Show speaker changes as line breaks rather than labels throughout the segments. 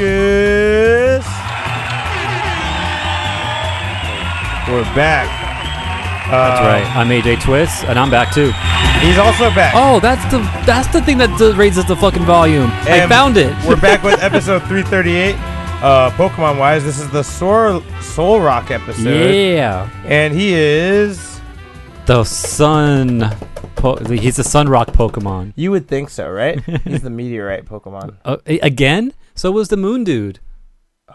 Äh, bitches. We're back.
That's right. Uh, I'm AJ Twist, and I'm back too.
He's also back.
Oh, that's the that's the thing that d- raises the fucking volume. I
And
found it.
We're back with episode 338. Uh, Pokemon wise, this is the Soul, Soul Rock episode.
Yeah,
And he is.
the sun. Po- he's a sun rock Pokemon.
You would think so, right? He's the meteorite Pokemon.
Uh, a- again? So was the Moon Dude.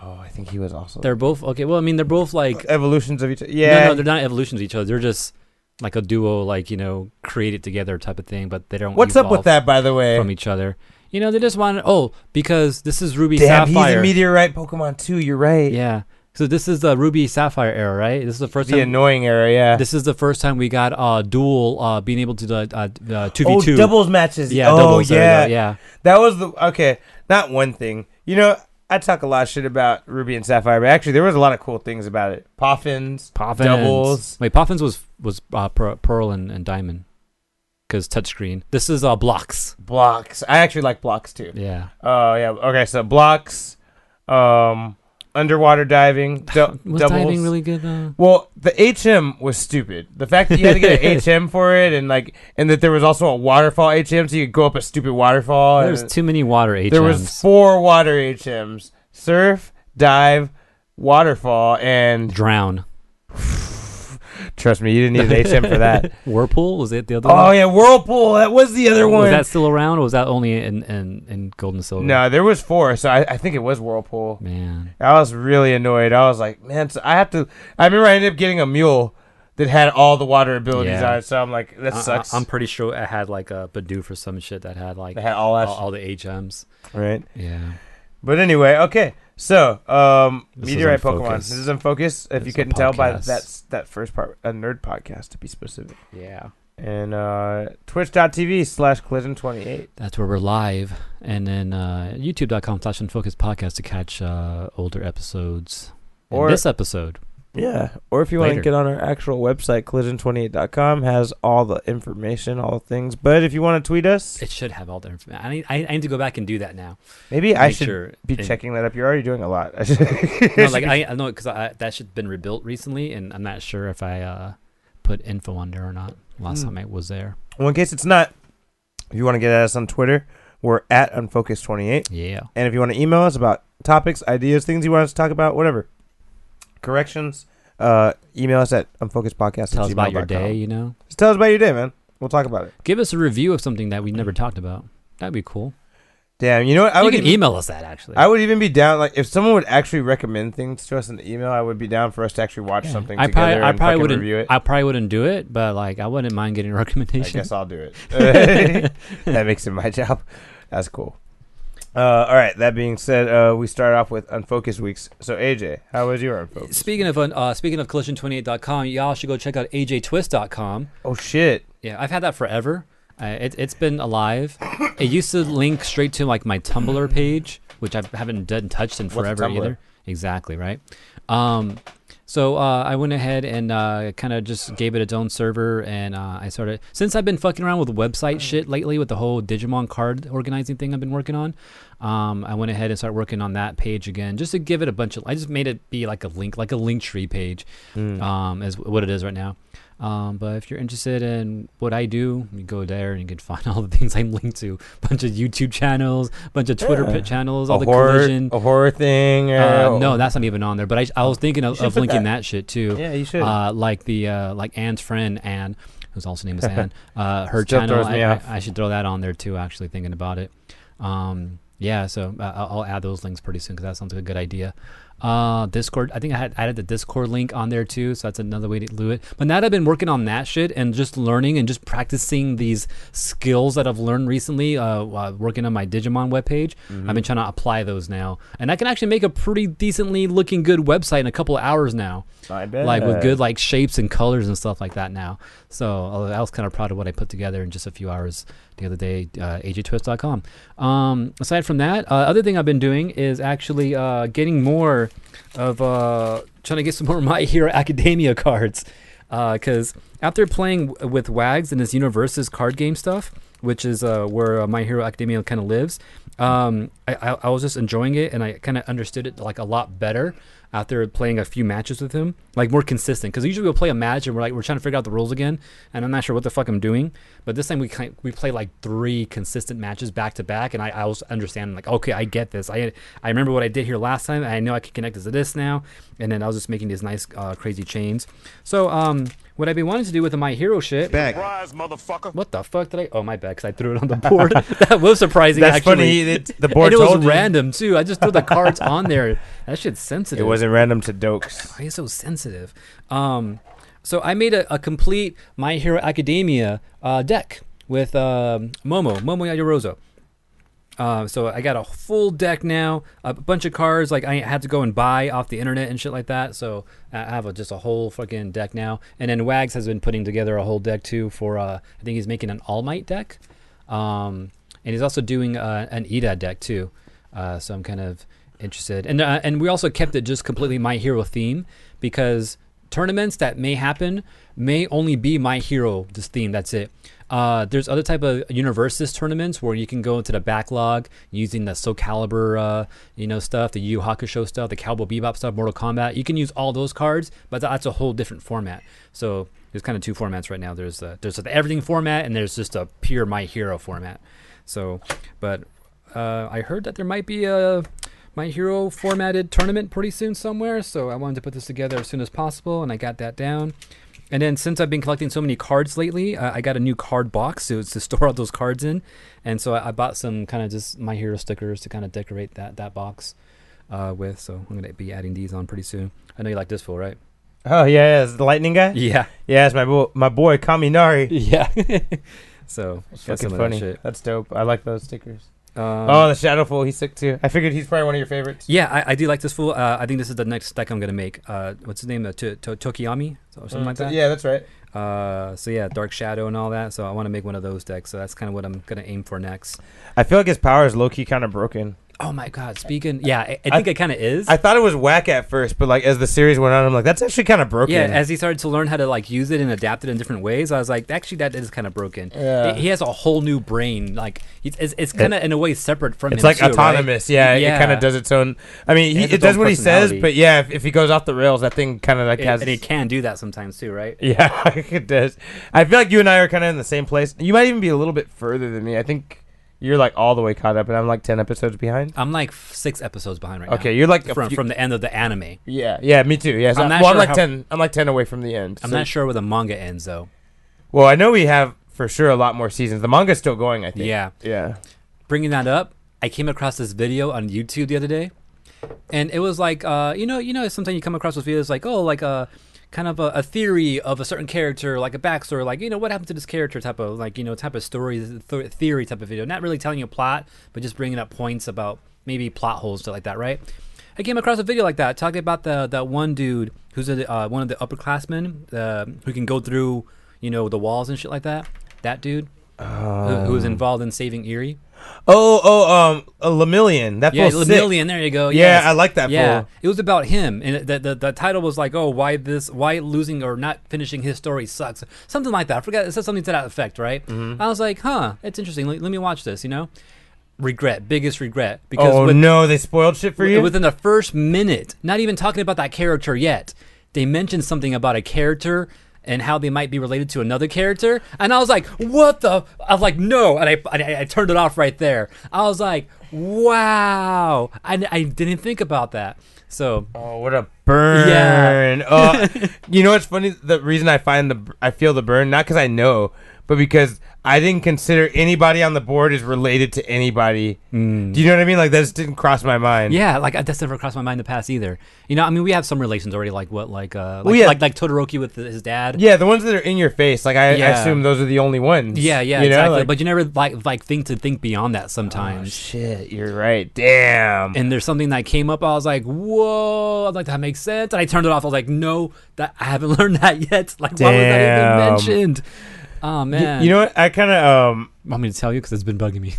Oh, I think he was also.
They're both okay. Well, I mean, they're both like
evolutions of each other.
no,
Yeah.
no, they're not evolutions of each other. They're just like a duo, like you know, created together type of thing. But they don't.
What's up with
evolve
that, by the way?
From E each other, you know, they just want oh because this is Ruby
Damn, he's
Sapphire.
a meteorite Pokemon too. You're right.
yeah. So this is the Ruby Sapphire era, right? This is the first
The
time
annoying era, yeah.
This is the first time we got uh, dual uh, being able to uh, uh, d- uh, two v
oh,
two.
doubles matches.
Yeah,
oh,
doubles. there we
Yeah.
go, yeah.
That was the okay. Not one thing. You know, I talk a lot of shit about Ruby and Sapphire, but actually, there was a lot of cool things about it. Poffins,
Poffins.
doubles.
Wait, Poffins was was uh, per- pearl and, and diamond because touchscreen. This is uh, blocks.
blocks. I actually like blocks too.
Yeah.
Oh yeah. Okay, so blocks, um, underwater diving, du-
Was
doubles.
diving really good though?
Well, the HM was stupid. The fact that you had to get an HM for it, and like, and that there was also a waterfall HM, so you could go up a stupid waterfall. and-
There's too many water HMs.
Uh, There was four water HMs: surf, dive, waterfall, and
drown.
trust me, you didn't need an HM for that.
Whirlpool was it the other
Oh
one?
yeah, whirlpool. That was the other
Was
one.
that still around, or was that only in in, in gold and silver?
no, there was four, so I, I think it was whirlpool.
Man.
I was really annoyed. I was like, man, so I have to. I remember I ended up getting a mule that had all the water abilities
Yeah.
on it. So I'm like, that
I-
sucks.
I, am pretty sure I had like a Badoo for some shit that had like
they had all that,
all, all the HMs.
shit, right?
Yeah.
But anyway, okay. So, um,
This is
meteorite
in
Pokemon.
focus.
This is in focus. If
It's
you
a
couldn't tell by
podcast.
that that first part, a nerd podcast to be specific.
Yeah.
And uh, twitch.tv slash collision28.
That's where we're live. And then uh, youtube.com slash unfocused podcast to catch uh, older episodes. And
Or-
this episode.
Yeah. Or if you want to
Later.
get on our actual website, collision28.com has all the information, all the things. But if you want to tweet us,
It should have all the information. I need, I, I need to go back and do that now.
maybe I
Make
should
sure
be
and-
checking that up. You're already doing a lot. I should-
No, like, I, I know because that should been rebuilt recently, and I'm not sure if I uh, put info on there or not. Last
Hmm.
time it was there.
well, in case it's not, if you want to get at us on Twitter, we're at unfocus28.
Yeah.
And if you want to email us about topics, ideas, things you want us to talk about, whatever, corrections, uh, email us at unfocusedpodcast.
Tell us about your day, you know?
Just tell us about your day, man. We'll talk about it.
Give us a review of something that we never talked about. That'd be cool.
Damn, you know what? Hmm. I
you
would
can
even,
email us that, actually.
I would even be down. Like, if someone would actually recommend things to us in the email, I would be down for us to actually watch
Yeah.
something
I
together
probably, I
and
probably
fucking
wouldn't.
review it. I,
I probably wouldn't do it, but like I wouldn't mind getting a recommendation.
guess I'll do it. that makes it my job. That's cool. Uh, all right. That being said, uh, we start off with unfocused weeks. So AJ, how was your unfocused?
Speaking of uh, speaking of collision28.com, y'all should go check out ajtwist.com.
Oh shit!
Yeah, I've had that forever. Uh, it, it's been alive. It used to link straight to like my Tumblr page, which I haven't done touched in
What's
forever
Tumblr?
either. Exactly right. Um, so uh, I went ahead and uh, kind of just gave it its own server, and uh, I started since I've been fucking around with website shit lately with the whole Digimon card organizing thing I've been working on. Um, I went ahead and started working on that page again, just to give it a bunch of. I just made it be like a link, like a link tree page,
Hmm. Mm-hmm.
um, is what it is right now. Um, but if you're interested in what I do, you go there and you can find all the things I'm linked to. bunch of YouTube channels, bunch of Twitter
Yeah.
p- channels,
A
all
Oh,
the
horror,
collision.
a horror thing.
Uh,
uh,
no, that's not even on there. But I, I was thinking of,
should
of
put
linking
that.
that. shit too.
Yeah, you should.
Uh, like the uh, like Anne's friend Anne, whose also name is Anne. Uh, her
Still
channel.
throws
I,
me
I-
off.
I should throw that on there too. Actually, thinking about it. Um, yeah, so uh, I'll I'll add those links pretty soon because that sounds like a good idea. Uh, Discord. I think I had added the Discord link on there too, so that's another way to do it. But now that I've been working on that shit and just learning and just practicing these skills that I've learned recently, uh, while working on my Digimon webpage,
Mm-hmm.
I've been trying to apply those now, and I can actually make a pretty decently looking good website in a couple of hours now
I bet.
like with good like shapes and colors and stuff like that now. So I was kind of proud of what I put together in just a few hours the other day. Uh, AJTwist.com. Um, aside from that, uh, other thing I've been doing is actually uh, getting more of uh, trying to get some more My Hero Academia uh, cards because after playing w- with Wags and his Universes card game stuff. which is uh, where uh, My Hero Academia kind of lives. Um, I, I, I was just enjoying it, and I kind of understood it like a lot better after playing a few matches with him, like more consistent. Because usually we'll play a match and we're like we're trying to figure out the rules again, and I'm not sure what the fuck I'm doing. But this time we kind we played like three consistent matches back to back, and I, I was understanding like okay, I get this. I I remember what I did here last time. I know I can connect this to this now, and then I was just making these nice uh, crazy chains. So um, what I've been wanting to do with the My Hero shit.
Back.
Rise, motherfucker.
What the fuck did I? Oh my bad, 'cause I threw it on the board. that was surprising.
That's
actually.
funny. It, the board
and it
told
was
you.
random too. I just threw the cards on there. That shit's sensitive.
It wasn't random to Dokes.
Why are you so sensitive? Um, so I made a, a complete My Hero Academia uh, deck with um, Momo, Momo Yayorozo. Uh, so I got a full deck now, a bunch of cards like I had to go and buy off the internet and shit like that. So I I have a, just a whole fucking deck now. And then Wags has been putting together a whole deck too for uh, I think he's making an All Might deck, um, and he's also doing uh, an Ida deck too. Uh, so I'm kind of interested, and uh, and we also kept it just completely My Hero theme because tournaments that may happen may only be my hero this theme that's it uh, there's other type of universes tournaments where you can go into the backlog using the soul calibur uh, you know stuff the yu Yu hakusho stuff the cowboy bebop stuff mortal kombat you can use all those cards but tha- that's a whole different format so there's kind of two formats right now there's the, there's the everything format and there's just a pure my hero format so but uh, i heard that there might be a my hero formatted tournament pretty soon somewhere so i wanted to put this together as soon as possible and i got that down and then since i've been collecting so many cards lately uh, i got a new card box so it's to store all those cards in and so i, I bought some kind of just my hero stickers to kind of decorate that that box uh, with so i'm going to be adding these on pretty soon i know you like this fool right
Oh yeah, yeah, it's the lightning guy.
yeah
Yeah, it's my boy, my boy Kaminari.
yeah so
It's fucking
got some of that
funny.
shit.
That's dope. I like those stickers.
Um,
oh, the Shadowful. He's sick too. I figured he's probably one of your favorites.
Yeah, I, I do like this fool. Uh, I think this is the next deck I'm gonna make. Uh, what's his name? Uh, to, to, Tokiyami or something like
Mm, So-
that.
Yeah, that's right.
Uh, so yeah, Dark Shadow and all that. So I want to make one of those decks. So that's kind of what I'm gonna aim for next.
I feel like his power is low key kind of broken.
Oh my God! Speaking, yeah, I, I think it kind of is.
I thought it was whack at first, but like as the series went on, I'm like, that's actually kind of broken.
yeah, as he started to learn how to like use it and adapt it in different ways, I was like, actually, that is kind of broken.
Yeah.
He- He has a whole new brain. Like it's, it's, it's kind of in a way separate from
it's
him
like
too, right?
autonomous. Yeah, it kind
Yeah.
of does its own. I mean, he,
has
it
its
does
own
what he says,
personality.
but yeah, if, if he goes off the rails, that thing kind of like
It-
has.
and he can do that sometimes too, right?
yeah, it does. I feel like you and I are kind of in the same place. You might even be a little bit further than me. I think you're like all the way caught up, and I'm like ten episodes behind.
I'm like f- six episodes behind right
Okay,
now.
you're like a
from
few-
from the end of the anime.
Yeah, yeah, me too. Yeah, so- well,
I'm not
I'm
sure
like
how-
ten. I'm like ten away from the end.
I'm
so-
not sure where the manga ends though.
Well, I know we have for sure a lot more seasons. The manga's still going, I think.
Yeah.
Yeah.
Bringing that up, I came across this video on YouTube the other day, and it was like, uh, you know, you know, sometimes you come across those videos like, oh, like a kind of a, a theory of a certain character, like a backstory, like you know, what happened to this character, type of like you know, type of story th- theory type of video. Not really telling you a plot, but just bringing up points about maybe plot holes, stuff like that, right? I came across a video like that talking about the that one dude who's a, uh, one of the upperclassmen uh, who can go through, you know, the walls and shit like that. That dude who, who was involved in saving Erie.
Oh, oh, um, a Lemillion. That
Yeah,
feels sick.
Lemillion. There you go.
Yeah,
yes.
I like that
Yeah,
fool.
it was about him, and it- the, the the title was like, "Oh, why this? Why losing or not finishing his story sucks?" Something like that. I forgot. It said something to that effect, right?
Mm-hmm.
I was like, "Huh, it's interesting. Let, let me watch this." You know, regret, biggest regret because
Oh
with-
no, they spoiled shit for you.
within the first minute, not even talking about that character yet, they mentioned something about a character and how they might be related to another character. And I was like, what the? I was like, no. And I, and I, I turned it off right there. I was like, wow. I, I didn't think about that. So,
oh, what a burn. Yeah. you know what's funny? The reason I find the I feel the burn not because I know, but because I didn't consider anybody on the board is related to anybody.
Mm.
Do you know what I mean? Like that just didn't cross my mind.
yeah, like that's never crossed my mind in the past either. You know, I mean, we have some relations already, like what, like, uh, like,
yeah.
like, like Todoroki with his dad.
Yeah, the ones that are in your face, like I, I
Yeah.
assume those are the only ones.
Yeah, yeah,
You know,
exactly.
like-
but you never like like think to think beyond that
oh,
sometimes.
shit, you're right. Damn.
and there's something that came up. I was like, "Whoa!" I'm like, "That makes sense." And I turned it off. I was like, "No, that I haven't learned that yet. Like, why
Damn.
was that even mentioned?" Oh man,
you know what? I kind of um,
want me to tell you because it's been bugging me.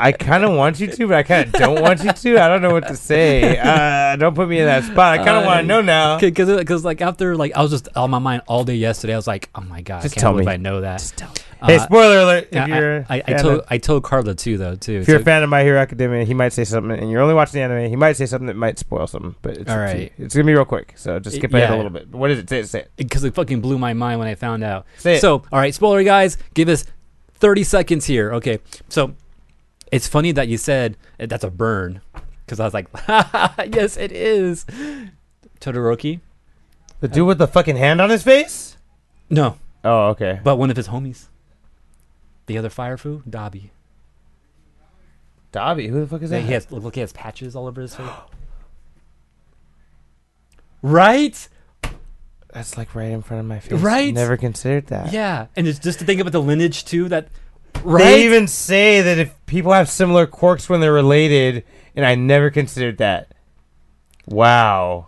I kind of want you to, but I kind of don't want you to. I don't know what to say. Uh, don't put me in that spot. I kind of
Uh,
want to know now.
Because, because like after, like I was just on my mind all day yesterday. I was like, oh my god,
Just
I can't
tell
believe
me.
I know that.
hey,
Uh,
spoiler alert! If you're
yeah,
a
I, I, I
fan
told
of-
I told Carla too though too.
if you're a
So-
fan of My Hero Academia, he might say something, and you're only watching the anime. He might say something that might spoil something, but it's
All
up to
right.
you. It's gonna be real quick, so just
Y-
skip ahead
yeah.
a little bit. But what is it? Say it. Say it.
because it fucking blew my mind when I found out.
Say it.
So, all right, spoiler guys, give us 30 seconds here. Okay. So, it's funny that you said eh, that's a burn because I was like, yes, it is. Todoroki?
the dude with the fucking hand on his face.
No,
Oh, okay.
but one of his homies. The other fire foo, Dobby.
Dobby, who the fuck is that?
He has look, look, he has patches all over his face. right?
That's like right in front of my face.
Right?
Never considered that.
Yeah. And it's just to think about the lineage too that right?
They even say that if people have similar quirks when they're related, and I never considered that. Wow.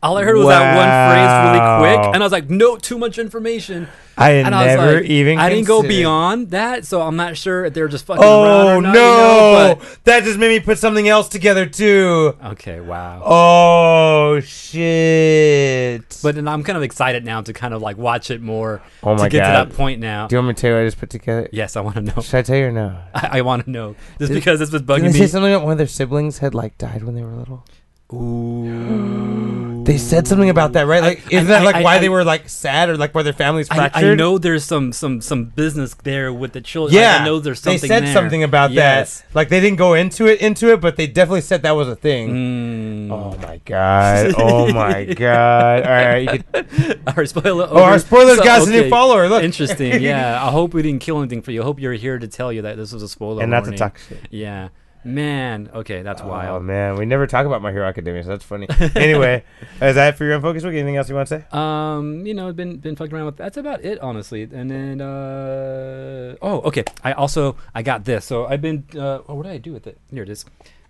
All I heard was that one phrase really
Wow.
quick, and I was like, "No, too much information."
I had
And I was
never
like,
even.
I didn't go
considered-
beyond that, so I'm not sure if they were just fucking around
Oh
or not. you
no!
know,
that just made me put something else together too.
but- okay, wow.
Oh shit!
But then I'm kind of excited now to kind of like watch it more
oh
to
my
get
god!
to that point now.
Do you want me to tell you what I just put together?
yes, I want to know.
Should I tell you or no?
I, I want to know just
Did-
because this was
Did they
bugging
say
me.
something about one of their siblings had like died when they were little?
Ooh.
They said something about that, right?
I-
Like,
I-
isn't that
I-
like
I-
why
I-
they were like sad or like why their families
I,
fractured?
I know there's some some some business there with the children. Like,
Yeah,
I know there's something.
they said
there.
something about
yes.
that. Like they didn't go into it into it, but they definitely said that was a thing.
Mm.
Oh my god! Oh my god! All right, you could,
Our spoiler.
oh, our
over-
spoilers
so,
got a new
okay.
follower. Look,
Interesting. Yeah. I hope we didn't kill anything for you. I hope you're here to tell you that this was a spoiler.
and not to
warning.
talk shit.
Yeah. Man. Okay, that's
Oh
wild.
man, we never talk about My Hero Academia, so that's funny. anyway, is that for your own focus week? Anything else you want to say?
Um, you know, been been fucking around with. That's about it, honestly. And then, uh, oh, okay. I also I got this. So I've been. Uh, oh, what did I do with it? Here it is.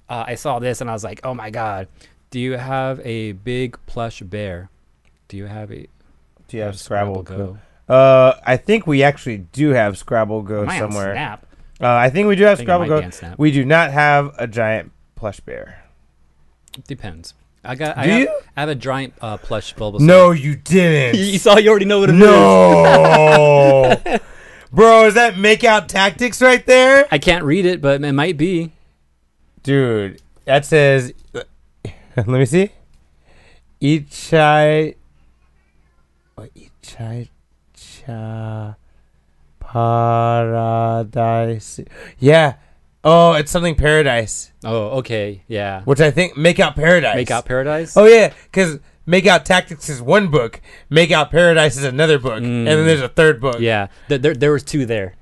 Uh, I saw this and I was like, oh my god. Do you have a big plush bear? Do you have a
Do you
uh,
have Scrabble, Go?
Go?
Uh, I think we actually do have Scrabble Go
Am I on
somewhere.
Snap.
Uh, I think we do have
I think it
Scrabble
might
Go.
be on Snap.
We do not have a giant plush bear.
Depends. I got. I
Do
have,
you?
I have a giant uh, plush Bulbasaur.
No, you
You-
didn't.
You saw. You already know what it is.
no. Bro, is that make out tactics right there?
I can't read it, but it might be.
Dude, that says let me see. Ichai what Ichai cha paradise. Yeah. Oh, it's something paradise,
Oh, okay. Yeah.
which I think make out paradise.
Make out paradise.
Oh yeah, because Make Out Tactics is one book, Make Out Paradise is another book, and then there's a third book.
Mm. Yeah. Th- there, there was two there.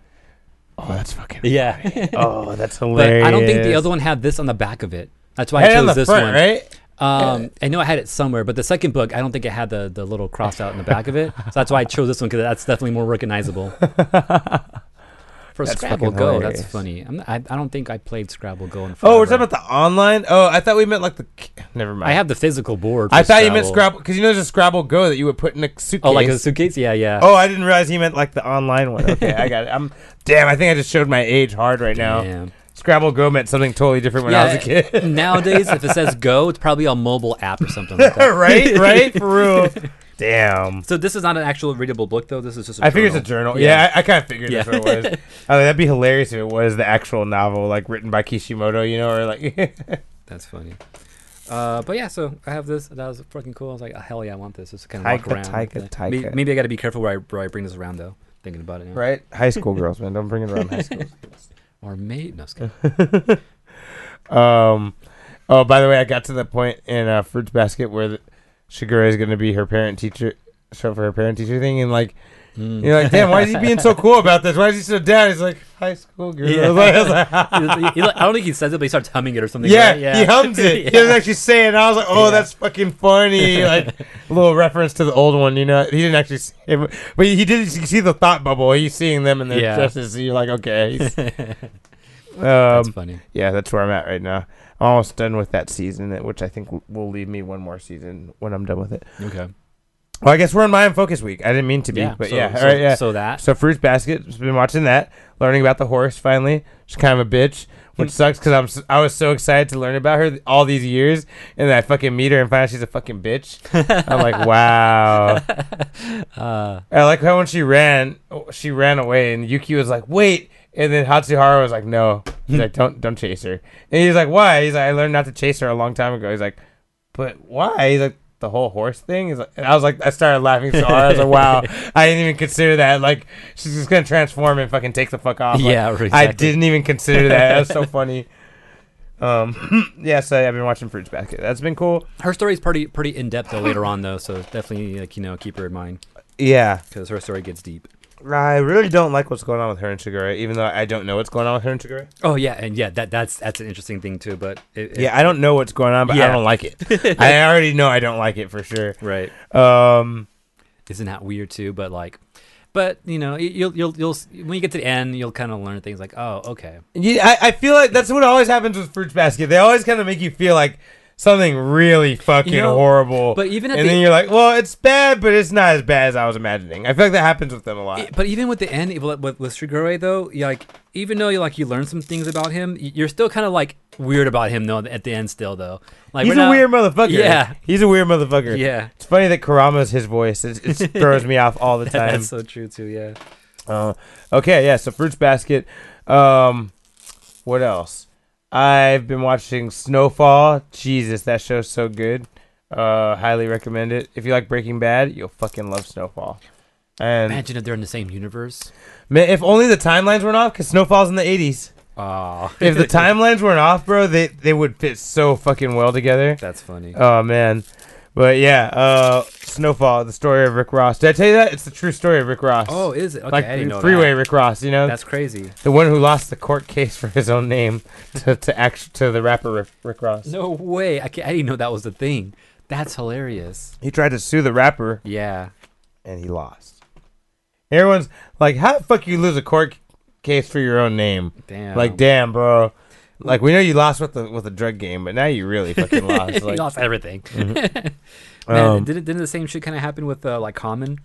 Oh, that's fucking.
Yeah.
Oh, that's
but
hilarious.
I don't think the other one had this on the back of it. That's why
Had
I
it
chose
on the
this
front,
one.
right?
Um, I know I had it somewhere, but the second book, I don't think it had the, the little cross out in the back of it. So that's why I chose this one because that's definitely more recognizable. For
That's
Scrabble
fucking
Go,
hilarious.
that's funny. I'm not, I, I don't think I played Scrabble Go in. Forever.
Oh, we're talking about the online. Oh, I thought we meant like the. Never mind.
I have the physical board.
I
for
thought you meant Scrabble because you know there's a Scrabble Go that you would put in a suitcase.
Oh, like a suitcase? Yeah, yeah.
Oh, I didn't realize he meant like the online one. Okay, I got it. I'm damn. I think I just showed my age hard right now.
Damn.
Scrabble Go meant something totally different when I was a kid.
nowadays, if it says go, it's probably a mobile app or something like that.
right, right, for real. Damn.
So this is not an actual readable book, though. This is just. A
I figured it's a
journal.
journal. Yeah,
Yeah.
I, I kind of figured that's
Yeah.
what it was. I mean, that'd be hilarious if it was the actual novel, like written by Kishimoto, you know, or like.
That's funny. Uh, but yeah, so I have this. That was fucking cool. I was like, oh, hell yeah, I want this. Just kind of walk
Taika,
around.
Taika,
with it.
Taika.
May- Maybe, I got to be careful where I, where I bring this around though. Thinking about it now.
right? High school girls, man. Don't bring it around high school.
Or maybe no, just kidding.
Um, oh, by the way, I got to the point in uh, Fruits Basket where the, Shigure is going to be her parent teacher show for her parent teacher thing, and like
Mm.
you're like, damn, why is he being so cool about this? Why is he so down? He's like high school girls. I
Yeah.
was like-
He was- he- he like- I don't think he says it, but he starts humming it or something.
yeah,
right? yeah.
he hums it. He doesn't
Yeah.
actually say it. And I was like, oh,
Yeah.
that's fucking funny. Like a little reference to the old one, you know. He didn't actually, say it, but- but he did you see the thought bubble. He's seeing them in their
Yeah.
dresses. And you're like, okay. he's-
That's
um,
funny.
yeah, that's where I'm at right now. I'm almost done with that season, which I think w- will leave me one more season when I'm done with it.
Okay.
Well, I guess we're in my focus week. I didn't mean to be, but
so,
yeah,
so,
all right, yeah. So,
So that.
fruits basket. Just been watching that, learning about the horse. Finally, she's kind of a bitch, which sucks because I'm s- I was so excited to learn about her th- all these years, and then I fucking meet her and find out she's a fucking bitch. I'm like, wow.
Uh,
I like how when she ran, she ran away, and Yuki was like, "Wait," and then Hatsuhara was like, "No," he's like, "Don't, don't chase her." And he's like, "Why?" He's like, "I learned not to chase her a long time ago." He's like, "But why?" He's like, "The whole horse thing." He's like, and I was like, I started laughing so hard. I was like, "Wow, I didn't even consider that." Like, she's just gonna transform and fucking take the fuck off. Like,
yeah. Exactly.
I didn't even consider that. That's so funny. Um, yeah, so I've been watching Fruits Basket. That's been cool.
Her story's pretty pretty in depth though later on though, so definitely like you know keep her in mind
Yeah.
because her story gets deep.
I really don't like what's going on with her and Shigure, even though I don't know what's going on with her and Shigure.
Oh yeah, and yeah that that's that's an interesting thing too. But it, it-
Yeah, I don't know what's going on, but I
Yeah.
don't like it. I already know I don't like it for sure.
right.
Um,
Isn't that weird too? But like, but you know y- you'll you'll you'll s- when you get to the end you'll kind of learn things like oh okay
yeah, I, I feel like that's what always happens with Fruits Basket. They always kind of make you feel like something really fucking
know,
horrible.
but even at
and
the-
then you're like, well, it's bad, but it's not as bad as I was imagining. I feel like that happens with them a lot.
It- E, but even with the end it- with, with, with Shigure though, you like even though you like you learn some things about him, y- you're still kind of like weird about him though at the end still though. Like
He's a
we're not-
weird motherfucker.
Yeah.
he's a weird motherfucker.
Yeah,
It's funny that Karama's his voice. It, it throws me off all the time.
that's so true too. Yeah.
Uh, okay, yeah. So fruits basket. Um, what else? I've been watching Snowfall. Jesus, that show's so good. Uh, highly recommend it. If you like Breaking Bad, you'll fucking love Snowfall. And
Imagine if they're in the same universe.
man, if only the timelines weren't off, because Snowfall's in the '80s.
Oh,
If the timelines weren't off, bro, they they would fit so fucking well together.
That's funny.
Oh man. But yeah, uh, Snowfall, the story of Rick Ross. Did I tell you that? It's the true story of Rick Ross.
oh, is it? Okay,
like
I didn't know
freeway
that.
Rick Ross, you know?
That's crazy.
The one who lost the court case for his own name to to, act, to the rapper Rick, Rick Ross.
No way. I, can't, I didn't know that was the thing. That's hilarious.
He tried to sue the rapper
Yeah.
and he lost. Everyone's like, "How the fuck you lose a court c- case for your own name?"
Damn.
Like, damn, bro. Like we know you lost with the with the drug game, but now you really fucking lost.
he
Like,
lost everything. Man,
um,
didn't didn't the same shit kind of happen with uh, like Common?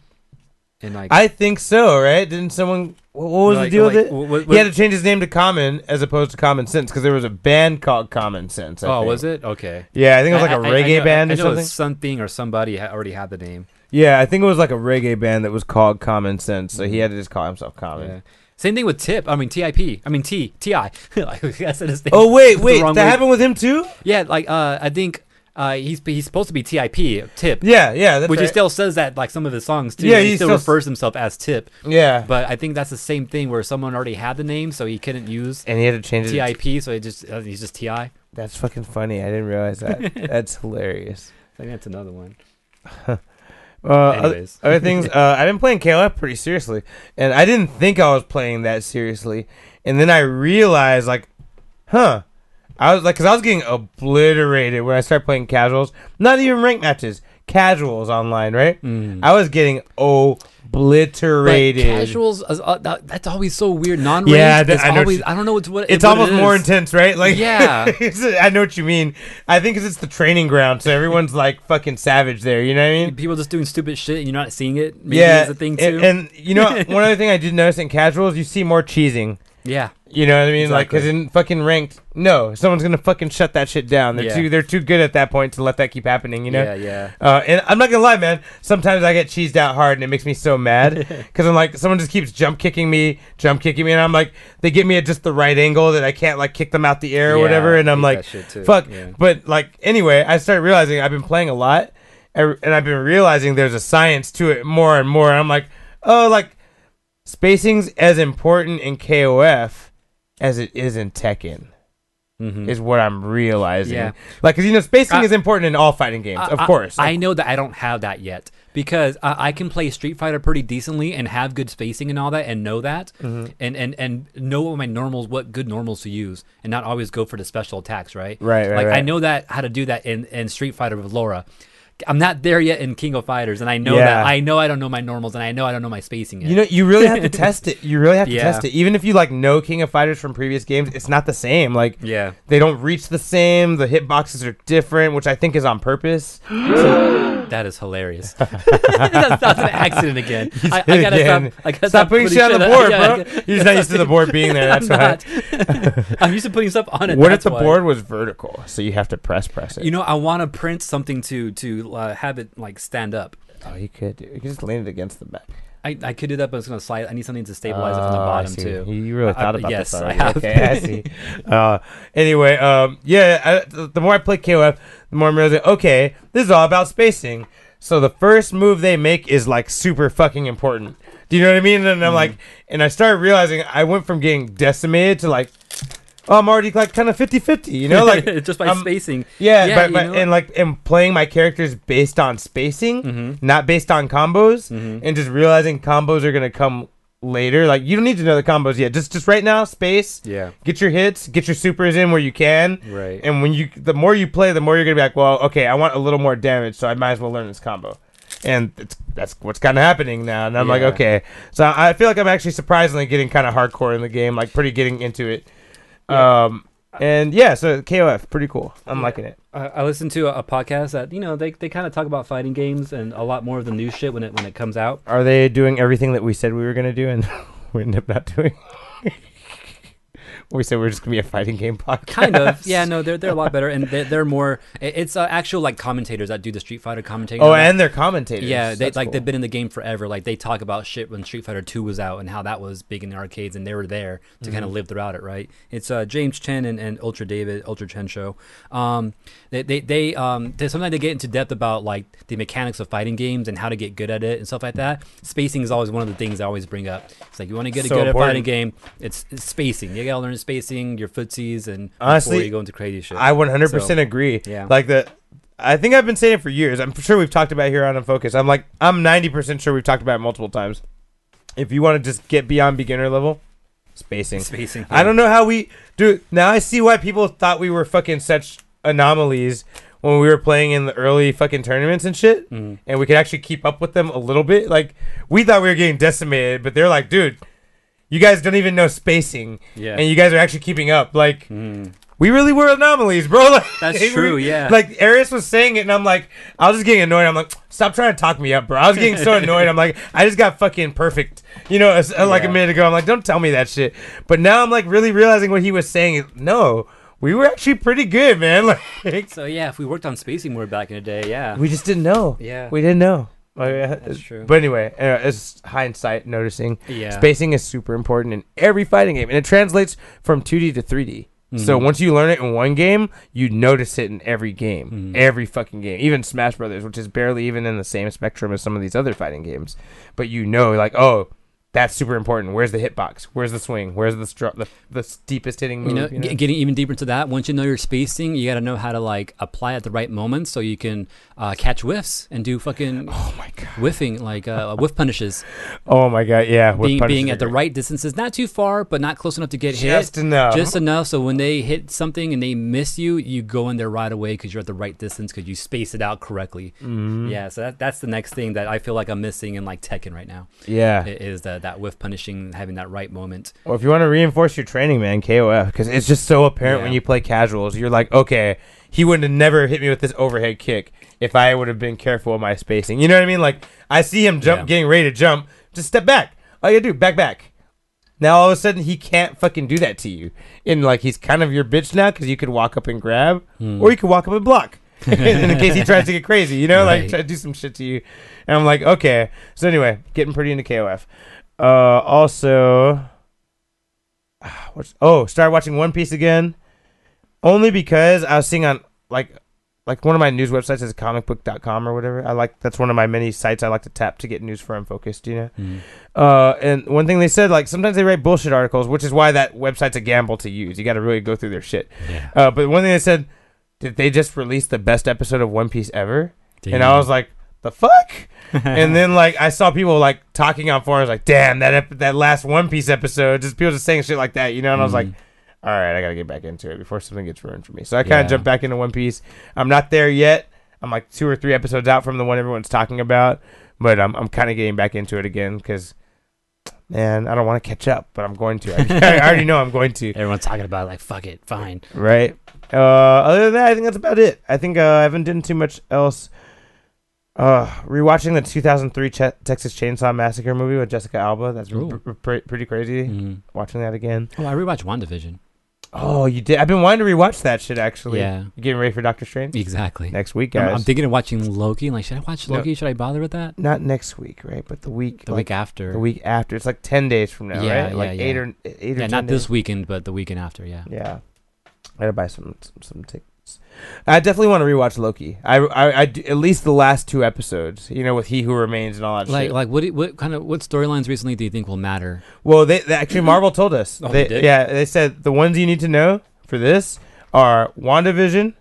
And like
I think so, right? Didn't someone? wh- What was
like-
the deal with
like,
it?
wh- wh-
he had to change his name to Common as opposed to Common Sense because there was a band called Common Sense. I
oh,
think.
was it? Okay.
Yeah, I think it was like
a
a reggae band or something.
something or somebody ha- already had the name.
Yeah, I think it was like a reggae band that was called Common Sense, so he had to just call himself Common.
Mm-hmm. Yeah. Same thing with Tip. I mean TIP. I mean T T I. like I said his name.
Oh wait,
the
wait,
wrong
that
way.
happened with him too?
Yeah, like uh, I think uh, he's he's supposed to be TIP Tip,
Yeah, yeah, that's
which he
right.
still says that like some of his songs too.
Yeah,
he,
he
still
still-
refers himself as Tip,
yeah,
but I think that's the same thing where someone already had the name, so he couldn't use
and he had to change it. to-
TIP, so he just uh, he's just TI. I
That's fucking funny. I didn't realize that. that's hilarious.
think that's another one.
Uh, other,
Anyways,
other things, uh, I've been playing KOF pretty seriously, and I didn't think I was playing that seriously, and then I realized like, huh. I was like, because I was getting obliterated when I started playing casuals. Not even ranked matches, casuals online, right?
Mm.
I was getting
But
obliterated.
casuals, uh, uh, that- that's always so weird. Non ranked
Yeah,
yeah,
that-
is
I know what
always
you-
I don't know it's what
it's
what it
almost more
is.
intense, right? Like,
Yeah.
it's- I know what you mean. I think 'cause it's the training ground, so everyone's like fucking savage there. You know what I mean?
People just doing stupid shit and you're not seeing it. Maybe
yeah,
is a thing too.
And, and, you know, one other thing I did notice in casuals, you see more cheesing.
yeah,
You know what I mean? Like 'cause
Exactly.
in fucking ranked, no, someone's gonna fucking shut that shit down. They're
Yeah.
too, they're too good at that point to let that keep happening. You know?
yeah, yeah.
Uh, and I'm not gonna lie, man. Sometimes I get cheesed out hard, and it makes me so mad because I'm like, someone just keeps jump kicking me, jump kicking me, and I'm like, they get me at just the right angle that I can't like kick them out the air or
Yeah,
whatever, and
I
I'm
hate
like,
that shit too.
fuck.
Yeah.
But like, anyway, I started realizing I've been playing a lot, and and I've been realizing there's a science to it more and more. And I'm like, oh, like spacing's as important in KOF as it is in Tekken.
Mhm.
Is what I'm realizing.
Yeah.
Like, cause you know, spacing
I-
is important in all fighting games, of
I-
course.
I know that I don't have that yet because I, I can play Street Fighter pretty decently and have good spacing and all that and know that
Mm-hmm.
and, and and know what my normals, what good normals to use and not always go for the special attacks, right?
Right, right,
Like I
right.
know that how to do that in, in Street Fighter with Laura. I'm not there yet in King of Fighters, and I know
Yeah.
that I know I don't know my normals, and I know I don't know my spacing yet.
You know, you really have to test it. You really have to
Yeah.
test it. Even if you like know King of Fighters from previous games, it's not the same. Like
yeah,
they don't reach the same. The hitboxes are different, which I think is on purpose.
that is hilarious. that's, that's an accident again. I, I
Hit
gotta
again.
stop. I gotta
Stop putting shit on the
that-
board,
yeah, I
bro.
gotta-
You're just not used to the board being there. That's
I'm
why.
not. I'm used to putting stuff on it.
What if
that's
the
why.
board was vertical? So you have to press press it.
You know, I want to print something to to uh, have it like stand up.
oh, you could. do- You could just lean it against the back.
I, I could do that, but it's gonna slide. I need something to stabilize it from the
Oh, I
bottom
see.
too.
You- You really
I-
thought
I-
about
yes,
this
I
already.
have.
Okay, I see. Uh, anyway, um, yeah, I, the the more I play KOF, the more I'm realizing, okay, this is all about spacing. So the first move they make is like super fucking important. Do you know what I mean? And I'm like,
Mm-hmm.
and I started realizing I went from getting decimated to like, oh, I'm already like kind of 50 50, you know? Like, um,
just by
I'm-
spacing.
yeah,
Yeah,
but,
you
but-
know?
and like and playing my characters based on spacing,
Mm-hmm.
not based on combos, and just realizing combos are gonna come later. Like you don't need to know the combos yet. Just just right now, space.
Yeah.
Get your hits, get your supers in where you can.
Right.
And when you the more you play, the more you're gonna be like, well, okay, I want a little more damage, so I might as well learn this combo. And it's, that's what's kind of happening now, and I'm like,
Yeah.
okay. So I feel like I'm actually surprisingly getting kind of hardcore in the game, like pretty getting into it. Um, and yeah, so KOF, pretty cool. I'm liking it.
I, I listen to a, a podcast that you know they, they kind of talk about fighting games and a lot more of the new shit when it when it comes out.
Are they doing everything that we said we were gonna do and we ended up not doing? we said we are just gonna be a fighting game podcast.
Kind of, yeah. No, they're they're a lot better and they're, they're more. it- It's uh, actual like commentators that do the Street Fighter commentating.
Oh,
all that.
and they're commentators.
yeah, they
That's
like
cool.
they've been in the game forever. Like they talk about shit when Street Fighter Two was out and how that was big in the arcades and they were there to kind
Mm-hmm.
of live throughout it. Right? It's uh, James Chen and, and Ultra David Ultra Chen show. Um, they they, they um they, sometimes they get into depth about like the mechanics of fighting games and how to get good at it and stuff like that. Spacing is always one of the things I always bring up. It's like you want to get
So
good at fighting
important.
game, it's, it's spacing. You gotta learn spacing, your footsies, and before
Honestly,
you go into crazy shit.
I 100%
So,
agree.
yeah.
Like the I think I've been saying it for years. I'm sure we've talked about it here on Unfocus. I'm like I'm 90% sure we've talked about it multiple times. If you want to just get beyond beginner level, spacing.
spacing.
I don't know how we do. Now I see why people thought we were fucking such anomalies when we were playing in the early fucking tournaments and shit,
Mm-hmm.
and we could actually keep up with them a little bit. Like we thought we were getting decimated, but they're like, dude, you guys don't even know spacing,
Yeah. Mm-hmm.
and you guys are actually keeping up. Like we really were anomalies, bro. Like,
That's
we-
true, yeah.
Like Arius was saying it, and I'm like, I was just getting annoyed. I'm like, stop trying to talk me up, bro. I was getting so annoyed. I'm like, I just got fucking perfect, you know, as- uh, like a
Yeah.
minute ago. I'm like, don't tell me that shit. But now I'm like really realizing what he was saying. is, No, we were actually pretty good, man. Like
So yeah, if we worked on spacing more back in the day, yeah.
we just didn't know.
Yeah.
we didn't know. Like, uh,
That's true.
But anyway, uh, it's hindsight noticing.
Yeah.
Spacing is super important in every fighting game, and it translates from 2D to 3D. So
Mm-hmm.
once you learn it in one game, you notice it in every game,
Mm-hmm.
every fucking game, even Smash Brothers, which is barely even in the same spectrum as some of these other fighting games. But you know, like, oh, that's super important. Where's the hitbox? Where's the swing? Where's the str- the, the steepest hitting move?
you know,
you know?
g- getting even deeper into that once you know your spacing you got to know how to like apply at the right moments so you can uh, catch whiffs and do fucking
Oh my god!
whiffing like uh, whiff punishes
Oh my god! Yeah, with
being
punches
being
are
at the
great.
right distances not too far but not close enough to get
Just
hit
enough.
just enough so when they hit something and they miss you you go in there right away because you're at the right distance because you space it out correctly
Mm-hmm.
yeah so that, that's the next thing that i feel like i'm missing in like tekken right now
Yeah,
i- is that that whiff punishing having that right moment
Well, if you want to reinforce your training, man, KOF, because it's just so apparent
Yeah.
when you play casuals. You're like, okay, he wouldn't have never hit me with this overhead kick if I would have been careful of my spacing. You know what I mean? Like, I see him jump,
Yeah.
getting ready to jump, just step back. All you gotta do, back, back. Now all of a sudden he can't fucking do that to you, and like he's kind of your bitch now because you could walk up and grab, or you could walk up and block. in case he tries to get crazy, you know,
Right.
like try to do some shit to you, and I'm like, okay. So anyway, getting pretty into KOF. Uh, also, What's- oh, started watching One Piece again, only because I was seeing on like like one of my news websites is comicbook.com or whatever. I like that's one of my many sites I like to tap to get news for unfocused, you know. Uh, and one thing they said like sometimes they write bullshit articles, which is why that website's a gamble to use. You got to really go through their shit.
Yeah.
Uh, but one thing they said, did they just release the best episode of One Piece ever? And I was like, the fuck? and then like I saw people like talking on forums like, damn that ep- that last One Piece episode, just people just saying shit like that, you know. And I was like, all right, I gotta get back into it before something gets ruined for me. So I kind
Yeah.
of jumped back into One Piece. I'm not there yet. I'm like two or three episodes out from the one everyone's talking about, but I'm I'm kind of getting back into it again because, man, I don't want to catch up, but I'm going to. I, I already know I'm going to.
Everyone's talking about it, like fuck it, fine.
Right. Uh, other than that, I think that's about it. I think uh, I haven't done too much else. Uh, rewatching the 2003 Ch- Texas Chainsaw Massacre movie with Jessica Alba. That's
Ooh.
pr- pr- pretty crazy.
Mhm.
Watching that again.
Oh, I rewatched WandaVision.
Oh, you did. I've been wanting to rewatch that shit actually.
Yeah.
You getting ready for Doctor Strange
Exactly.
next week,
I'm,
guys?
I'm thinking of watching Loki. Like, should I watch
No.
Loki? Should I bother with that?
Not next week, right? But the week.
The
like,
week after.
The week after. It's like ten days from now,
Yeah,
right?
yeah,
Like
yeah.
eight or eight or
yeah,
10
not
days.
this weekend, but the weekend after. Yeah.
Yeah, I gotta buy some some, some tickets. I definitely want to rewatch Loki. I, I, I d- at least the last two episodes. You know, with He Who Remains and all that
Like,
shit.
like what? What kind of what storylines recently do you think will matter?
well, they, they actually Marvel told us.
Oh,
they,
they did?
Yeah, they said the ones you need to know for this are WandaVision,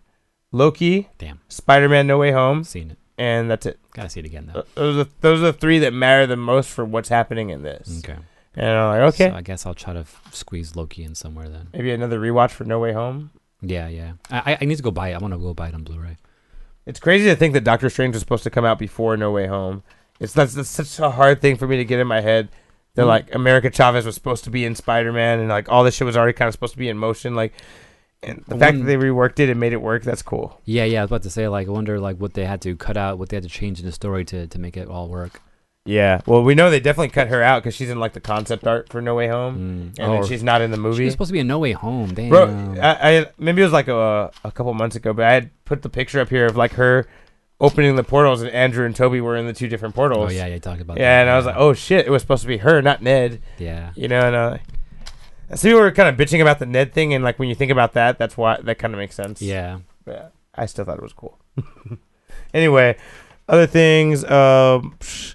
Loki,
Damn.
Spider-Man: No Way Home,
Seen it.
and that's it.
Gotta see it again
Th-
though.
Those are those are the three that matter the most for what's happening in this.
Okay.
And I'm like, okay,
So I guess I'll try to f- squeeze Loki in somewhere then.
maybe another rewatch for No Way Home.
Yeah, yeah. I, I- I need to go buy it. I want to go buy it on Blu-ray.
It's crazy to think that Doctor Strange was supposed to come out before No Way Home. It's that's, that's such a hard thing for me to get in my head. That
Mm.
like America Chavez was supposed to be in Spider Man, and like all this shit was already kind of supposed to be in motion. Like, and the
I
fact that
wouldn't-
they reworked it and made it work, that's cool.
Yeah, yeah. I was about to say like, I wonder like what they had to cut out, what they had to change in the story to to make it all work.
Yeah. Well, we know they definitely cut her out because she's in like the concept art for No Way Home,
Mm.
and then
Oh,
she's not in the
she
movie.
was supposed to be in No Way Home. Damn.
Bro, I, I maybe it was like a a couple months ago, but I had put the picture up here of like her opening the portals, and Andrew and Toby were in the two different portals.
oh yeah, yeah. You talked about.
Yeah,
that.
and I was like, oh shit, it was supposed to be her, not Ned.
Yeah.
You know, and uh, I see we were kind of bitching about the Ned thing, and like when you think about that, that's why that kind of makes sense.
Yeah.
But I still thought it was cool. anyway, other things, um, psh,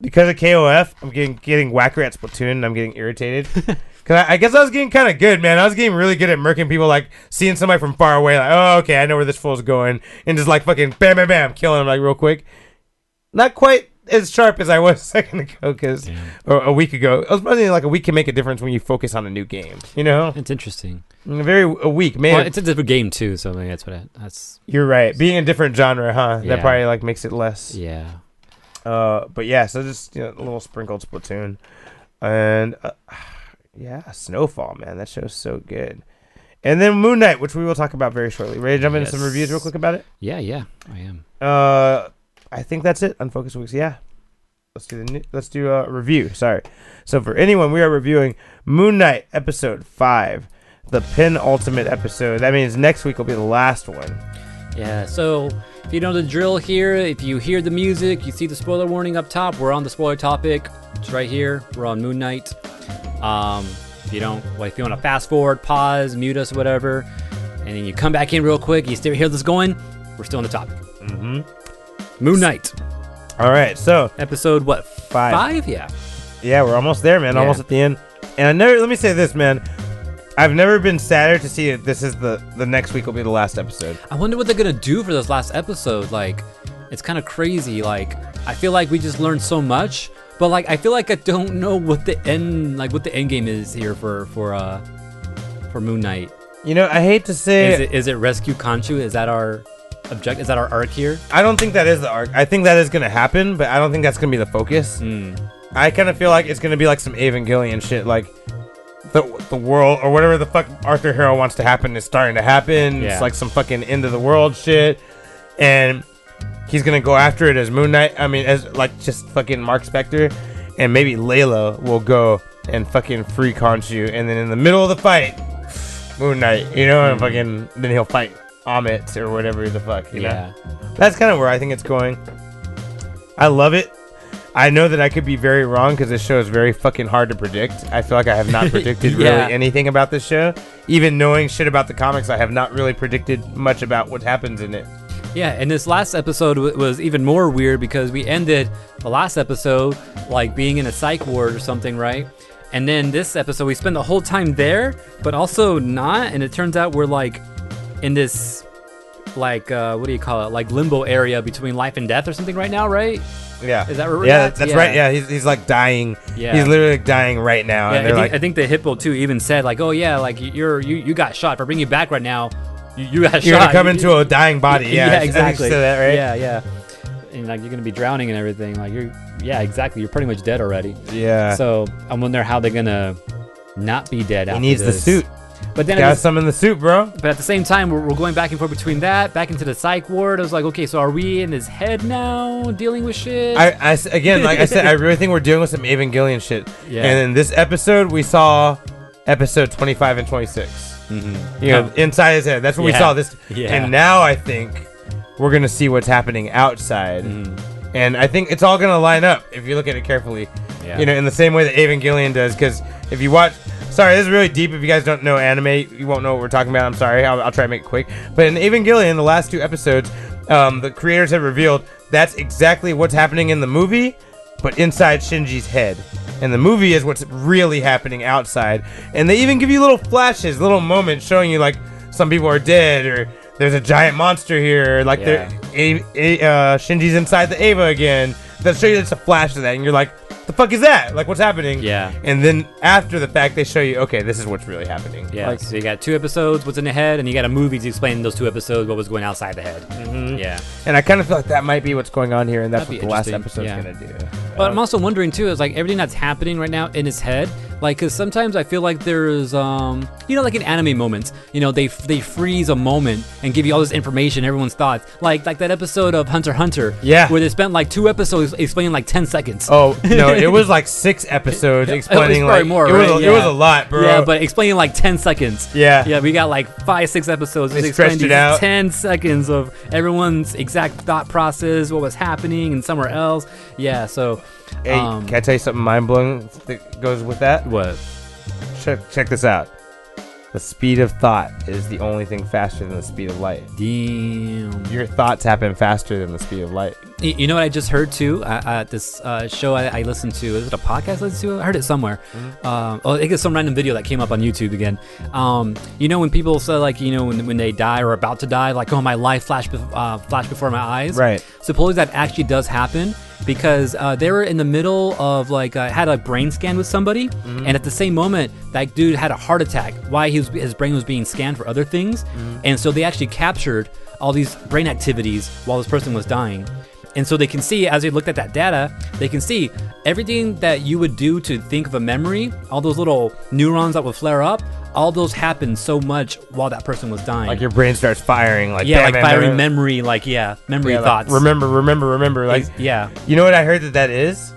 because of KOF, I'm getting getting whacker at Splatoon, and I'm getting irritated. Cause I, I guess I was getting kind of good, man. I was getting really good at murking people, like seeing somebody from far away, like, oh, okay, I know where this fool's going, and just like fucking bam, bam, bam, killing him like real quick. Not quite as sharp as I was a second ago, cause
Damn.
or a week ago. I was probably like a week can make a difference when you focus on a new game. You know,
It's interesting.
very a week, man.
Well, it's a different game too, so maybe that's what. I, that's
you're right. Being a different genre, huh? That
Yeah.
probably like makes it less.
yeah.
Uh, but yeah, so just you know, a little sprinkled Splatoon, and uh, yeah, Snowfall, man, that show's so good. And then Moon Knight, which we will talk about very shortly. Ready to jump into some
Yes.
reviews real quick about it?
Yeah, yeah. I am.
Uh, I think that's it. Unfocused weeks. Yeah. Let's do the new, let's do a review. Sorry. So for anyone, we are reviewing Moon Knight episode five, the penultimate episode. That means next week will be the last one.
Yeah, so if you know the drill here, if you hear the music, you see the spoiler warning up top, we're on the spoiler topic. It's right here. We're on Moon Knight. Um, if you don't, well, if you want to fast forward, pause, mute us, whatever, and then you come back in real quick, you still hear this going, we're still on the topic. Mm-hmm. Moon Knight,
All right. So
episode what?
Five.
Five? Yeah.
yeah, we're almost there, man.
Yeah.
Almost at the end. And I never. Let me say this, man. I've never been sadder to see that this is the the next week will be the last episode.
I wonder what they're gonna do for this last episode. Like, it's kind of crazy. Like, I feel like we just learned so much, but like, I feel like I don't know what the end, like, what the end game is here for for uh for Moon Knight.
You know, I hate to say
Is it is it rescue Kanchu? Is that our object? Is that our arc here?
I don't think that is the arc. I think that is gonna happen, but I don't think that's gonna be the focus.
Hmm.
I kind of feel like it's gonna be like some Evangelion shit, like the the world or whatever the fuck Arthur Harrow wants to happen is starting to happen.
Yeah.
It's like some fucking end of the world shit, and he's gonna go after it as Moon Knight. I mean, as like just fucking Mark Spector, and maybe Layla will go and fucking free Khonshu, and then in the middle of the fight, Moon Knight, you know,
Hmm.
and fucking then he'll fight Amit or whatever the fuck, you know.
Yeah.
That's kind of where I think it's going. I love it. I know that I could be very wrong because this show is very fucking hard to predict. I feel like I have not predicted
Yeah.
really anything about this show. Even knowing shit about the comics, I have not really predicted much about what happens in it.
Yeah, and this last episode w- was even more weird because we ended the last episode like being in a psych ward or something, right? And then this episode, we spend the whole time there, but also not. And it turns out we're like in this, like, uh, what do you call it? Like limbo area between life and death or something right now, right?
Yeah.
Is that where we're
Yeah,
at?
that's
Yeah.
right. Yeah, he's, he's like dying.
Yeah.
He's literally like dying right now.
Yeah, I
and they're
think,
like,
I think the hippo too even said like, "Oh yeah, like you're you, you got shot. If I bring you back right now, you, you got
You're gonna
shot.
come
You-
into a dying body. Yeah,
yeah,
it's
exactly.
To that, right?
Yeah, yeah. And like you're gonna be drowning and everything. Like you're, yeah, exactly. You're pretty much dead already.
Yeah.
so I wonder how they're gonna not be dead.
he
after
needs the
this.
suit.
But then, it
Got
was-
some in the suit, bro.
but at the same time, we're, we're going back and forth between that, back into the psych ward. I was like, okay, so are we in his head now, dealing with shit?
I, I s- again, like I said, I really think we're dealing with some Evangelion shit.
Yeah.
And in this episode, we saw episode 25 and 26. Mm-hmm. You know, inside his head. That's what we
Yeah.
saw this.
Yeah.
And now I think we're gonna see what's happening outside.
Mm-hmm.
And I think it's all gonna line up if you look at it carefully.
Yeah.
You know, in the same way that Evangelion does, because if you watch. Sorry, this is really deep. If you guys don't know anime, you won't know what we're talking about. I'm sorry. I'll, I'll try to make it quick. But in Evangelion, the last two episodes, um, the creators have revealed that's exactly what's happening in the movie, but inside Shinji's head. And the movie is what's really happening outside. And they even give you little flashes, little moments showing you, like, some people are dead or there's a giant monster here. or, Like,
Yeah.
they're a- A- uh, Shinji's inside the Ava again. They'll show you just a flash of that, and you're like, the fuck is that? Like, what's happening?
Yeah.
And then after the fact, they show you, okay, this is what's really happening.
yeah.
Like,
so you got two episodes, what's in the head, and you got a movie to explain those two episodes, what was going outside the head.
Mm-hmm.
Yeah.
and I kind of feel like that might be what's going on here, and that's
That'd
what
be
the last
interesting,
episode's
yeah.
going to do.
But I'm also wondering too, is like everything that's happening right now in his head, like because sometimes I feel like there's, um, you know, like in anime moments, you know, they f- they freeze a moment and give you all this information, everyone's thoughts, like like that episode of Hunter x Hunter,
Yeah.
where they spent like two episodes explaining like ten seconds.
Oh no! It was like six episodes explaining
probably
like
more,
it was
right?
a,
Yeah.
it was a lot, bro.
Yeah, but explaining like ten seconds.
Yeah.
yeah, we got like five, six episodes.
They
just explaining
stretched it
these
out.
Ten seconds of everyone's exact thought process, what was happening, and somewhere else. Yeah, so
hey,
um,
can I tell you something mind blowing that goes with that?
what?
Check check this out. The speed of thought is the only thing faster than the speed of light.
Damn.
Your thoughts happen faster than the speed of light.
Y- You know what I just heard too? Uh, uh, this uh, show I, I listened to. Is it a podcast I listened to? I heard it somewhere. Um, oh, I think it's some random video that came up on YouTube again. Um, you know when people say like, you know, when, when they die or about to die, like, oh, my life flashed, bef- uh, flashed before my eyes.
Right.
Suppose that actually does happen because uh, they were in the middle of like uh, had a brain scan with somebody,
Mm-hmm.
and at the same moment that dude had a heart attack. Why he was, his brain was being scanned for other things,
Mm-hmm.
and so they actually captured all these brain activities while this person was dying. And so they can see, as they looked at that data, they can see everything that you would do to think of a memory, all those little neurons that would flare up, all those happened so much while that person was dying.
Like your brain starts firing. Like
yeah,
bam,
like
bam,
firing
bam, bam.
memory, like, yeah, memory
Yeah, like,
thoughts.
remember, remember, remember. Like
Ex- yeah.
you know what I heard that that is.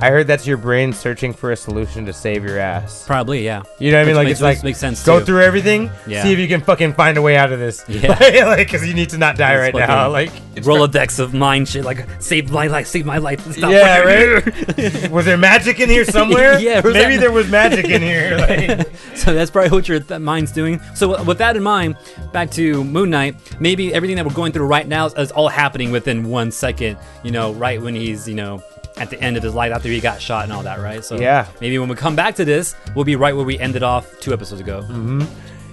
I heard that's your brain searching for a solution to save your ass.
Probably, yeah.
You know what I mean?
Which
Like
makes-
it's like
which makes sense
Go
too.
through everything.
Yeah.
See if you can fucking find a way out of this.
Yeah.
like because you need to not die
It's
right now.
fucking
Like it's
Rolodex of mind shit, like save my life, save my life. Stop
Yeah,
right here.
fucking- Was there magic in here somewhere?
Yeah, where's
Maybe
that-
there was magic in here. Like,
so that's probably what your th- mind's doing. So w- with that in mind, back to Moon Knight. Maybe everything that we're going through right now is, is all happening within one second. You know, right when he's you know at the end of his life after he got shot and all that, right? So
Yeah.
maybe when we come back to this, we'll be right where we ended off two episodes ago.
Mm-hmm.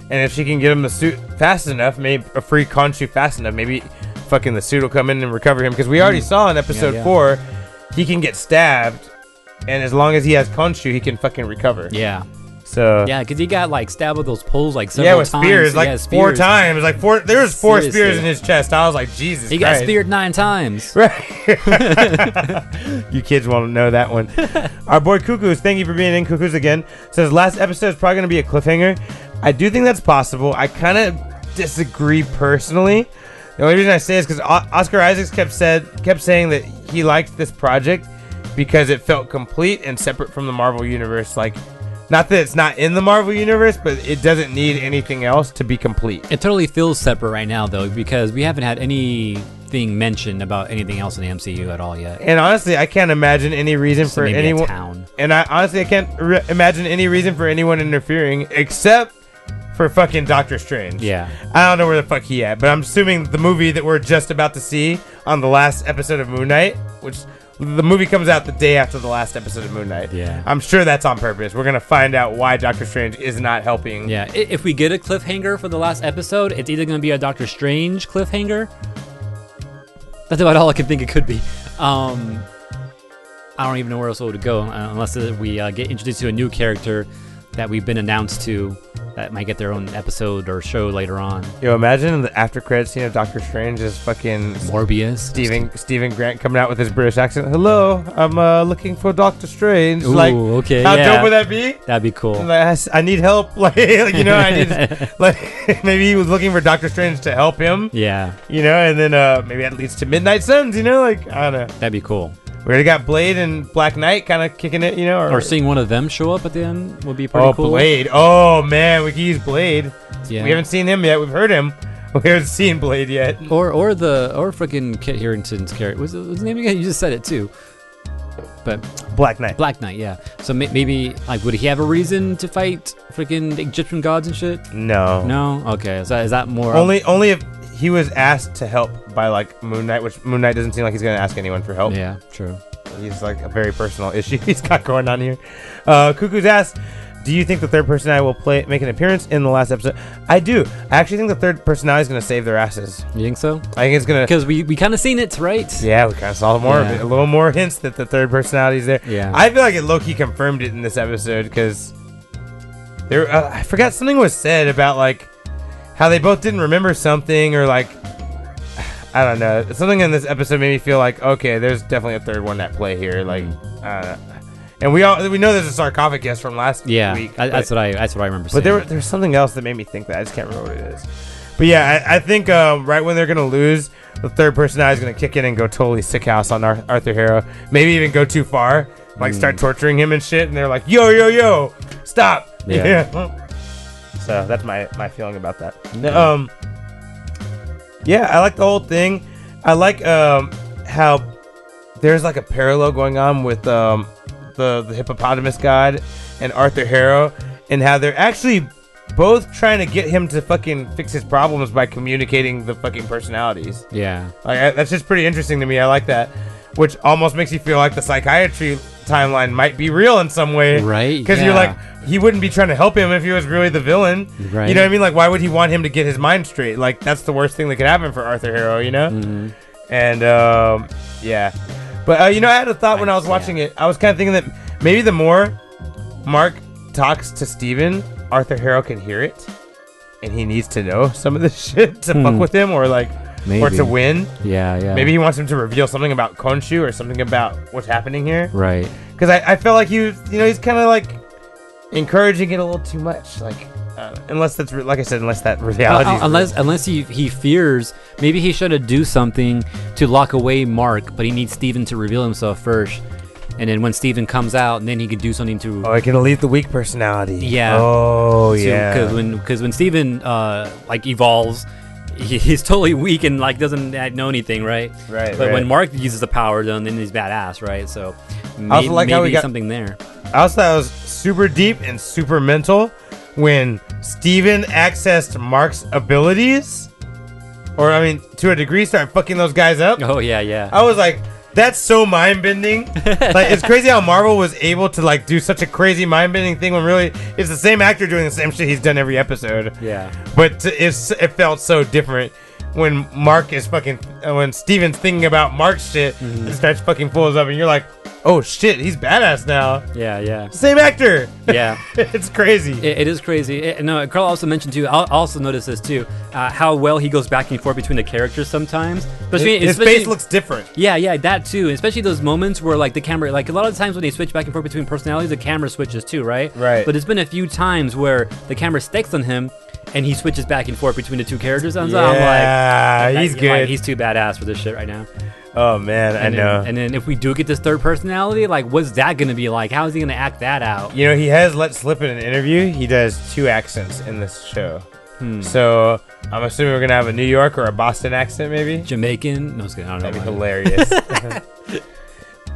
and if she can get him the suit fast enough, maybe a free Khonshu fast enough, maybe fucking the suit will come in and recover him. Because we already saw in episode
yeah.
four, he can get stabbed, and as long as he has Khonshu, he can fucking recover.
Yeah,
So
yeah, because he got like stabbed with those poles like several
yeah, with
times.
spears like
Yeah,
four
spears.
times, like four. There was four spears
Seriously.
in his chest. I was like, Jesus.
He got
Christ.
speared nine times.
Right. you kids won't know that one. Our boy Cuckoos, thank you for being in Cuckoos again. Says last episode is probably going to be a cliffhanger. I do think that's possible. I kind of disagree personally. The only reason I say is because Oscar Isaacs kept said kept saying that he liked this project because it felt complete and separate from the Marvel universe. Like, not that it's not in the Marvel universe, but it doesn't need anything else to be complete.
It totally feels separate right now, though, because we haven't had anything mentioned about anything else in the MCU at all yet.
And honestly, I can't imagine any reason
So
for
maybe a
anyone.
town.
And I honestly I can't re- imagine any reason for anyone interfering except for fucking Doctor Strange.
Yeah.
I don't know where the fuck he at, but I'm assuming the movie that we're just about to see on the last episode of Moon Knight, which the movie comes out the day after the last episode of Moon Knight.
Yeah.
I'm sure that's on purpose. We're gonna find out why Doctor Strange is not helping.
Yeah, i- if we get a cliffhanger for the last episode, it's either going to be a Doctor Strange cliffhanger. That's about all I can think it could be. Um, I don't even know where else it would go uh, unless uh, we uh, get introduced to a new character that we've been announced to that might get their own episode or show later on.
Yo, imagine the after credit scene of Doctor Strange is fucking
Morbius.
Stephen Stephen Grant coming out with his British accent. Hello, I'm uh, looking for Doctor Strange.
Ooh,
like,
okay,
how
yeah.
dope would that be?
That'd be cool.
Like, I s- I need help. Like, you know, I need like maybe he was looking for Doctor Strange to help him.
yeah,
You know, and then uh, maybe that leads to Midnight Suns. You know, like I don't know.
that'd be cool.
We already got Blade and Black Knight kind of kicking it. You know,
Or seeing one of them show up at the end would be pretty
oh
cool.
Blade. Oh man, we can use Blade.
Yeah.
We haven't seen him yet. We've heard him. We haven't seen Blade yet.
Or or the or freaking Kit Harington's character. Was, was his name again? You just said it too. But
Black Knight.
Black Knight, yeah. So may- maybe like, would he have a reason to fight freaking Egyptian gods and shit?
No.
No. Okay. So is that more
Only only if he was asked to help by like Moon Knight, which Moon Knight doesn't seem like he's gonna ask anyone for help.
Yeah. True.
He's like a very personal issue he's got going on here. Uh, Cuckoo's asked, "Do you think the third person I will play make an appearance in the last episode?" I do. I actually think the third person I is gonna save their asses.
You think so?
I think it's gonna.
Because we we kind of seen it, right?
Yeah, we kind of saw more of
Yeah.
it. A little more hints that the third personality's there.
Yeah.
I feel like it Loki confirmed it in this episode because there. Uh, I forgot something was said about like how they both didn't remember something or like I don't know. Something in this episode made me feel like okay, there's definitely a third one at play here. Like,
Mm.
uh, and we all we know there's a sarcophagus from last
Yeah.
week.
I,
but-
that's what I that's what I remember.
but
seeing.
there, were- there's something else that made me think that. I just can't remember what it is. But yeah, I, I think um, right when they're gonna lose, the third person is gonna kick in and go totally sick house on Ar- Arthur Harrow. Maybe even go too far, like start torturing him and shit. And they're like, "Yo, yo, yo, stop!"
Yeah.
So that's my my feeling about that. Um. Yeah, I like the whole thing. I like um how there's like a parallel going on with um the the hippopotamus god and Arthur Harrow and how they're actually both trying to get him to fucking fix his problems by communicating the fucking personalities.
Yeah.
Like I, that's just pretty interesting to me. I like that, which almost makes you feel like the psychiatry timeline might be real in some way,
Right,
Because you're
yeah.
like he wouldn't be trying to help him if he was really the villain,
Right.
You know what I mean? Like why would he want him to get his mind straight? Like that's the worst thing that could happen for Arthur Harrow, you know?
Mm-hmm.
And um, yeah, but uh, you know, I had a thought when I was watching it. I was kind of thinking that maybe the more Mark talks to Steven, Arthur Harrow can hear it. And he needs to know some of this shit to fuck with him, or like, or
Hmm. Maybe.
to win.
Yeah. Yeah.
Maybe he wants him to reveal something about Konshu or something about what's happening here.
Right.
Because I, I felt like he, was, you know, he's kind of like encouraging it a little too much. Like, uh, unless that's re- like I said, unless that reality.
Uh, unless unless he, he fears maybe he should do something to lock away Mark, but he needs Steven to reveal himself first. And then when Steven comes out, then he could do something to
oh, it can elite the weak personality.
Yeah.
Oh yeah.
because when because when Steven uh like evolves he, he's totally weak and like doesn't uh, know anything right
Right,
but
right.
when Mark uses the power then then he's badass right so may-
also like
maybe
how we got-
something there
I also thought it was super deep and super mental when Steven accessed Mark's abilities, or I mean, to a degree, start fucking those guys up.
oh yeah yeah
I was like, that's so mind bending. like it's crazy how Marvel was able to like do such a crazy mind bending thing when really it's the same actor doing the same shit he's done every episode.
yeah
But t- it's it felt so different when Mark is fucking uh, when Steven's thinking about Mark's shit
Mm-hmm.
and starts fucking fools up, and you're like, oh shit, he's badass now.
yeah yeah
Same actor.
yeah
it's crazy.
It, it is crazy. It, no, Carl also mentioned too. I also noticed this too. Uh, how well he goes back and forth between the characters sometimes. Especially,
His
especially-
face looks different.
Yeah, yeah, that too. Especially those moments where like the camera, like a lot of times when they switch back and forth between personalities, the camera switches too, right?
Right.
But it's been a few times where the camera sticks on him, and he switches back and forth between the two characters. And so I'm like.
Yeah,
that-
he's
like,
good.
he's too badass for this shit right now.
oh man, I
And then-
know.
and then if we do get this third personality, like, what's that gonna be like? How is he gonna act that out?
You know, he has let slip in an interview. He does two accents in this show.
Hmm.
So I'm assuming we're gonna have a New York or a Boston accent, maybe.
Jamaican? No, it's gonna. I don't know.
That'd be
why.
hilarious.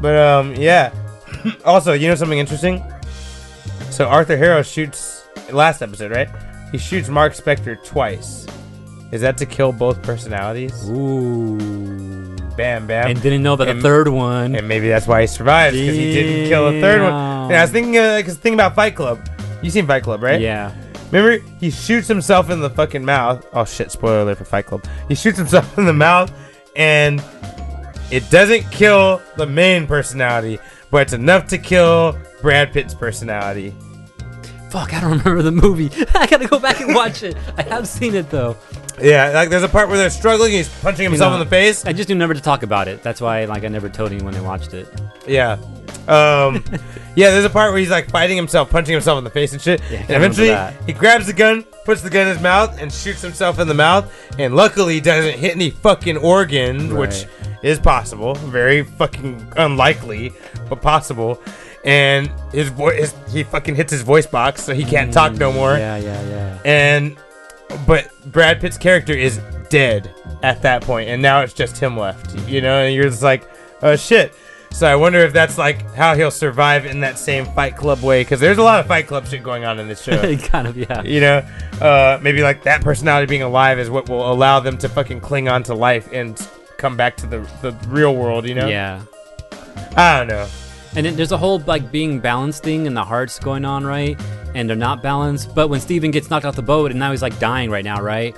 but um, yeah. Also, you know something interesting? So Arthur Harrow shoots last episode, right? He shoots Mark Spector twice. Is that to kill both personalities?
Ooh.
Bam, bam.
and didn't know that the
And-
third one.
And maybe that's why he survived because he didn't kill the third one. Yeah, I was thinking because think about Fight Club. You seen Fight Club, right?
Yeah.
Remember, he shoots himself in the fucking mouth. Oh shit! Spoiler alert for Fight Club. He shoots himself in the mouth, and it doesn't kill the main personality, but it's enough to kill Brad Pitt's personality.
fuck, I don't remember the movie. I gotta go back and watch it. I have seen it though.
Yeah, like there's a part where they're struggling. He's punching himself
know.
in the face.
I just knew never to talk about it. That's why, like, I never told anyone I watched it.
Yeah. Um, yeah, there's a part where he's like fighting himself, punching himself in the face and shit.
Yeah, I
and
remember
eventually,
that.
he grabs the gun, puts the gun in his mouth, and shoots himself in the mouth. And luckily, he doesn't hit any fucking organ, which
Right.
is possible, very fucking unlikely, but possible. And his voice, he fucking hits his voice box, so he can't talk no more.
Mm, Yeah, yeah, yeah.
And but Brad Pitt's character is dead at that point, and now it's just him left. You know, and you're just like, oh shit. So I wonder if that's like how he'll survive in that same Fight Club way, because there's a lot of Fight Club shit going on in this show.
kind of, yeah.
you know, uh, maybe like that personality being alive is what will allow them to fucking cling on to life and come back to the the real world. You know,
Yeah.
I don't know.
And then there's a whole like being balanced thing and the hearts going on, right? And they're not balanced. But when Steven gets knocked off the boat and now he's like dying right now, right?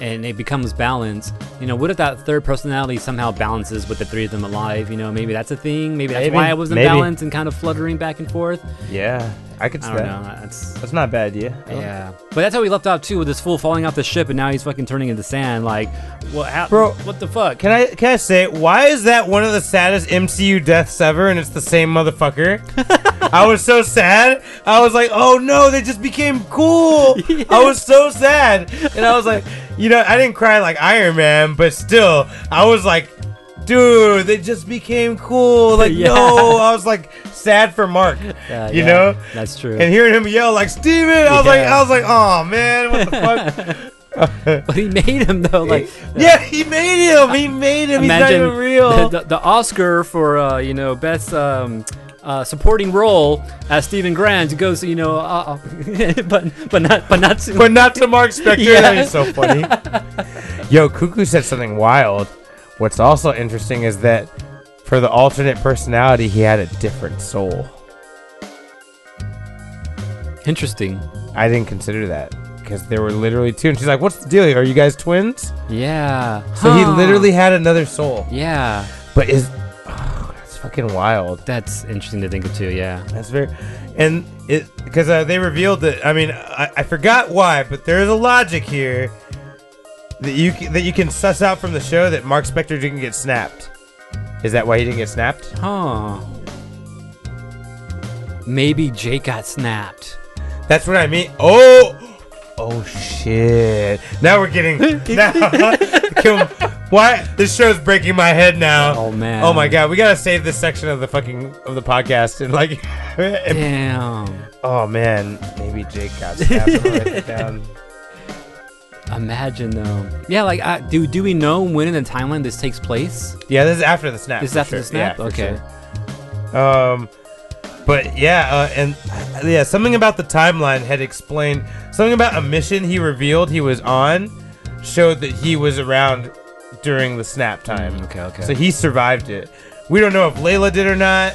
And it becomes balanced. You know, what if that third personality somehow balances with the three of them alive? You know, maybe that's a thing. Maybe that's
Maybe.
why I wasn't
Maybe.
balanced and kind of fluttering back and forth.
Yeah, I could.
I
see
don't
that.
know. That's
That's not a bad idea.
yeah. But that's how we left off too with this fool falling off the ship and now he's fucking turning into sand. Like, what? How,
Bro.
what the fuck?
Can I can I say why is that one of the saddest MCU deaths ever, and it's the same motherfucker? I was so sad. I was like, oh no, they just became cool. I was so sad, and I was like, you know, I didn't cry like Iron Man, but still, I was like, dude, they just became cool. Like
Yeah.
no, I was like sad for Mark,
Yeah,
you
yeah,
know.
That's true.
And hearing him yell like Steven, I was like,
Yeah.
I was like, oh man, what the fuck?
but he made him though. Like,
yeah, he made him. He made him. He's
imagine
not even real.
The, the, the Oscar for uh, you know best um, uh, supporting role as Stephen Grant goes you know uh, uh, but but not but not to,
but not to Mark Spector.
Yeah.
That is so funny. Yo, Cuckoo said something wild. What's also interesting is that for the alternate personality, he had a different soul.
interesting.
I didn't consider that because there were literally two. And she's like, "What's the deal? here? Are you guys twins?"
Yeah.
So he
Huh.
literally had another soul.
Yeah,
But is that's fucking wild.
that's interesting to think of too. Yeah.
That's very, and it because uh, they revealed that. I mean, I, I forgot why, but there is a logic here that you c- that you can suss out from the show that Mark Spector didn't get snapped. Is that why he didn't get snapped?
Huh. Maybe Jake got snapped.
That's what I mean. Oh, oh shit! Now we're getting now. Come- why this show's breaking my head now?
Oh, man.
Oh my god! We gotta save this section of the fucking of the podcast and like. and-
Damn.
oh man, maybe Jake got snapped. I'm gonna write it down.
Imagine though. Yeah, like I, do do we know when in the timeline this takes place?
Yeah, this is after the snap.
This is
for
after the
sure.
snap.
Yeah, for
okay.
sure. Um, but yeah, uh, and uh, yeah, something about the timeline had explained something about a mission he revealed he was on showed that he was around during the snap time.
Mm, okay, okay.
So he survived it. We don't know if Layla did or not.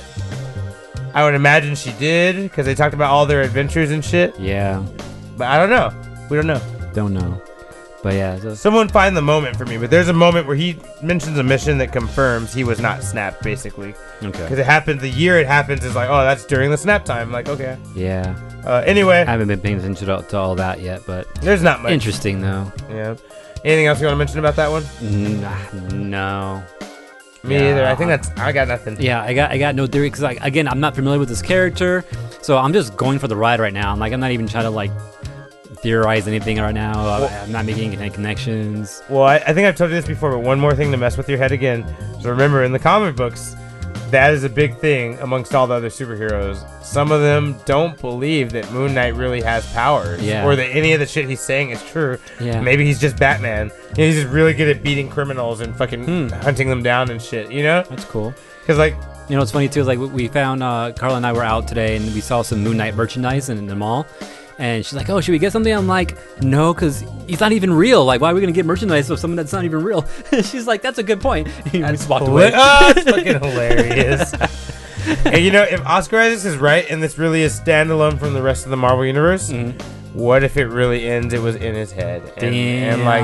I would imagine she did because they talked about all their adventures and shit.
yeah.
But I don't know. We don't know.
Don't know. But yeah, so-
Someone find the moment for me. But there's a moment where he mentions a mission that confirms he was not snapped, basically. Because
okay.
it happens, the year it happens is like, oh, that's during the snap time. Like, okay.
Yeah,
Uh,
I
anyway,
haven't been paying attention to, to all that yet, but
there's not much.
interesting though.
Yeah. Anything else you want to mention about that one?
N- ah, No.
Me
Yeah.
either. I think that's. I got nothing.
Yeah, I got I got no theory because like again, I'm not familiar with this character, so I'm just going for the ride right now. I'm like I'm not even trying to like theorize anything right now. I-
Well-
I'm not making any connections.
Well, I, I think I've told you this before, but one more thing to mess with your head again. So remember, in the comic books, that is a big thing amongst all the other superheroes. Some of them don't believe that Moon Knight really has powers,
Yeah.
or that any of the shit he's saying is true.
Yeah.
Maybe he's just Batman. You know, he's just really good at beating criminals and fucking
Hmm.
hunting them down and shit. You know?
That's cool.
Because like,
You know, it's funny too. is, Like we- we found uh, Carla and I were out today, and we saw some Moon Knight merchandise in, in the mall. And she's like, "Oh, should we get something?" I'm like, "No, because he's not even real. Like, why are we gonna get merchandise of someone that's not even real?" she's like, "That's a good point." we just walked away.
Oh, it's fucking hilarious. and you know, if Oscar Isaacs is right, and this really is standalone from the rest of the Marvel universe,
Mm-hmm.
what if it really ends? It was in his head, and, and like,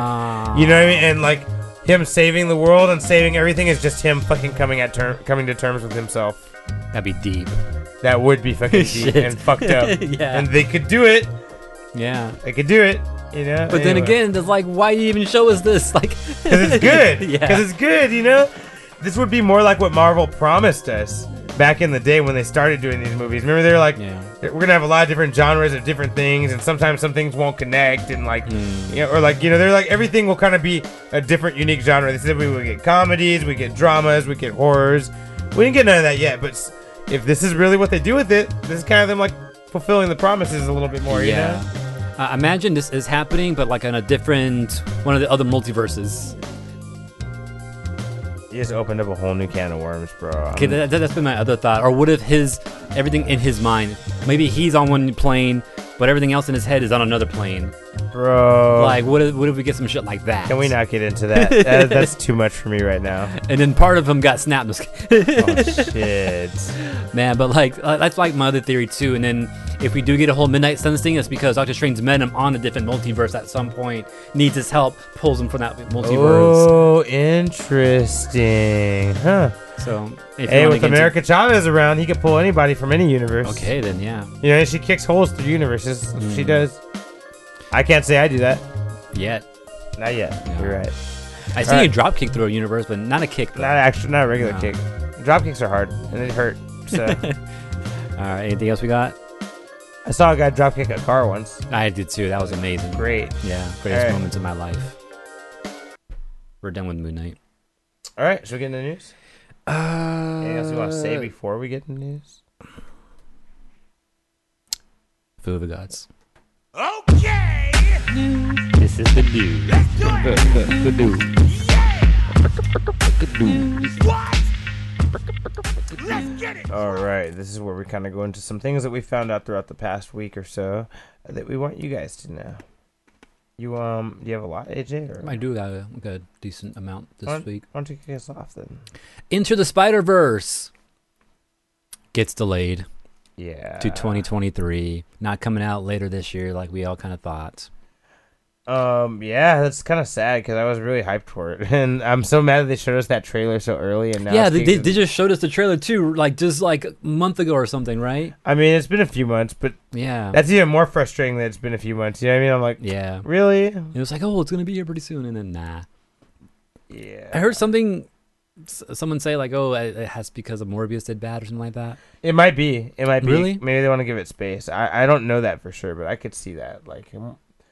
you know what I mean? And like, him saving the world and saving everything is just him fucking coming at ter- coming to terms with himself.
That'd be deep.
that would be fucking deep
Shit.
and fucked up.
Yeah.
And they could do it.
Yeah.
They could do it. You know.
But then again, it's like, why you even show us this? Like,
because it's good. Because
yeah.
it's good. You know. This would be more like what Marvel promised us back in the day when they started doing these movies. Remember, they were like,
Yeah.
"We're gonna have a lot of different genres of different things, and sometimes some things won't connect, and like,
Hmm.
you know, or like, you know, they're like everything will kind of be a different, unique genre." They said we would get comedies, we get dramas, we get horrors. We didn't get none of that yet, but s- if this is really what they do with it, this is kind of them like fulfilling the promises a little bit more. You know?
yeah. I imagine this is happening, but like on a different one of the other multiverses.
You just opened up a whole new can of worms, bro. I'm-
Okay, that, that, that's been my other thought. Or what if his everything in his mind? Maybe he's on one plane, but everything else in his head is on another plane.
bro.
Like, what if what if we get some shit like that?
Oh. Can we not get into that? That- that's too much for me right now.
And then part of him got snapped. I'm just kidding.
Oh, shit.
Man, but like uh, that's like my other theory too. And then if we do get a whole Midnight Suns thing, it's because Doctor Strange's Venom on a different multiverse at some point needs his help, pulls him from that multiverse.
Oh, interesting. Huh.
So if
Hey,
wanna
with
get into-
America Chavez around, he could pull anybody from any universe.
okay, Mm. then yeah,
You know, she kicks holes through universes. That's what She does. I can't say I do that.
yeah.
Not yet.
No.
You're right.
I seen
Alright.
a drop kick through a universe, but not a kick.
Not actually, not a regular
No.
kick. Drop kicks are hard and they hurt. So
All right, anything else we got?
I saw a guy drop kick a car once.
I did too. That was amazing.
Great.
Yeah, greatest
Alright.
moments of my life. We're done with Moon Knight.
All right, should we get into the news?
Uh,
Anything else you want to say before we get into the news?
Food of the gods.
Okay,
This is the dude.
let's do it.
the dude.
Yeah,
The dude.
what? Let's get it.
All right, this is where we kind of go into some things that we found out throughout the past week or so that we want you guys to know. You um, do you have a lot, AJ? Or
I do got a, got a decent amount this
Alright.
week.
Why don't you kick us off then?
Into the Spider Verse gets delayed
Yeah.
to 2023, not coming out later this year like we all kind of thought.
Um, yeah, that's kind of sad because I was really hyped for it, and I'm so mad that they showed us that trailer so early. And now
yeah,
it's
they, they,
getting-
they just showed us the trailer too, like just like a month ago or something, right?
I mean, it's been a few months, but
Yeah.
that's even more frustrating that it's been a few months. You know what I mean? I'm like,
yeah.
really?
It was like, oh, it's gonna be here pretty soon, and then nah.
Yeah.
I heard something, s- someone say like, oh, it it has because of Morbius did bad or something like that.
It might be. It might be.
Really?
Maybe they want to give it space. I I don't know that for sure, but I could see that. Like,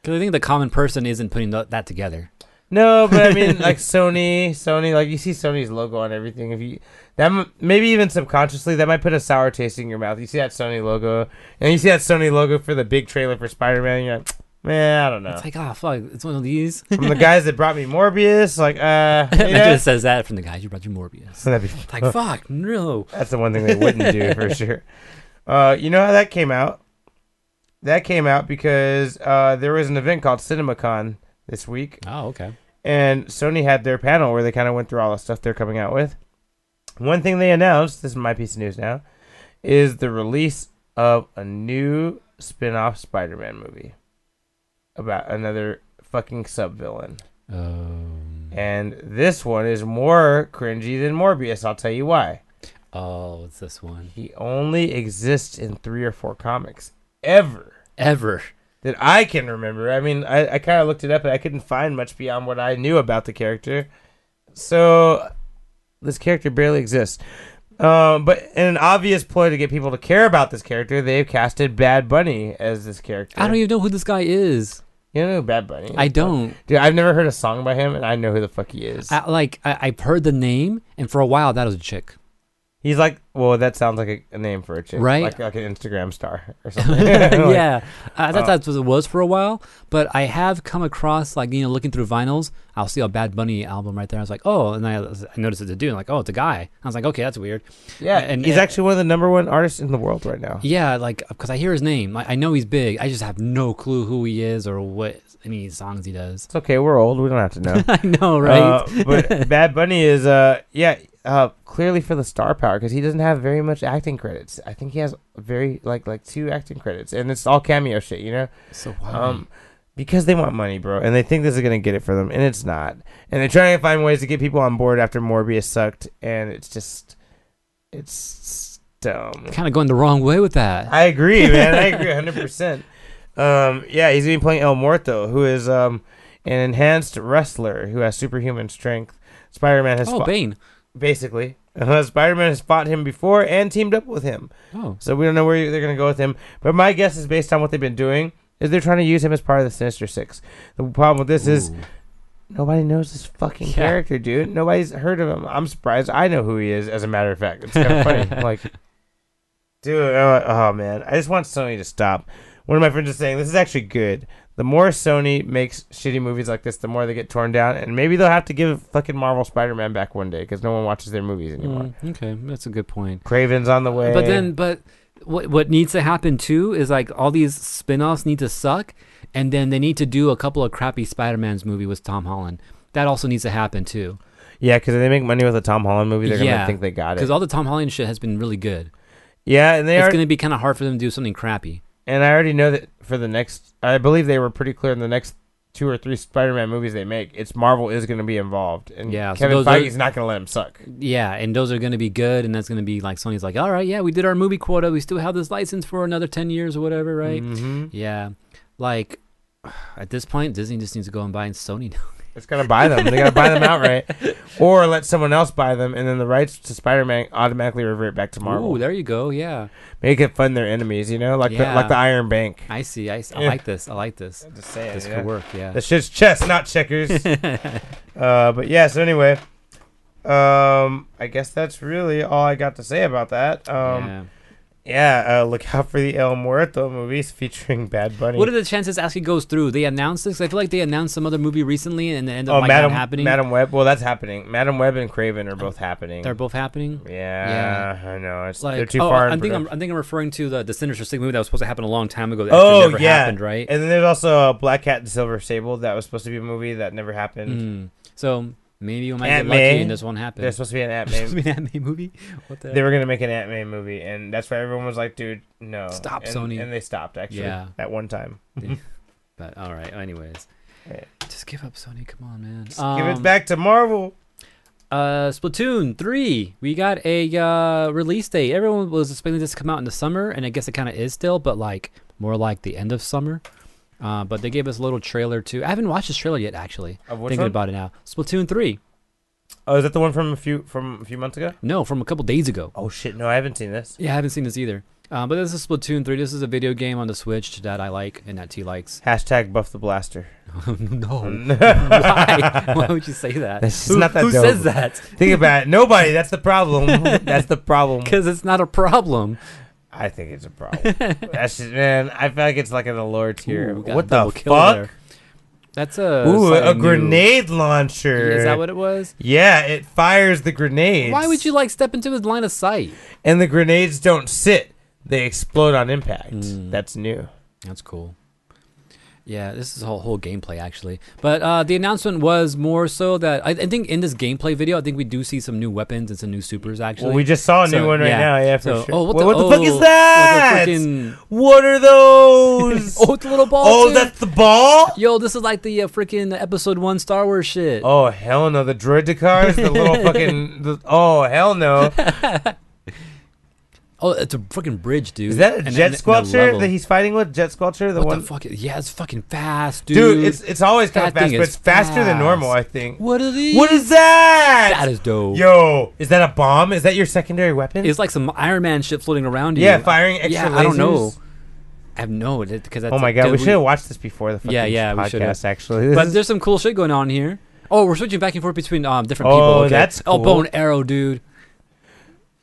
Because I think the common person isn't putting th- that together.
No, but I mean, like Sony, Sony, like you see Sony's logo on everything. If you that m- maybe even subconsciously that might put a sour taste in your mouth. You see that Sony logo, and you see that Sony logo for the big trailer for Spider Man. You're like, man, I don't know.
It's like, oh fuck, it's one of these.
From the guys that brought me Morbius, like, uh, you
Imagine
know?
it says that from the guys you brought you Morbius.
That'd be-
Like fuck, no.
that's the one thing they wouldn't do for sure. Uh, you know how that came out? That came out because uh, there was an event called CinemaCon this week,
Oh okay.
and Sony had their panel where they kind of went through all the stuff they're coming out with. One thing they announced, this is my piece of news now, is the release of a new spin-off Spider-Man movie about another fucking sub-villain.
Um,
And this one is more cringy than Morbius, I'll tell you why.
oh, it's this one.
He only exists in three or four comics ever
Ever.
that I can remember. I mean, I, I kind of looked it up and I couldn't find much beyond what I knew about the character. So this character barely exists. Um, but in an obvious ploy to get people to care about this character, they've casted Bad Bunny as this character.
I don't even know who this guy is.
you know who Bad Bunny. is?
I don't.
Dude, I've never heard a song by him, and I know who the fuck he is.
I, like I, I've heard the name, and for a while that was a chick.
He's like, well, that sounds like a, a name for a chick,
Right?
Like, like an Instagram star or something.
yeah, I
uh,
thought that's what it was for a while, but I have come across like you know looking through vinyls, I'll see a Bad Bunny album right there. I was like, oh, and I, I noticed it's a dude. I'm like, oh, it's a guy. I was like, okay, that's weird.
yeah.
and-
And he's
and-
actually one of the number one artists in the world right now.
Yeah, like because I hear his name, I, I know he's big. I just have no clue who he is or what any songs he does.
It's okay, we're old. We don't have to know.
I know, right?
Uh, but Bad Bunny is, uh, yeah, uh, clearly for the star power because he doesn't have very much acting credits. I think he has very like like two acting credits, and it's all cameo shit, you know.
so why?
Um, because they want money, bro, and they think this is gonna get it for them, and it's not. And they're trying to find ways to get people on board after Morbius sucked, and it's just, it's dumb.
Kind of going the wrong way with that.
I agree, man. I agree 100%. Um, yeah, he's going to be playing El Muerto, who is um, an enhanced wrestler who has superhuman strength. Spider Man has
Oh,
fought,
Bane.
basically. Uh, Spider Man has fought him before and teamed up with him.
Oh,
So we don't know where they're going to go with him. But my guess is based on what they've been doing is they're trying to use him as part of the Sinister Six. The problem with this is nobody knows this fucking
Yeah.
character, dude. Nobody's heard of him. I'm surprised. I know who he is. As a matter of fact, it's kind of funny. I'm like, dude, I'm like, oh man, I just want Sony to stop. One of my friends is saying this is actually good. The more Sony makes shitty movies like this, the more they get torn down, and maybe they'll have to give fucking Marvel Spider-Man back one day because no one watches their movies anymore.
Mm, okay, that's a good point.
Craven's on the way,
But then, but what what needs to happen too is like all these spin-offs need to suck, and then they need to do a couple of crappy Spider-Man's movie with Tom Holland. That also needs to happen too.
Yeah, because they make money with a Tom Holland movie, they're gonna think they got
Because
it.
all the Tom Holland shit has been really good.
yeah, and they
it's
are.
going to be kind of hard for them to do something crappy.
And I already know that for the next, I believe they were pretty clear in the next two or three Spider-Man movies they make, it's Marvel is gonna be involved, and
Yeah, so
Kevin
those- those-
Feige's not gonna let him suck.
Yeah, and those are going to be good, and that's going to be like Sony's like, all right, yeah, we did our movie quota. We still have this license for another ten years or whatever, right?
Mm-hmm.
Yeah, like at this point, Disney just needs to go and buy Sony. now.
It's gonna buy them. they gotta buy them outright, or let someone else buy them, and then the rights to Spider-Man automatically revert back to Marvel.
Ooh, there you go. Yeah,
Make it fund their enemies, you know, like the,
Yeah.
like the Iron Bank.
I see. I, see. I
Yeah.
like this. I like this.
Just saying,
This
you know?
could work. Yeah.
That shit's chess, not checkers. uh, but yeah, so anyway, um, I guess that's really all I got to say about that. Um,
yeah.
yeah, uh, look out for the El Muerto movies featuring Bad Bunny.
What are the chances actually goes through? They announced this. I feel like they announced some other movie recently, and it ended up
oh,
like,
Madam,
not happening.
Madam Web. Well, that's happening. Madam Web and Craven are both happening.
They're both happening.
yeah, I know. It's,
Like,
they're too
oh,
far.
I
in
think I'm,
production.
I think I'm referring to the the Sinister Six movie that was supposed to happen a long time ago. That
Oh
never
yeah,
happened, right?
And then there's also uh, Black Cat and Silver Sable that was supposed to be a movie that never happened.
Mm. So maybe we might
Aunt
get lucky
May.
and this won't happen.
There's supposed to be an Aunt May.
Supposed to be an anime movie. What the?
they were gonna make an Aunt May movie, and that's why everyone was like, "Dude, no,
Stop,
and,
Sony.
And they stopped actually
Yeah.
at one time.
but all right. Anyways,
Right.
just give up, Sony. Come on, man.
Give it
Um,
back to Marvel.
Uh, Splatoon three. We got a uh, release date. Everyone was expecting this to come out in the summer, and I guess it kind of is still, but like more like the end of summer. Uh, but they gave us a little trailer too. I haven't watched this trailer yet, actually.
Of which
Thinking
one?
about it now. Splatoon three.
Oh, is that the one from a few from a few months ago?
No, from a couple days ago.
Oh shit, no, I haven't seen this.
Yeah, I haven't seen this either. Um, but this is Splatoon 3. This is a video game on the Switch that I like and that T likes.
Hashtag buff the blaster.
no. Why? Why would you say that?
That's just
who
not that
who
dope.
says that?
Think about it. Nobody. That's the problem. that's the problem.
Because it's not a problem.
I think it's a problem. that's just, man. I feel like it's like an allure tier.
Ooh, we got
what
a
the
double kill
fuck?
there. That's a.
Ooh,
slightly
a
new-
grenade launcher.
Is that what it was?
Yeah, it fires the grenades.
Why would you like step into his line of sight?
and the grenades don't sit they explode on impact
Hmm.
that's new
That's cool. Yeah, this is a whole, whole gameplay actually. But uh, the announcement was more so that I, I think in this gameplay video, I think we do see some new weapons and some new supers actually.
well, we just saw a new
So,
one right
yeah.
now yeah for
So-
sure
oh, what
Wha-
the-
what the fuck
oh,
is
like a
that
freaking-
what are those
Oh, it's a little ball.
oh
too.
that's the ball
Yo, this is like the uh, freaking episode one Star Wars shit.
oh hell no the droid to cars the little fucking the, oh hell no
Oh, it's a freaking bridge, dude.
is that a
And-
jet
and- and
squelcher
level.
that he's fighting with jet squelcher the
what
one
the fuck? Is, yeah, it's fucking fast, dude.
dude it's it's always kind of
That thing
fast but
is
it's faster than normal i think
what are these?
what is that
that? Is dope.
yo is that a bomb is that your secondary weapon
It's like some Iron Man shit floating around you.
Yeah, firing extra
Yeah, I don't know.
lasers.
I have no because that's
Oh my
a-
god, we
dude,
should have watched this before the fucking
Yeah, yeah, we
podcast.
should've.
actually, This
But
is-
there's some cool shit going on here. Oh, we're switching back and forth between um different people.
Oh,
okay.
that's
oh
cool.
bow and arrow, dude.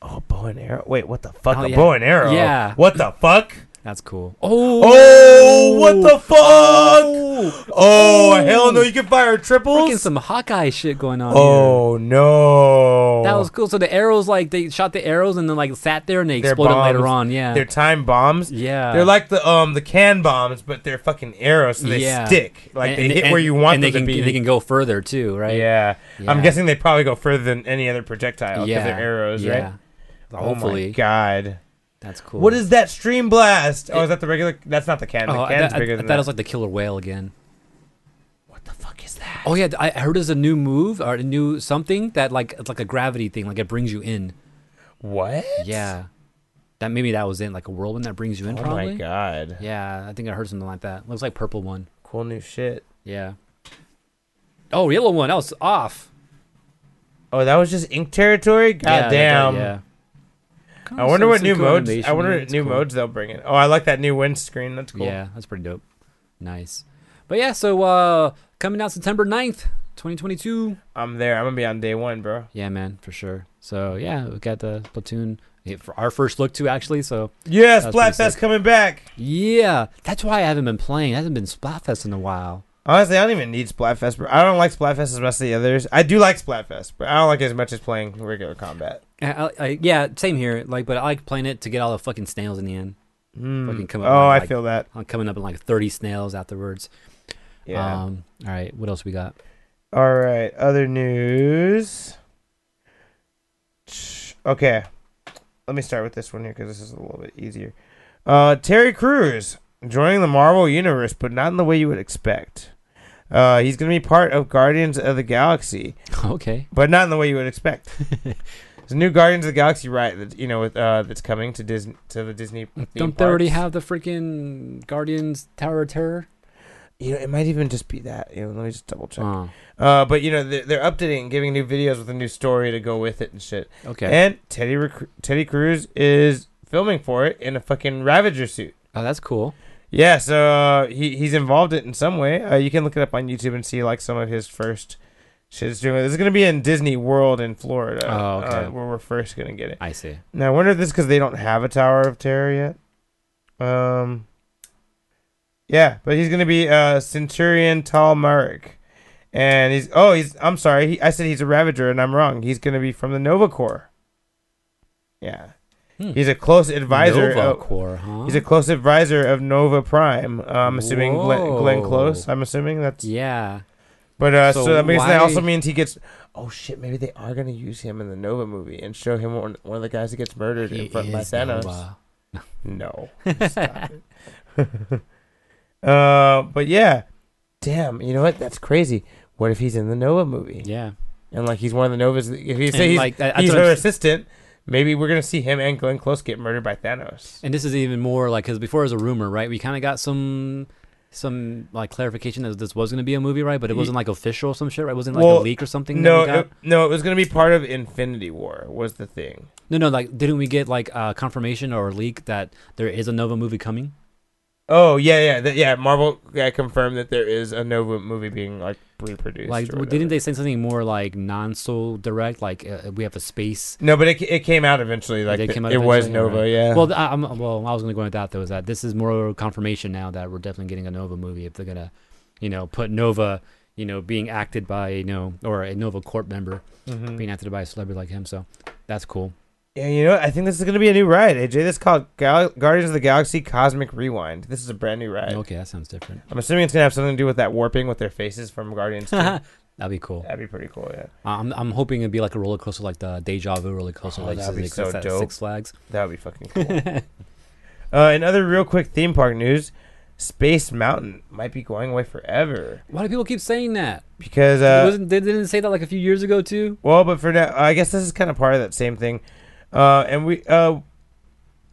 oh, bow and arrow. Wait, what the fuck?
Oh,
a
yeah.
bow and arrow.
Yeah.
What the fuck?
That's cool. Oh,
Oh, what the fuck? Oh, hell no! You can fire
freaking
triples.
some Hawkeye shit going on. here.
Oh no!
That was cool. So the arrows, like they shot the arrows and then like sat there and they
They're
exploded later
bombs.
on. Yeah,
They're time bombs.
yeah.
They're like the um the can bombs, but they're fucking arrows, so they
Yeah.
stick. Like
And-
they
and-
hit where
and-
you want
and
them
they can
to be.
they can go further too, right?
yeah. I'm
Yeah.
guessing they probably go further than any other projectile because
yeah.
Oh, they're arrows,
yeah.
right? Oh my
Hopefully,
god.
that's cool.
What is that stream blast? Oh, is that the regular? That's not the can.
Oh,
the
I,
can's
I- I
bigger than
thought
that.
it was like the killer whale again.
what the fuck is that?
Oh yeah, th- I I heard there's a new move or a new something that like it's like a gravity thing, like it brings you in.
What?
Yeah, That maybe that was in like a whirlwind that brings you in.
Oh
probably.
my god.
Yeah, I think I heard something like that. Looks like purple one.
Cool new shit.
Yeah. Oh, yellow one. That was off.
Oh, that was just ink territory. God
yeah, that-
damn.
yeah.
I wonder
Some-
what
some
new
cool
modes. I
animation,
wonder
man.
what
It's
new
cool.
modes they'll bring in. Oh, I like that new windscreen. That's cool.
Yeah, that's pretty dope. Nice. But yeah, so uh coming out September 9th, 2022.
I'm there. I'm gonna be on day one, bro.
Yeah, man, for sure. So yeah, we got the platoon yeah, for our first look too, actually. So
Yes,
That's pretty
Splatfest
sick.
coming back.
yeah, that's why I haven't been playing. I haven't been Splatfest in a while.
Honestly, I don't even need Splatfest, bro. I don't like Splatfest as much as the others. I do like Splatfest, but I don't like it as much as playing regular combat.
I, I, I- yeah, same here. Like, but I like playing it to get all the fucking snails in the end.
Mm.
Fucking come up
Oh,
with,
I
like-
feel that.
I'm coming up in like 30 snails afterwards.
Yeah.
Um, all right, what else we got?
All right. Other news. Okay. Let me start with this one here because this is a little bit easier. Uh, Terry Crews joining the Marvel Universe, but not in the way you would expect. Uh, he's going to be part of Guardians of the Galaxy,
Okay.
but not in the way you would expect. There's a new Guardians of the Galaxy, right? That you know, with uh, that's coming to Disney to the Disney. theme
Don't they already
parks.
have the freaking Guardians Tower of Terror?
You know, it might even just be that. You know, let me just double check.
Oh,
Uh, but you know, they're, they're updating, and giving new videos with a new story to go with it and shit.
okay.
And Teddy Rec- Teddy Cruz is filming for it in a fucking Ravager suit.
oh, that's cool.
Yeah, so uh, he he's involved it in some way. Uh, you can look it up on YouTube and see like some of his first shit he's doing. This is gonna be in Disney World in Florida,
Oh, okay.
uh, where we're first gonna get it.
I see.
Now I wonder if this because they don't have a Tower of Terror yet. Um. Yeah, but he's gonna be uh, Centurion Tal Marek. And he's oh he's I'm sorry he, I said he's a Ravager and I'm wrong he's gonna be from the Nova Corps. Yeah,
Hmm.
he's a close advisor.
Nova
Of,
Corps, huh?
uh, he's a close advisor of Nova Prime. Uh, I'm assuming Glenn, Glenn
Whoa.
Close. I'm assuming that's
yeah.
but uh, so,
So
that means that
why-
also means he gets. Oh shit! Maybe they are gonna use him in the Nova movie and show him one, one of the guys that gets murdered
He
in front by
is
Thanos.
Nova.
No. Stop it. uh, but yeah, damn. You know what? That's crazy. What if he's in the Nova movie
Yeah.
and like he's one of the Novas? If he
And,
say he's,
like, that- that's
he's
what I'm
her
s-
assistant, maybe we're gonna see him and Glenn Close get murdered by Thanos.
And this is even more like because before it was a rumor, right? We kind of got some some like clarification that this was going to be a movie, right? But it
Ye-
wasn't like official or some shit, right? It wasn't like
Well,
a leak or something.
No,
that we got?
it- no, it was gonna be part of Infinity War. Was the thing.
no, no. Like, didn't we get like uh, confirmation or leak that there is a Nova movie coming?
Oh yeah, yeah, th- yeah. Marvel yeah, confirmed that there is a Nova movie being like reproduced.
Like,
Like,
w- didn't they say something more like non so direct? Like, uh, we have a space.
No, but it, it came out eventually. Like
They
th-
came out
it was
eventually,
Nova.
right.
Yeah.
Well, th- I, I'm, well, I was going to go into that though. Is that this is more confirmation now that we're definitely getting a Nova movie if they're gonna, you know, put Nova, you know, being acted by you know or a Nova Corp member
Mhm.
being acted by a celebrity like him. So that's cool.
yeah, you know, what? I think this is gonna be a new ride, AJ. This is called Gal- Guardians of the Galaxy Cosmic Rewind. This is a brand new ride.
Okay, that sounds different.
I'm assuming it's gonna have something to do with that warping with their faces from Guardians. 2.
That'd be cool.
That'd be pretty cool. Yeah,
I'm, I'm hoping it'd be like a roller coaster, like the Deja Vu roller coaster,
Oh,
like
that'd
just
be
like
so
that
dope.
Six Flags.
that would be fucking cool. uh, and other real quick theme park news: Space Mountain might be going away forever
Why do people keep saying that?
because
It
uh,
wasn't, they didn't say that like a few years ago too.
Well, but for now, I guess this is kind of part of that same thing. Uh, and we, uh,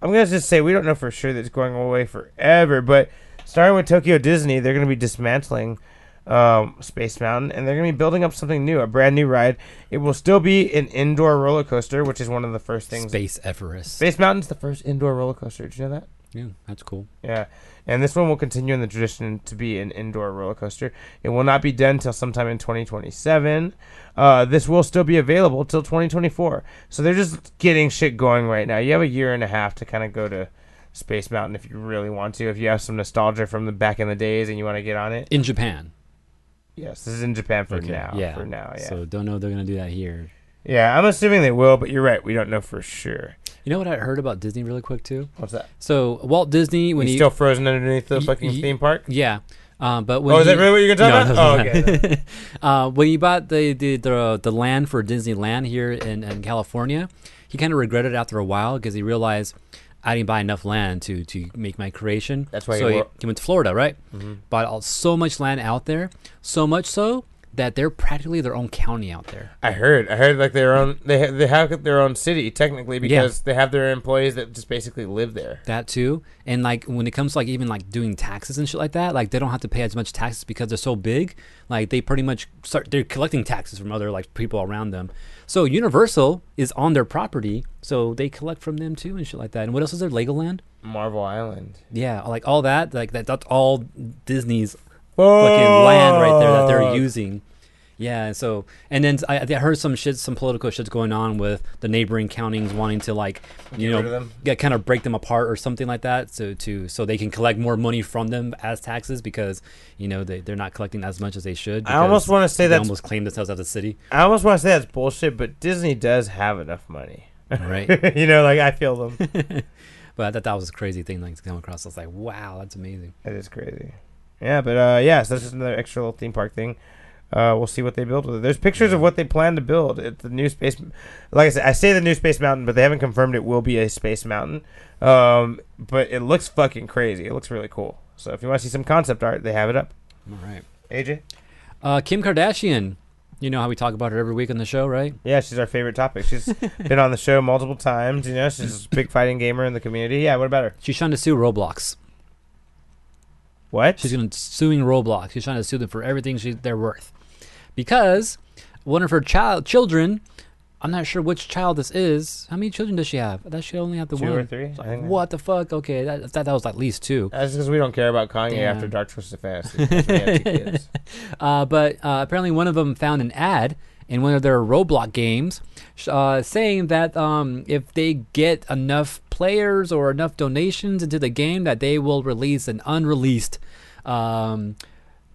I'm gonna just say we don't know for sure that it's going away forever. But starting with Tokyo Disney, they're gonna be dismantling um, Space Mountain, and they're gonna be building up something new, a brand new ride. It will still be an indoor roller coaster, which is one of the first things. Space,
Space Everest.
Mountain's the first indoor roller coaster. Did you know that?
Yeah, that's cool.
Yeah, and this one will continue in the tradition to be an indoor roller coaster. It will not be done till sometime in 2027. Uh, this will still be available till 2024. So they're just getting shit going right now. You have a year and a half to kind of go to Space Mountain if you really want to. If you have some nostalgia from the back in the days and you want to get on it,
In Japan.
yes, this is in Japan for now.
Yeah.
for now, yeah,
So don't know if they're gonna do that here.
yeah. I'm assuming they will, but you're right. We don't know for sure.
You know what I heard about Disney really quick too?
What's that?
So Walt Disney when
He's
he
still frozen underneath the
Ye-
fucking
ye-
theme park.
yeah, um, but when
Oh, is
he,
that really what you're gonna talk
No,
about?
no,
Oh, okay.
uh, when he bought the the, the the land for Disneyland here in, in California, he kind of regretted it after a while because he realized I didn't buy enough land to to make my creation.
That's why Mm-hmm.
so
he
he,
wo-
he went to Florida, right? Bought all, so much land out there, so much so that they're practically their own county out there.
I heard. I heard like their own. They ha- they have their own city technically because they have their employees that just basically live there.
That too. And like when it comes to like even like doing taxes and shit like that, like they don't have to pay as much taxes because they're so big. Like they pretty much start they're collecting taxes from other like people around them. So Universal is on their property, so they collect from them too and shit like that. And what else is there? Legoland?
Marvel Island.
Yeah, like all that. Like that that's all Disney's fucking land right there that they're
Fuck.
using. Yeah, and so and then I, I heard some shit, some political shits going on with the neighboring counties wanting to like, you
Get
know,
rid of them?
yeah, kind of break them apart or something like that, so to so they can collect more money from them as taxes because you know they they're not collecting as much as they should.
I almost
because
want to say
they
that's.
almost claim themselves as a city,
I almost want to say that's bullshit, but Disney does have enough money.
right?
you know, like I feel them.
but I thought that was a crazy thing like to come across. I was like, wow, that's amazing.
that is crazy. Yeah, but uh, yeah, so that's just another extra little theme park thing. Uh, we'll see what they build with it. There's pictures of what they plan to build at the new space. Like I said, I say the new space mountain, but they haven't confirmed it will be a space mountain. Um, but it looks fucking crazy. It looks really cool. So if you want to see some concept art, they have it up.
All right,
AJ,
uh, Kim Kardashian. You know how we talk about her every week on the show, right?
yeah, she's our favorite topic. She's been on the show multiple times. You know, she's a big fighting gamer in the community. Yeah, what about her?
She's trying to sue Roblox.
What?
She's gonna suing Roblox. She's trying to sue them for everything she, they're worth, because one of her child children, I'm not sure which child this is. How many children does she have? That she only have the
Two
one.
or three?
It's
I
like,
think.
what the fuck? Okay, that I thought that was at least two.
That's because we don't care about Kanye
Damn.
after Dark Twisted Fantasy. That's why we have two kids.
Uh, but uh, apparently, one of them found an ad in one of their Roblox games sh- uh, saying that um, if they get enough players or enough donations into the game, that they will release an unreleased um,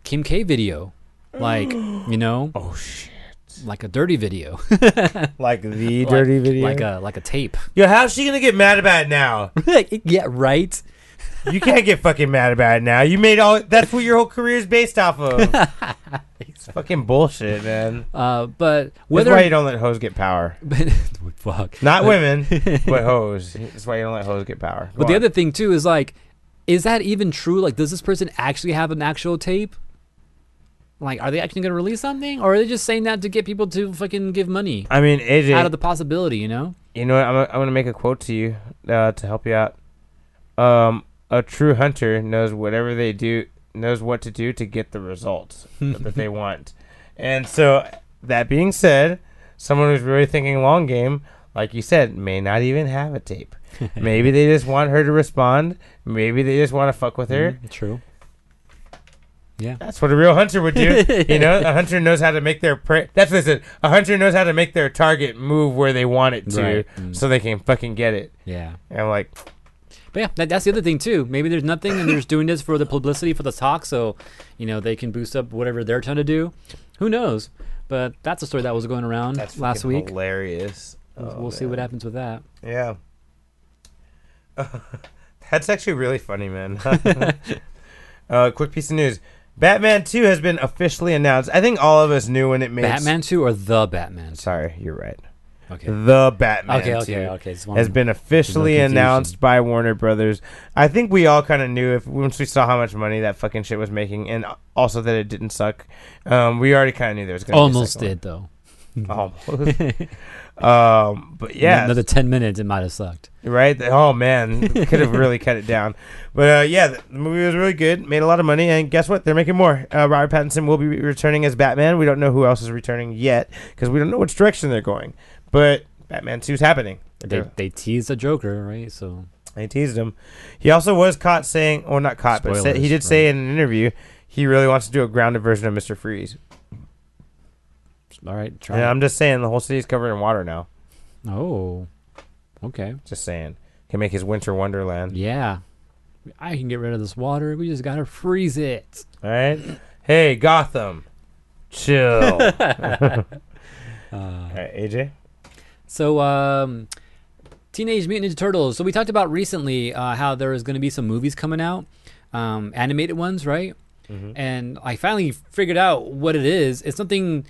Kim K video, like you know,
Oh shit!
like a dirty video,
Like the dirty
like,
video.
like a like a tape.
Yo, how's she gonna get mad about it now?
yeah, right.
You can't get fucking mad about it now. You made all. That's what your whole career is based off of. it's fucking bullshit, man.
Uh, but
That's why you
whether
don't let hoes get power.
fuck,
Not women, but hoes. That's why you don't let hoes get power. Go
But the
on.
other thing too is like, is that even true? Like, does this person actually have an actual tape? Like, are they actually gonna release something, or are they just saying that to get people to fucking give money
I mean, AJ.
out of the possibility? You know?
You know what? I'm, I'm going to make a quote to you uh, to help you out. Um, a true hunter knows whatever they do, knows what to do to get the results that they want. And so, that being said, someone who's really thinking long game, like you said, may not even have a tape. Maybe they just want her to respond. Maybe they just want to fuck with
Mm-hmm.
her.
True.
That's what a real hunter would do. you know, a hunter knows how to make their prey. That's what I said. A hunter knows how to make their target move where they want it to,
Right. Mm.
so they can fucking get it.
Yeah.
And I'm like,
But yeah, that, that's the other thing too. Maybe there's nothing, and they're just doing this for the publicity for the talk, so you know they can boost up whatever they're trying to do. Who knows? But that's a story that was going around
That's
last
fucking
week.
Hilarious.
we'll
Oh,
we'll see what
man.
happens with that.
Yeah. That's actually really funny, man. uh, quick piece of news: Batman Two has been officially announced. I think all of us knew when it made.
Batman Two or the Batman?
Sorry, you're right.
Okay.
The Batman.
Okay. Okay.
2
Okay. Just
Has
wanted-
been officially
confusion.
announced by Warner Brothers. I think we all kind of knew if once we saw how much money that fucking shit was making, and also that it didn't suck. Um, we already kind of knew there was going to
almost
be a second
did though.
one. Almost. Oh. um, but yeah,
another 10 minutes it might have sucked
Right? The- Oh man, could have really cut it down. But uh, yeah, the the movie was really good. Made a lot of money, and guess what? They're making more. Uh, Robert Pattinson will be re- returning as Batman. We don't know who else is returning yet because we don't know which direction they're going. But Batman 2's happening.
they, they teased the joker right so
They teased him. He also was caught saying, or not caught, but said, he
Spoilers,
did say
right.
in an interview he really wants to do a grounded version of Mister Freeze.
all right try
And
it.
I'm just saying, the whole city's covered in water now.
oh okay
Just saying, can make his winter wonderland.
yeah i can get rid of this water we just gotta freeze it
All right. Hey, Gotham. Chill. All
Uh,
right, AJ.
so um teenage mutant ninja turtles so we talked about recently uh, how there is going to be some movies coming out um animated ones right
Mm-hmm.
and i finally figured out what it is it's something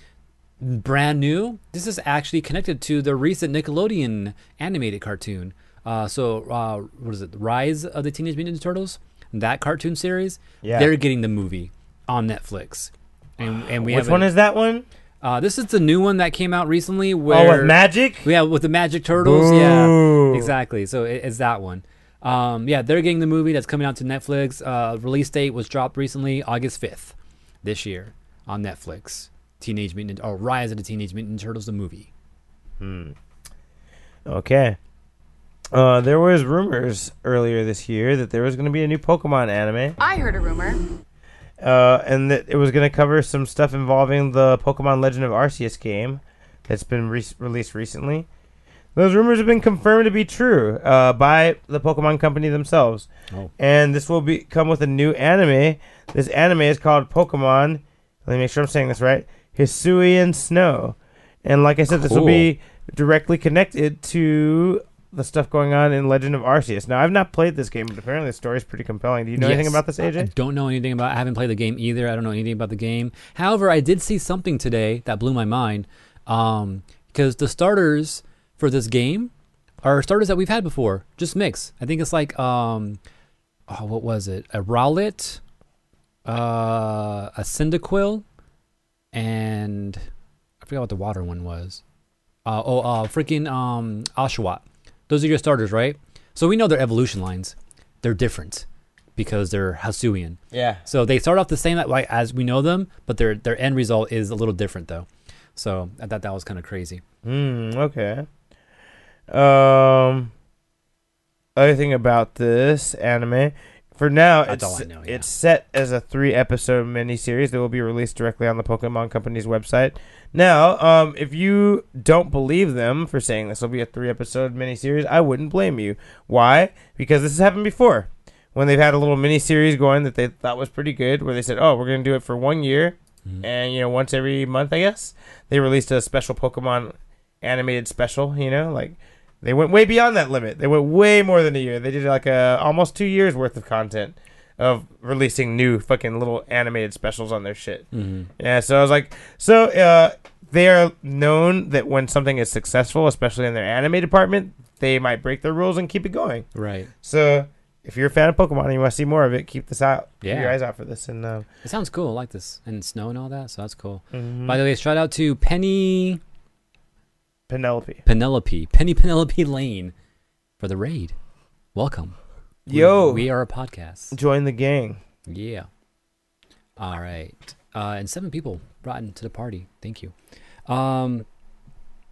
brand new. This is actually connected to the recent Nickelodeon animated cartoon. Uh, so uh, what is it? Rise of the Teenage Mutant Ninja Turtles. That cartoon series.
Yeah.
They're getting the movie on Netflix. and and we
Which
have
one is that one?
uh, this is the new one that came out recently
Oh,
where
with magic.
yeah with the magic turtles yeah
Boo.
exactly so it, it's that one um, yeah they're getting the movie that's coming out to Netflix uh, release date was dropped recently August fifth this year on Netflix Teenage Mutant or Rise of the Teenage Mutant Turtles the movie
Okay. Uh, there was rumors earlier this year that there was going to be a new Pokemon anime,
I heard a rumor.
uh, and that it was going to cover some stuff involving the Pokemon Legend of Arceus game that's been re- released recently. Those rumors have been confirmed to be true uh, by the Pokemon company themselves,
Oh.
and this will be come with a new anime. This anime is called Pokemon. Let me make sure I'm saying this right. Hisuian Snow, and like I said, this will
Cool.
be directly connected to the stuff going on in Legend of Arceus. Now, I've not played this game, but apparently the story's pretty compelling. Do you know anything
Yes.
about this,
I
AJ?
don't know anything about. I haven't played the game either. I don't know anything about the game. However, I did see something today that blew my mind. Um, because the starters for this game are starters that we've had before, just mix. I think it's like um, oh, what was it? A Rowlet, uh, a Cyndaquil, and I forgot what the water one was. Uh, oh, uh, freaking um, Oshawott. Those are your starters, right? So we know their evolution lines. They're different because they're Hasuian.
Yeah.
So they start off the same like as we know them, but their their end result is a little different though. So I thought that was kind of crazy.
Hmm, okay. Um, other thing about this anime, for now, it's,
That's all I know, yeah.
it's set as a three episode miniseries that will be released directly on the Pokemon Company's website. Now, um, if you don't believe them for saying this will be a three episode miniseries, I wouldn't blame you. Why? Because this has happened before. When they've had a little miniseries going that they thought was pretty good, where they said, "Oh, we're going to do it for one year,
Mm-hmm.
and you know, once every month, I guess." They released a special Pokemon animated special. You know, like they went way beyond that limit. They went way more than a year. They did like a almost two years worth of content of releasing new fucking little animated specials on their shit. Yeah, so I was like, so uh, they are known that when something is successful, especially in their anime department, they might break their rules and keep it going.
Right.
So if you're a fan of Pokemon and you want to see more of it, keep this out. Keep your
Yeah.
eyes out for this. And uh,
It sounds cool. I like this and snow and all that. So that's cool. By the way, shout out to Penny
Penelope.
Penelope, Penny Penelope Lane, for the raid. Welcome.
Yo,
we are a podcast.
join the gang.
Yeah. All right. Uh, and seven people brought into the party. Thank you. Um,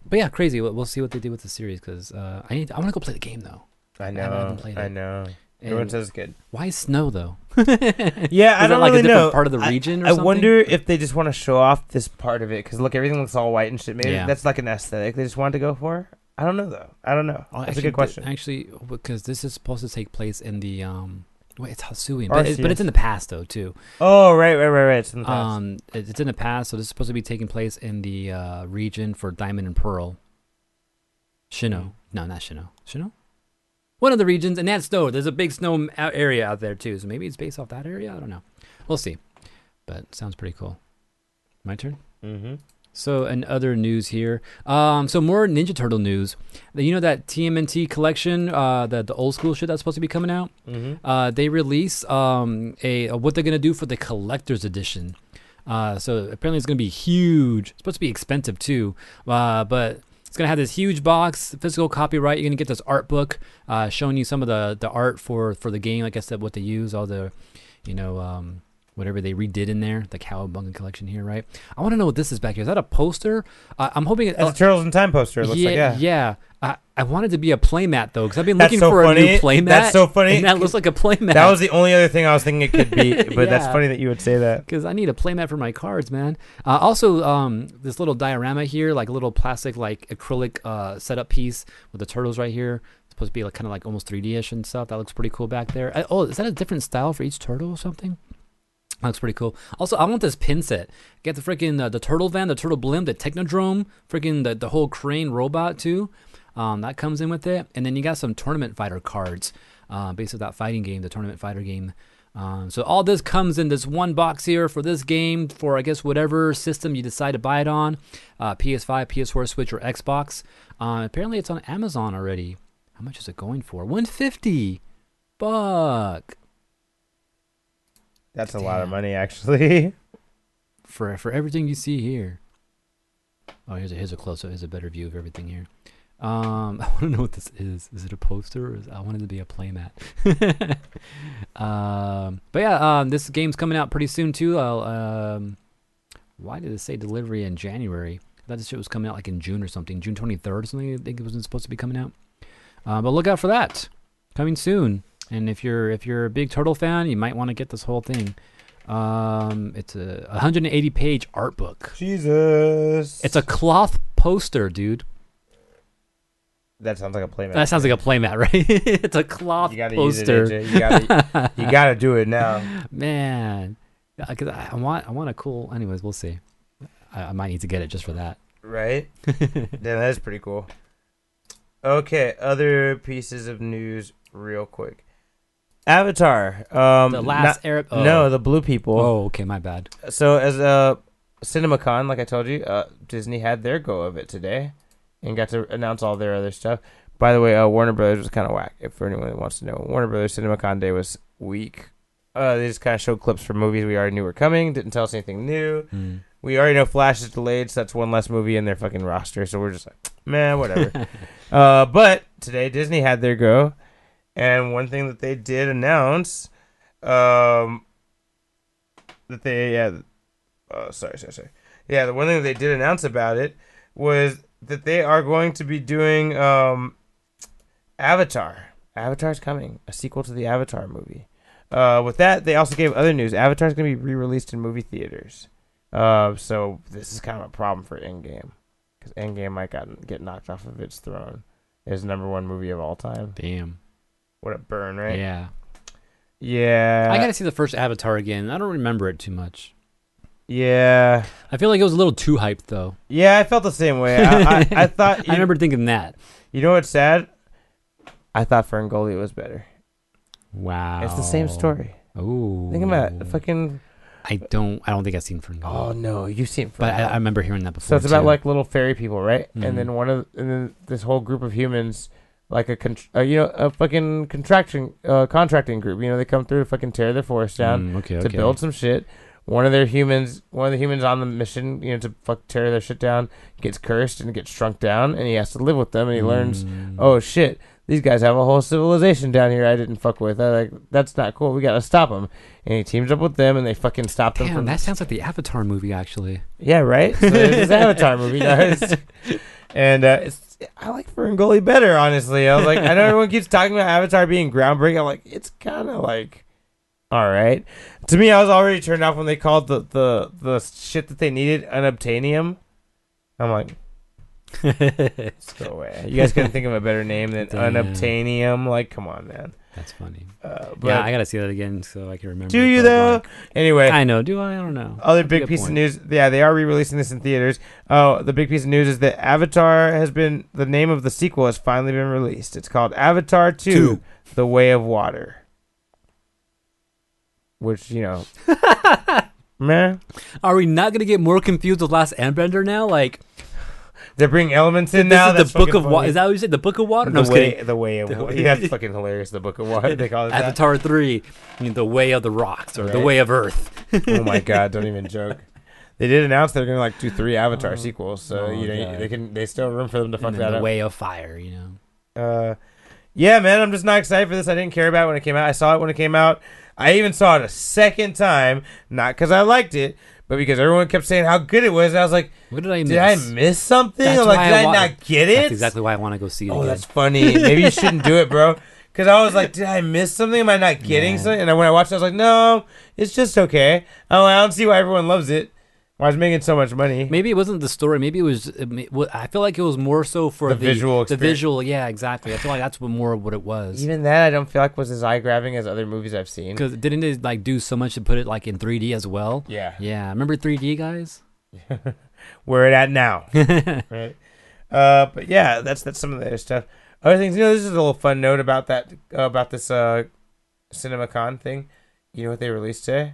but yeah, crazy. We'll, we'll see what they do with the series because uh, I need. I want to go play the game though.
I
know,
know.
played
I
it.
know. Everyone
And-
says it's good.
Why snow though?
Yeah, I
Is that
don't
like a
really
different
know.
part of the
I-
region or
I,
something?
wonder if they just want to show off this part of it because look, everything looks all white and shit. Maybe
Yeah.
that's like an aesthetic they just wanted to go for. I don't know though. I don't know. Oh, that's a
actually,
good
th-
question.
Actually, because this is supposed to take place in the um, wait, it's Hasuian, but, it, but
Arceus.
it's in the past though too.
oh right, right, right, right. It's in the past.
Um, it- it's in the past, so this is supposed to be taking place in the uh, region for Diamond and Pearl.
Hmm.
Shino, no, not Shino, Shino, one of the regions, and that's snow. There's a big snow m- out area out there too, so maybe it's based off that area. I don't know. We'll see, but sounds pretty cool. My turn.
mm-hmm.
So, and other news here. Um, so more Ninja Turtle news. You know that TMNT collection, uh, the the old school shit that's supposed to be coming out.
Mm-hmm.
Uh, they release um a, a- what they're gonna do for the collector's edition. Uh, so apparently it's gonna be huge. It's supposed to be expensive too. Uh, but it's gonna have this huge box, physical copyright. You're gonna get this art book, uh, showing you some of the the art for for the game. Like I said, what they use, all the, you know, um, whatever they redid in there, the Cowabunga collection here, right? I want to know what this is back here. Is that a poster? Uh, I'm hoping. It,
That's a Turtles in Time poster. It looks
yeah,
like yeah.
yeah. I, I wanted to be a playmat though, because I've been
That's
looking
so
for a
funny.
new playmat.
That's so funny.
And that looks like a playmat.
That was the only other thing I was thinking it could be, but that's
Yeah.
funny that you would say that.
because I need a playmat for my cards, man. Uh, also, um, this little diorama here, like a little plastic, like acrylic uh, setup piece with the turtles right here. It's supposed to be like kind of like almost 3D-ish and stuff. That looks pretty cool back there. I, oh, is that a different style for each turtle or something? That looks pretty cool. Also, I want this pin set. Get the freaking uh, the turtle van, the turtle blimp, the technodrome, freaking the the whole crane robot too. Um, that comes in with it, and then you got some tournament fighter cards, uh, based on that fighting game, the tournament fighter game. Um, so all this comes in this one box here for this game for I guess whatever system you decide to buy it on, uh, PS5, PS4, Switch, or Xbox. Uh, apparently, it's on Amazon already. How much is it going for? 150 buck.
That's a lot of
Damn.
money, actually.
for for everything you see here. Oh, here's a here's a close up. Here's a better view of everything here. Um, I want to know what this is. Is it a poster? Or is, I wanted to be a playmat. um, but yeah, um, this game's coming out pretty soon too. I'll, um, why did it say delivery in January? I thought this shit was coming out like in June or something. June 23rd or something. I think it wasn't supposed to be coming out. Uh, but look out for that coming soon. And if you're if you're a big turtle fan, you might want to get this whole thing. Um, it's a 180 page art book.
Jesus.
It's a cloth poster, dude.
That sounds like a playmat.
That sounds like a playmat, right? it's a cloth
you gotta
poster.
use it, AJ. You gotta, you gotta do it now.
Man, because I, I want I want a cool. Anyways, we'll see. I, I might need to get it just for that.
Right? Damn, that is pretty cool. Okay, other pieces of news real quick. Avatar. Um,
The last
not-
Arab. Oh.
No, the blue people.
Oh, okay, my bad.
So as a CinemaCon, like I told you, uh, Disney had their go of it today, and got to announce all their other stuff. By the way, uh, Warner Brothers was kind of whack. If for anyone that wants to know, Warner Brothers CinemaCon day was weak. Uh, they just kind of showed clips for movies we already knew were coming. Didn't tell us anything new. We already know Flash is delayed, so that's one less movie in their fucking roster. So we're just like, man, whatever. uh, but today Disney had their go, and one thing that they did announce, um, that they yeah, uh, sorry, sorry, sorry. Yeah, the one thing they did announce about it was that they are going to be doing um, Avatar. Avatar's coming, a sequel to the Avatar movie. Uh, with that, they also gave other news. Avatar's going to be re-released in movie theaters. Uh, so this is kind of a problem for Endgame, because Endgame might got, get knocked off of its throne as number one movie of all time.
Damn.
What a burn, right? Uh, Yeah.
Yeah. I gotta see the first Avatar again. I don't remember it too much.
yeah.
I feel like it was a little too hyped though.
Yeah, I felt the same way. I, I, I thought
I remember thinking that.
You know what's sad? I thought Ferngully was better.
Wow.
It's the same story.
Oh.
Think about it. Fucking.
I don't. I don't think I've seen Ferngully.
Oh no, you've seen Ferngully.
but I, I remember hearing that before.
so it's about
too.
like little fairy people, right?
Mhm.
And then one of and then this whole group of humans, like a con- uh, you know a fucking contraction uh, contracting group. You know they come through to fucking tear their forest down
Mm, okay.
to
okay.
build some shit. One of their humans, one of the humans on the mission, you know, to fuck tear their shit down, gets cursed and gets shrunk down, and he has to live with them, and he learns
Mm.
oh shit, these guys have a whole civilization down here I didn't fuck with. I like that's not cool. We gotta stop them. And he teams up with them, and they fucking stop them
Damn,
from
that sounds like the Avatar movie, actually.
yeah, right. So there's this Avatar movie, guys. And uh, it's I like Ferngully better, honestly. I was like, I know everyone keeps talking about Avatar being groundbreaking. I'm like, it's kind of like, all right. To me, I was already turned off when they called the the the shit that they needed unobtainium. I'm like, let's go away. You guys couldn't think of a better name than
Damn.
unobtainium. Like, come on, man.
That's funny.
Uh, but
yeah, I gotta see that again so I can remember.
do
it,
you
but,
though?
like,
anyway,
I know. Do I? I don't know.
other
That's a
big
good
piece
point.
of news. Yeah, they are re-releasing this in theaters. Oh, the big piece of news is that Avatar has been the name of the sequel has finally been released. It's called Avatar 2:
Two.
The Way of Water. Which, you know, man,
Are we not gonna get more confused with Last Airbender now? Like
they're bringing elements in
this
now.
is
That's
the Book
fucking
of Water.
funny.
Is that what you said? The Book of Water?
the
No, I was
way,
kidding.
the way of water. Yeah, that's fucking hilarious. The Book of Water. They call it that.
Avatar three, you know, the way of the rocks or the
Right.
way of Earth.
oh my god, don't even joke. They did announce they're gonna like do three Avatar sequels, so
oh
you know
God.
they can they still have room for them to fuck
and then
that
the
up.
way of fire. You know.
Uh, yeah, man, I'm just not excited for this. I didn't care about it when it came out. I saw it when it came out. I even saw it a second time, not because I liked it, but because everyone kept saying how good it was. And I was like,
What did I miss?
did I miss something?
That's
I'm like,
why
did
I
I,
wa-
not get it?
That's exactly why I want to go see it
Oh,
again.
that's funny. Maybe you shouldn't do it, bro. Because I was like, did I miss something? Am I not getting
Yeah.
something? And then when I watched it, I was like, no, it's just okay. I'm like, I don't see why everyone loves it. Why it's making so much money.
Maybe it wasn't the story. Maybe it was. it ma- wa- I feel like it was more so for
The
the,
visual
The
experience.
visual, yeah, exactly. I feel like that's what more of what it was.
Even that, I don't feel like was as eye grabbing as other movies I've seen.
Because didn't they like do so much to put it like in 3D as well?
Yeah.
Yeah, remember 3D guys?
where it at now. right. Uh, but yeah, that's that's some of the other stuff. Other things, you know, this is a little fun note about that uh, about this uh, CinemaCon thing. You know what they released today?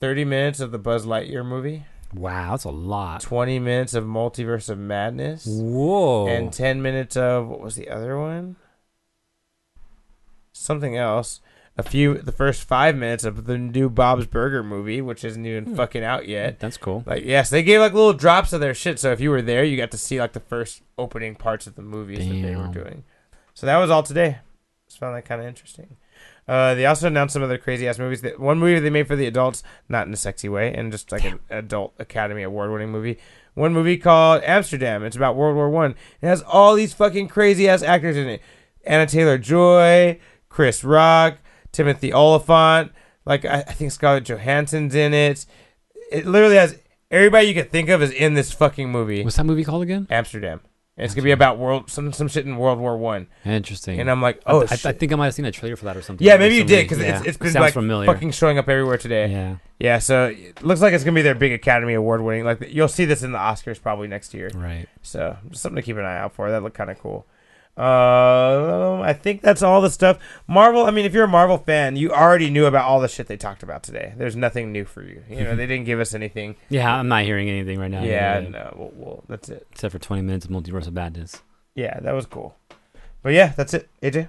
Thirty minutes of the Buzz Lightyear movie,
Wow, that's a lot.
twenty minutes of Multiverse of Madness,
Whoa.
and ten minutes of what was the other one? Something else. a few the first five minutes of the new Bob's Burger movie, which isn't even fucking out yet.
That's cool.
Like yes, they gave like little drops of their shit. So if you were there, you got to see like the first opening parts of the movies that they were
Damn.
doing. So that was all today. Just found that kind of interesting. Uh, they also announced some other crazy ass movies. That one movie they made for the adults, not in a sexy way, and just like an adult Academy Award winning movie. One movie called Amsterdam. It's about World War One. It has all these fucking crazy ass actors in it. Anna Taylor Joy, Chris Rock, Timothy Oliphant. Like I, I think Scarlett Johansson's in it. It literally has everybody you could think of is in this fucking movie.
What's that movie called again?
Amsterdam. And it's gonna be about world some some shit in World War One.
Interesting.
And I'm like, oh,
I, I
shit.
think I might have seen a trailer for that or something.
yeah,
Like
maybe you did because
somebody- yeah.
it's, it's been
Sounds
like
familiar.
fucking showing up everywhere today.
yeah.
Yeah, so it looks like it's gonna be their big Academy Award winning. Like you'll see this in the Oscars probably next year.
Right.
So just something to keep an eye out for. That looked kind of cool. Uh, I think that's all the stuff. Marvel. I mean, if you're a Marvel fan, you already knew about all the shit they talked about today. There's nothing new for you. You know, they didn't give us anything.
Yeah, I'm not hearing anything right now.
Yeah,
really,
no, well, well, that's it.
Except for 20 minutes of Multiverse of Badness.
Yeah, that was cool. But yeah, that's it. AJ.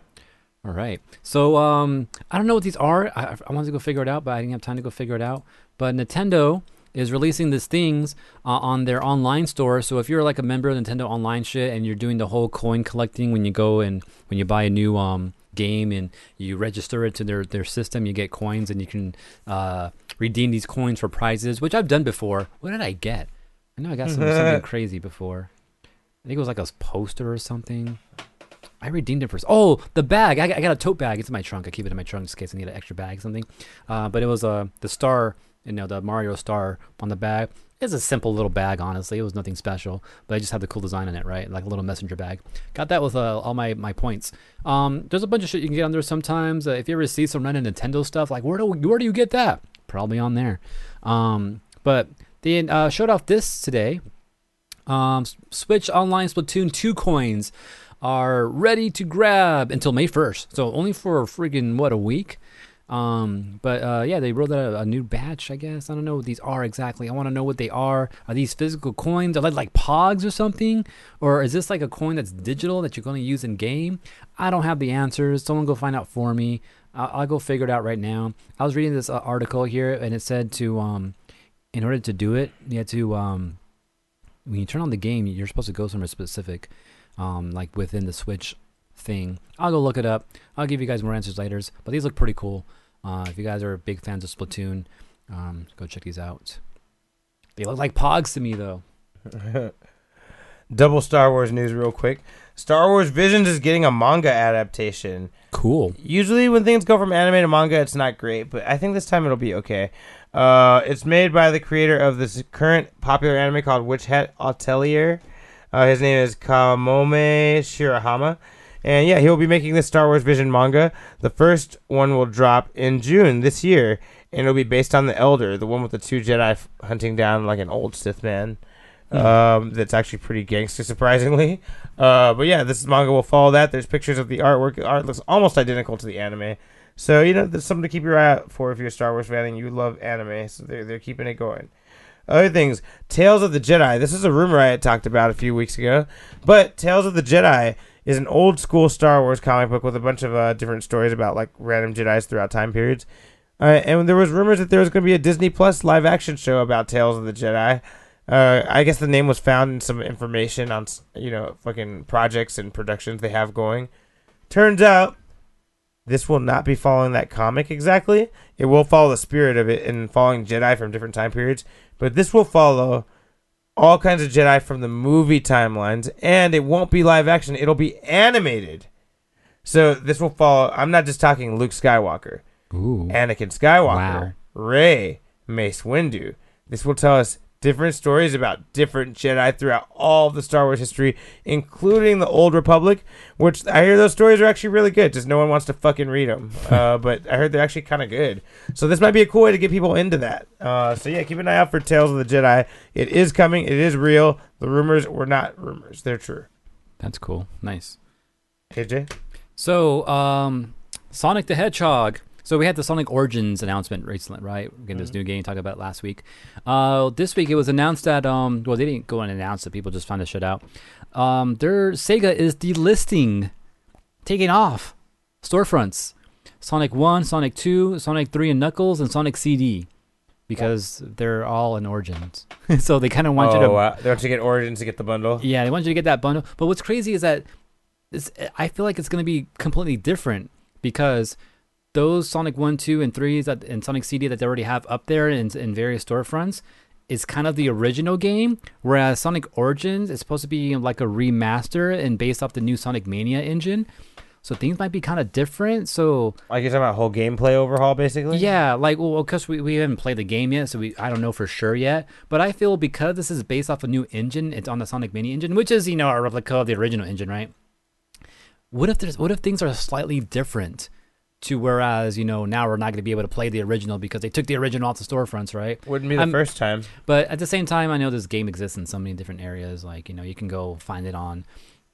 All right. So um, I don't know what these are. I, I wanted to go figure it out, but I didn't have time to go figure it out. But Nintendo is releasing these things uh, on their online store. So if you're like a member of Nintendo Online shit and you're doing the whole coin collecting when you go and when you buy a new um, game and you register it to their, their system, you get coins and you can uh, redeem these coins for prizes, which I've done before. What did I get? I know I got some, something crazy before. I think it was like a poster or something. I redeemed it for. Oh, the bag. I got, I got a tote bag. It's in my trunk. I keep it in my trunk just in case I need an extra bag or something. Uh, but it was uh, the star, you know, the Mario star on the bag. It's a simple little bag, honestly. It was nothing special, but I just had the cool design on it, right? Like a little messenger bag. Got that with uh, all my, my points. Um, there's a bunch of shit you can get on there sometimes. Uh, if you ever see some random Nintendo stuff, like where do where do you get that? Probably on there. Um, but they uh, showed off this today. Um, S- Switch Online Splatoon 2 coins are ready to grab until May 1st. So only for friggin' what a week. Um, but uh, yeah, they rolled out a, a new batch, I guess. I don't know what these are exactly. I want to know what they are. Are these physical coins? Are they like Pogs or something? Or is this like a coin that's digital that you're going to use in game? I don't have the answers. Someone go find out for me. I'll, I'll go figure it out right now. I was reading this uh, article here, and it said to um, in order to do it, you had to um, when you turn on the game, you're supposed to go somewhere specific, um, like within the Switch thing. I'll go look it up. I'll give you guys more answers later. But these look pretty cool. Uh, if you guys are big fans of Splatoon, um, go check these out. They look like Pogs to me, though.
Double Star Wars news, real quick. Star Wars Visions is getting a manga adaptation.
Cool.
Usually, when things go from anime to manga, it's not great, but I think this time it'll be okay. Uh, it's made by the creator of this current popular anime called Witch Hat Atelier. Uh, his name is Kamome Shirahama. And yeah, he'll be making this Star Wars Vision manga. The first one will drop in June this year, and it'll be based on The Elder, the one with the two Jedi f- hunting down like an old Sith man. Um, that's actually pretty gangster, surprisingly. Uh, but yeah, this manga will follow that. There's pictures of the artwork. The art looks almost identical to the anime. So, you know, there's something to keep your eye out for if you're a Star Wars fan and you love anime. So they're, they're keeping it going. Other things, Tales of the Jedi. This is a rumor I had talked about a few weeks ago, but Tales of the Jedi is an old school Star Wars comic book with a bunch of uh, different stories about like random Jedi's throughout time periods. Uh, and there was rumors that there was going to be a Disney Plus live action show about Tales of the Jedi. Uh, I guess the name was found in some information on s- you know fucking projects and productions they have going. Turns out this will not be following that comic exactly. It will follow the spirit of it and following Jedi from different time periods, but this will follow all kinds of Jedi from the movie timelines, and it won't be live action. It'll be animated. So this will follow. I'm not just talking Luke Skywalker,
Ooh.
Anakin Skywalker,
Wow.
Rey, Mace Windu. This will tell us different stories about different Jedi throughout all of the Star Wars history, including the Old Republic, which I hear those stories are actually really good. Just no one wants to fucking read them. Uh, but I heard they're actually kind of good. So this might be a cool way to get people into that. Uh, so yeah, keep an eye out for Tales of the Jedi. It is coming. It is real. The rumors were not rumors. They're true.
That's cool. Nice.
AJ?
So, um, Sonic the Hedgehog. So we had the Sonic Origins announcement recently, right? We this new game talked about it last week. Uh, this week it was announced that um, well, they didn't go and announce it. People just found this shit out. Um, their Sega is delisting, taking off storefronts. Sonic 1, Sonic 2, Sonic 3 and Knuckles, and Sonic CD because they're all in Origins. so they kind of want you to
Oh, wow. they want you to get Origins to get the bundle.
yeah, they want you to get that bundle. But what's crazy is that it's, I feel like it's going to be completely different because those Sonic 1, 2, and 3s that, and Sonic CD that they already have up there in, in various storefronts is kind of the original game, whereas Sonic Origins is supposed to be like a remaster and based off the new Sonic Mania engine. So things might be kind of different. So
Like you're talking about whole gameplay overhaul, basically.
yeah, like well, because we, we haven't played the game yet, so we I don't know for sure yet. But I feel because this is based off a new engine, it's on the Sonic Mini engine, which is you know a replica of the original engine, right? What if there's what if things are slightly different? To whereas you know now we're not going to be able to play the original because they took the original off the storefronts, right?
Wouldn't be the
I'm-
first time.
But at the same time, I know this game exists in so many different areas. Like, you know, you can go find it on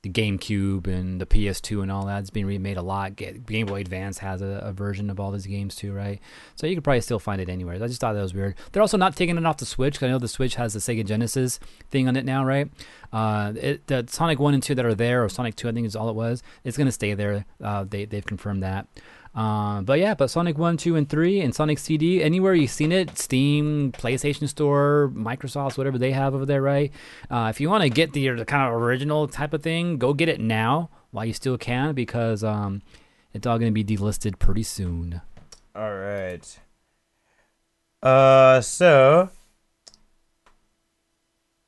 the GameCube and the PS2 and all that. It's being remade a lot. Ga- Game Boy Advance has a, a version of all these games too, right? So you could probably still find it anywhere. I just thought that was weird. They're also not taking it off the Switch 'cause I know the Switch has the Sega Genesis thing on it now, right? Uh, it, the Sonic 1 and 2 that are there, or Sonic 2, I think is all it was, it's going to stay there. Uh, they, they've confirmed that. Um, but yeah, but Sonic 1, 2, and 3 and Sonic CD, anywhere you've seen it, Steam, PlayStation Store, Microsoft, whatever they have over there, right? Uh, if you want to get the, the kind of original type of thing, go get it now while you still can because um, it's all going to be delisted pretty soon.
All right. Uh, so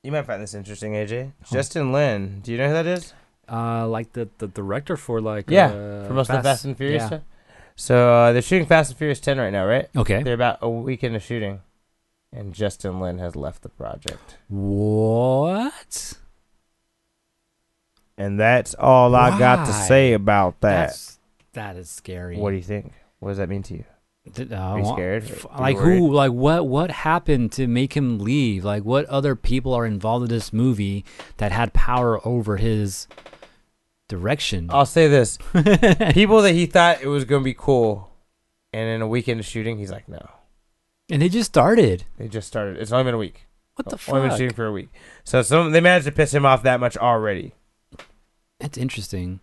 you might find this interesting, AJ. Justin Lin. Do you know who that is?
Uh, like the, the director for like
Yeah,
uh,
For most of the Fast and Furious.
yeah.
stuff? So uh, they're shooting Fast and Furious 10 right now, right?
Okay.
They're about a week into shooting, and Justin Lin has left the project.
What?
And that's all I got to
Why?
say about that.
That's that is scary.
What do you think? What does that mean to you?
Did- uh,
you
wa-
scared?
f-
Are you
Like who?
worried?
Like what? What happened to make him leave? Like what other people are involved in this movie that had power over his direction?
I'll say this: people that he thought it was gonna be cool, and in a week into shooting, he's like, no.
and they just started.
They just started. It's only been a week.
What the
Only been
fuck?
shooting for Oh, a week. So some they managed to piss him off that much already.
That's interesting.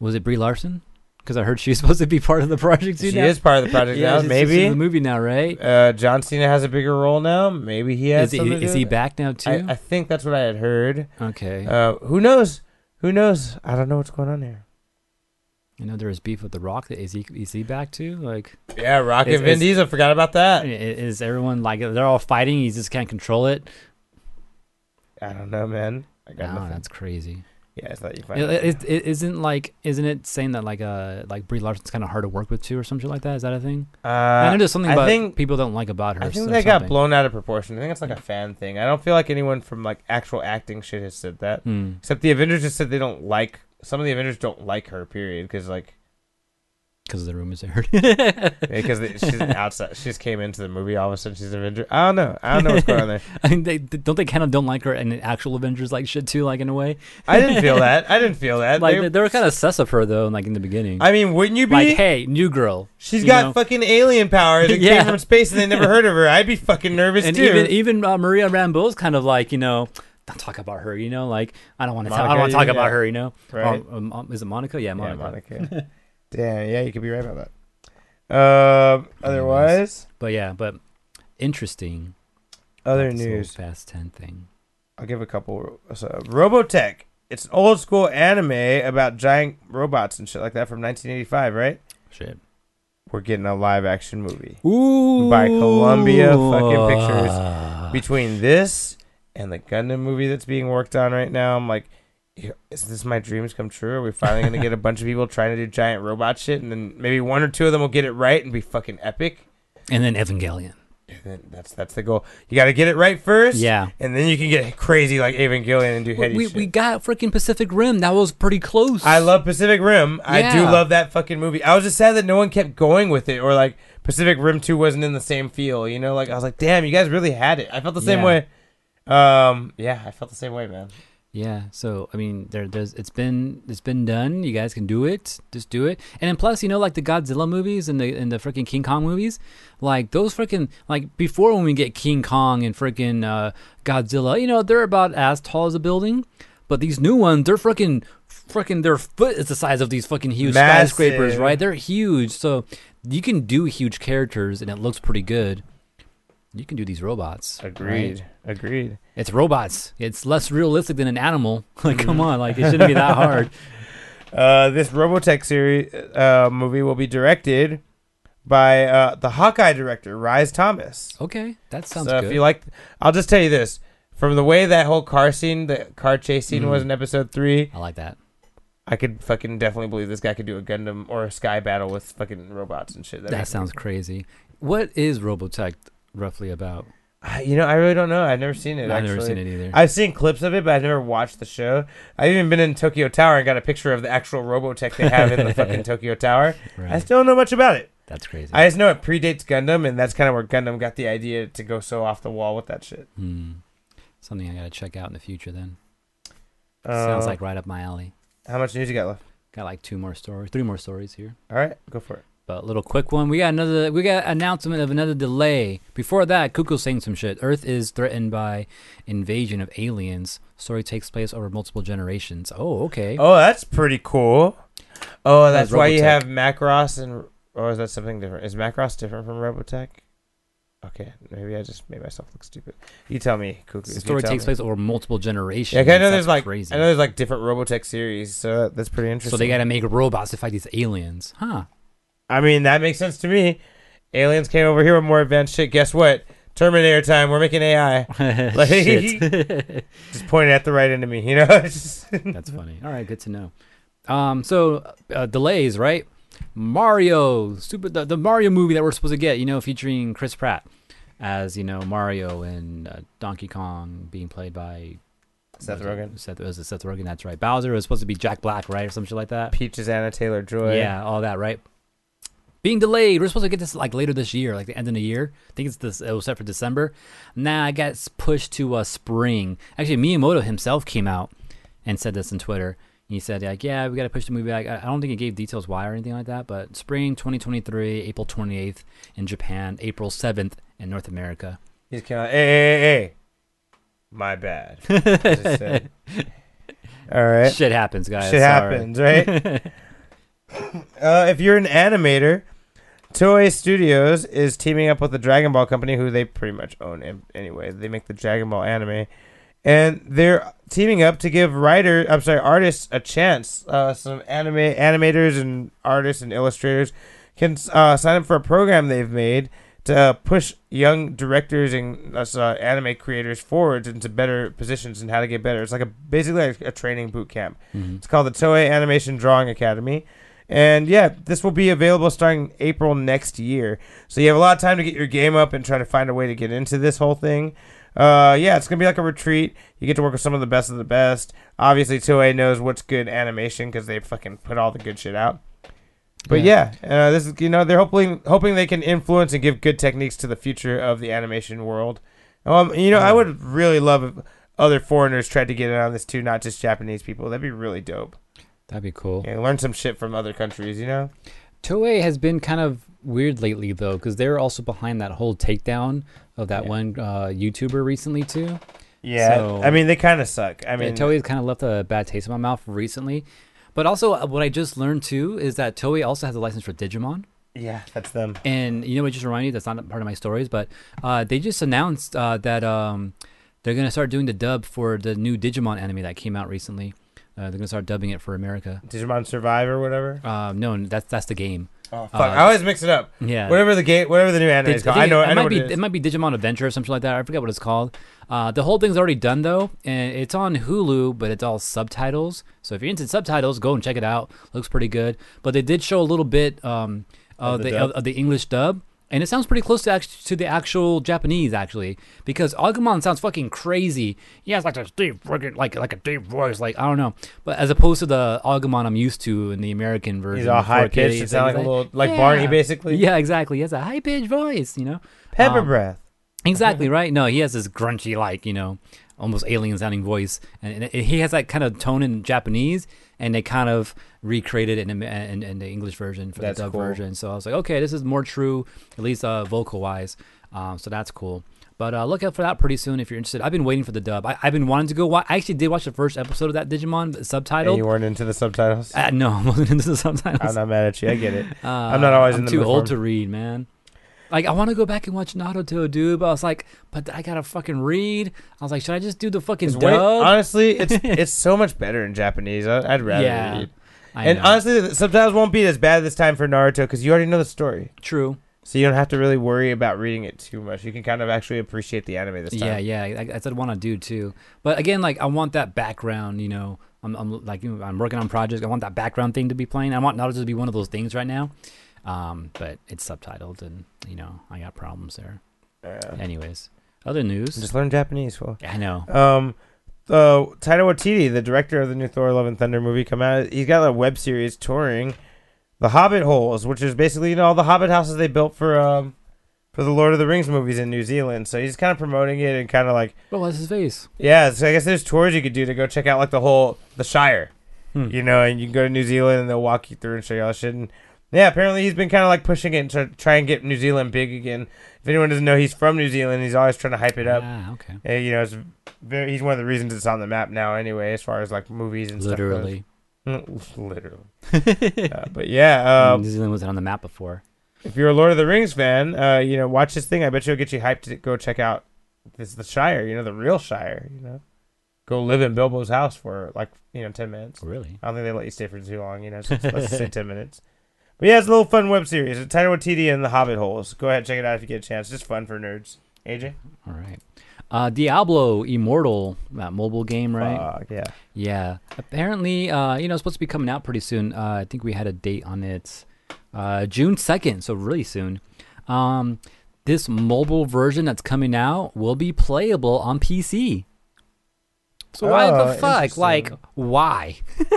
Was it Brie Larson? Because I heard she was supposed to be part of the project too.
she
now.
is part of the project
yeah,
now.
she's- she's in the
Maybe
movie now, right?
uh, John Cena has a bigger role now. Maybe he has.
Is he,
something to do
is he
with it.
back now too?
I, I think that's what I had heard.
okay.
Uh, who knows? Who knows? I don't know what's going on here.
you know there was beef with The Rock. That is he is he back too? Like
Yeah, Rocket
Is-
Vin
is-
Diesel. Forgot about
i-
that.
is everyone like they're all fighting? He just can't control it.
I don't know, man. I got
Wow,
nothing.
that's crazy.
Yeah, I thought you
It,
find
it, it- it isn't like isn't it saying that like uh like Brie Larson's kind of hard to work with too or something like that? Is that a thing?
Uh,
I know there's something
I
about
think-
people don't like about her.
I think
or
that got
something.
blown out of proportion. I think it's like a fan thing. I don't feel like anyone from like actual acting shit has said that.
Hmm.
Except the Avengers just said they don't like some of the Avengers don't like her. Period. Because like
because the room is aired.
because she's an outside. She just came into the movie. All of a sudden she's an Avenger. I don't know. I don't know what's going on there.
I mean, they don't they kind of don't like her and the actual Avengers like shit too, like in a way.
I didn't feel that. I didn't feel that.
Like
They-
they, they were kind of sus of her though, like in the beginning.
I mean, wouldn't you be?
like hey, new girl.
she's
you
got
know?
fucking alien powers that
Yeah.
came from space and they never heard of her. I'd be fucking nervous
and
too.
even even uh, Maria Rambeau's kind of like you know. Don't talk about her, you know. Like I don't want to. I don't
Monica,
want to talk
yeah.
about her, you know.
Right.
Or, um, um, is it Monica? Yeah, Monica.
Yeah, Monica. Damn. Yeah, you could be right about that. Um. Otherwise,
But yeah, but interesting.
other
about this whole
news.
Fast Ten thing.
I'll give a couple. uh, So, Robotech. It's an old school anime about giant robots and shit like that from 1985, right?
Shit.
We're getting a live action movie
Ooh.
by Columbia fucking
uh,
Pictures. Between this and the Gundam movie that's being worked on right now, I'm like, is this my dreams come true? Are we finally gonna get a bunch of people trying to do giant robot shit, and then maybe one or two of them will get it right and be fucking epic?
And then Evangelion.
And then that's that's the goal. You got to get it right first,
Yeah.
and then you can get crazy like Evangelion and do heady
We,
shit.
we got freaking Pacific Rim. That was pretty close.
I love Pacific Rim. I do
Yeah.
love that fucking movie. I was just sad that no one kept going with it, or like Pacific Rim Two wasn't in the same feel. You know, like I was like, damn, you guys really had it. I felt the same
Yeah.
way. Um, yeah, I felt the same way, man.
Yeah. So I mean, there, there's it's been it's been done. You guys can do it. Just do it. And then plus, you know, like the Godzilla movies and the and the freaking King Kong movies, like those freaking like before when we get King Kong and freaking uh, Godzilla, you know, they're about as tall as a building. But these new ones, they're freaking freaking their foot is the size of these fucking huge
Massive.
skyscrapers, right? They're huge, so you can do huge characters, and it looks pretty good. You can do these robots. right?
Agreed. Agreed.
It's robots. It's less realistic than an animal. Like, come on, like it shouldn't be that hard.
Uh, this Robotech series uh, movie will be directed by uh, the Hawkeye director Rise Thomas.
Okay, that Oh, sounds
so
good.
if you like, I'll just tell you this: from the way that whole car scene, the car chase scene
Mm-hmm.
was in episode three,
I like that.
I could fucking definitely believe this guy could do a Gundam or a Sky battle with fucking robots and shit. That'd
That sounds crazy. What is Robotech roughly about?
I- you know, I really don't know. I've never seen it.
I've
actually.
never seen it either.
I've seen clips of it, but I've never watched the show. I've even been in Tokyo Tower and got a picture of the actual Robotech they have in the fucking Tokyo Tower. I
Right.
still don't know much about it.
That's crazy.
I just know it predates Gundam, and that's kind of where Gundam got the idea to go so off the wall with that shit.
Hmm. Something I gotta check out in the future. Then sounds
Uh,
like right up my alley.
how much news you got left?
Got like two more stories, three more stories here.
All right, go for it.
But a little quick one. We got another. We got announcement of another delay. Before that, Cuckoo's saying some shit. Earth is threatened by invasion of aliens. Story takes place over multiple generations. Oh, okay.
Oh, that's pretty cool. Oh,
That was
that's why you
Robotech.
have Macross and or is that something different? Is Macross different from Robotech? Okay, maybe I just made myself look stupid. You tell me, Cuckoo.
The
if you
story
tell me.
takes place over multiple generations.
Yeah, 'cause I know
That's
there's like
crazy.
I know there's like different Robotech series, so that's pretty interesting.
so they gotta make robots to fight these aliens, huh?
I mean, that makes sense to me. Aliens came over here with more advanced shit. Guess what? Terminator time. We're making AI. Like-
Shit.
Just pointing at the right enemy. You know. It's just-
That's funny. All right, good to know. Um, so uh, delays, right? Mario, super the, the Mario movie that we're supposed to get, you know, featuring Chris Pratt as you know Mario and uh, Donkey Kong being played by
Seth
was it-
Rogen.
Seth was it Seth Rogen? That's right. Bowser was supposed to be Jack Black, right, or some shit like that.
Peaches Anna Taylor Joy.
Yeah, all that, right? Being delayed. We're supposed to get this like later this year, like the end of the year. I think it's this. It was set for December. Nah, I got s- pushed to uh, spring. Actually, Miyamoto himself came out and said this on Twitter. He said like, yeah, we got to push the movie back. I I don't think he gave details why or anything like that, but spring 2023, April 28th in Japan, April 7th in North America.
He's kind of hey hey hey. hey. My bad. I just said. All right.
Shit happens, guys.
Shit
Sorry.
happens, right? uh, if you're an animator, Toei Studios is teaming up with the Dragon Ball company, who they pretty much own an- anyway. They make the Dragon Ball anime, and they're teaming up to give writer, I'm sorry, artists a chance. Uh, some anime animators and artists and illustrators can uh, sign up for a program they've made to uh, push young directors and uh, so anime creators forwards into better positions and how to get better. It's like a basically like a training boot camp. It's called the Toei Animation Drawing Academy. And yeah, this will be available starting April next year. So you have a lot of time to get your game up and try to find a way to get into this whole thing. Uh, yeah, it's gonna be like a retreat. You get to work with some of the best of the best. Obviously, Toei knows what's good animation because they fucking put all the good shit out. But yeah, uh, this is you know they're hoping hoping they can influence and give good techniques to the future of the animation world. Um, you know I would really love if other foreigners tried to get in on this too, not just Japanese people. That'd be really dope.
That'd be cool.
Yeah, learn some shit from other countries, you know.
Toei has been kind of weird lately though, because they were also behind that whole takedown of that one uh, YouTuber recently too.
Yeah,
So-
I mean they kind of suck. I
I mean,
mean,
Toei's kind of left a bad taste in my mouth recently. But also, uh, what I just learned too is that Toei also has a license for Digimon.
yeah, that's them.
And you know what? Just reminded me that's not a part of my stories, but uh, they just announced uh, that um, they're gonna start doing the dub for the new Digimon anime that came out recently. Uh, they're gonna start dubbing it for America.
Digimon Survive or whatever.
Uh, no, that's that's the game.
Oh fuck, I always mix it up.
Uh, Yeah.
whatever the game, whatever the new anime is
Dig-
called.
think
I know,
it,
I know
might
what
be
it is.
might be Digimon Adventure or something like that. I forget what it's called. Uh, the whole thing's already done though, and it's on Hulu, but it's all subtitles. So if you're into subtitles, go and check it out. Looks pretty good. But they did show a little bit um, of,
the
the,
dub?
of, of the English dub. And it sounds pretty close to act- to the actual Japanese, actually, because Agumon sounds fucking crazy. He has like this deep, friggin- like like a deep voice, like I don't know, but as opposed to the Agumon I'm used to in the American version,
He's all
the
high
4K
pitched. It sounds like a
things
little like Barney,
Yeah.
basically.
yeah, exactly. He has a high pitched voice, you know.
pepper
Um,
breath.
Exactly right. No, he has this grunchy, like you know, almost alien sounding voice, and, and he has that kind of tone in Japanese, and they kind of recreated it in, in, in the English version for
That's
the dub
cool.
version. So I was like, okay, this is more true, at least uh, vocal wise. Um, so that's cool. But uh, look out for that pretty soon if you're interested. I've been waiting for the dub. I, I've been wanting to go watch. I actually did watch the first episode of that Digimon but
And
subtitled.
you weren't into the subtitles.
Uh, no, I wasn't into the
I'm
subtitles.
not mad at you. I get it.
Uh,
I'm not always
I'm
in the
too
mood for
old to
them.
read, man. Like I want to go back and watch Naruto, dude, but I was like, but I gotta fucking read. I was like, should I just do the fucking
It's
dub?
way- honestly, it's it's so much better in Japanese. I, I'd rather
yeah,
read.
I
and
know.
honestly, the subtitles won't be as bad this time for Naruto because you already know the story,
true.
so you don't have to really worry about reading it too much. You can kind of actually appreciate the anime this time.
Yeah, yeah. I, that's what I want to do too. But again, like I want that background. You know, I'm, I'm like you know, I'm working on projects. I want that background thing to be playing. I want Naruto to be one of those things right now. Um, but it's subtitled, and you know, I got problems there.
Yeah.
Anyways, other news.
Just learn Japanese, fool.
I know.
Um, uh, Taika Waititi, the director of the new Thor: Love and Thunder movie, come out. He's got a web series touring the Hobbit holes, which is basically you know all the Hobbit houses they built for um for the Lord of the Rings movies in New Zealand. So he's kind of promoting it and kind of like
Bro, that's his face.
yeah. So I guess there's tours you could do to go check out like the whole the Shire,
Hmm.
you know, and you can go to New Zealand and they'll walk you through and show you all the shit. And yeah, apparently he's been kind of like pushing it and try, try and get New Zealand big again. If anyone doesn't know, he's from New Zealand. He's always trying to hype it up.
Ah, okay.
Uh, you know, it's very, he's one of the reasons it's on the map now, anyway, as far as like movies and
Literally,
stuff. Literally. literally. Uh, but yeah, uh,
New Zealand wasn't on the map before.
if you're a Lord of the Rings fan, uh, you know, watch this thing. I bet you will get you hyped to go check out this the Shire, you know, the real Shire, you know. Go live in Bilbo's house for like, you know, 10 minutes.
Really?
I don't think they let you stay for too long, you know, so let's- let's say 10 minutes. But yeah, it's a little fun web series. It's Taika Waititi and the Hobbit Holes. Go ahead, check it out if you get a chance. Just fun for nerds. AJ?
All right. Uh, Diablo Immortal, that mobile game, right?
Fuck, yeah.
Yeah. Apparently, uh, you know, it's supposed to be coming out pretty soon. Uh, I think we had a date on it, uh, June second, so really soon. Um, this mobile version that's coming out will be playable on PC. So why
Oh,
the fuck? Like,
interesting.
why?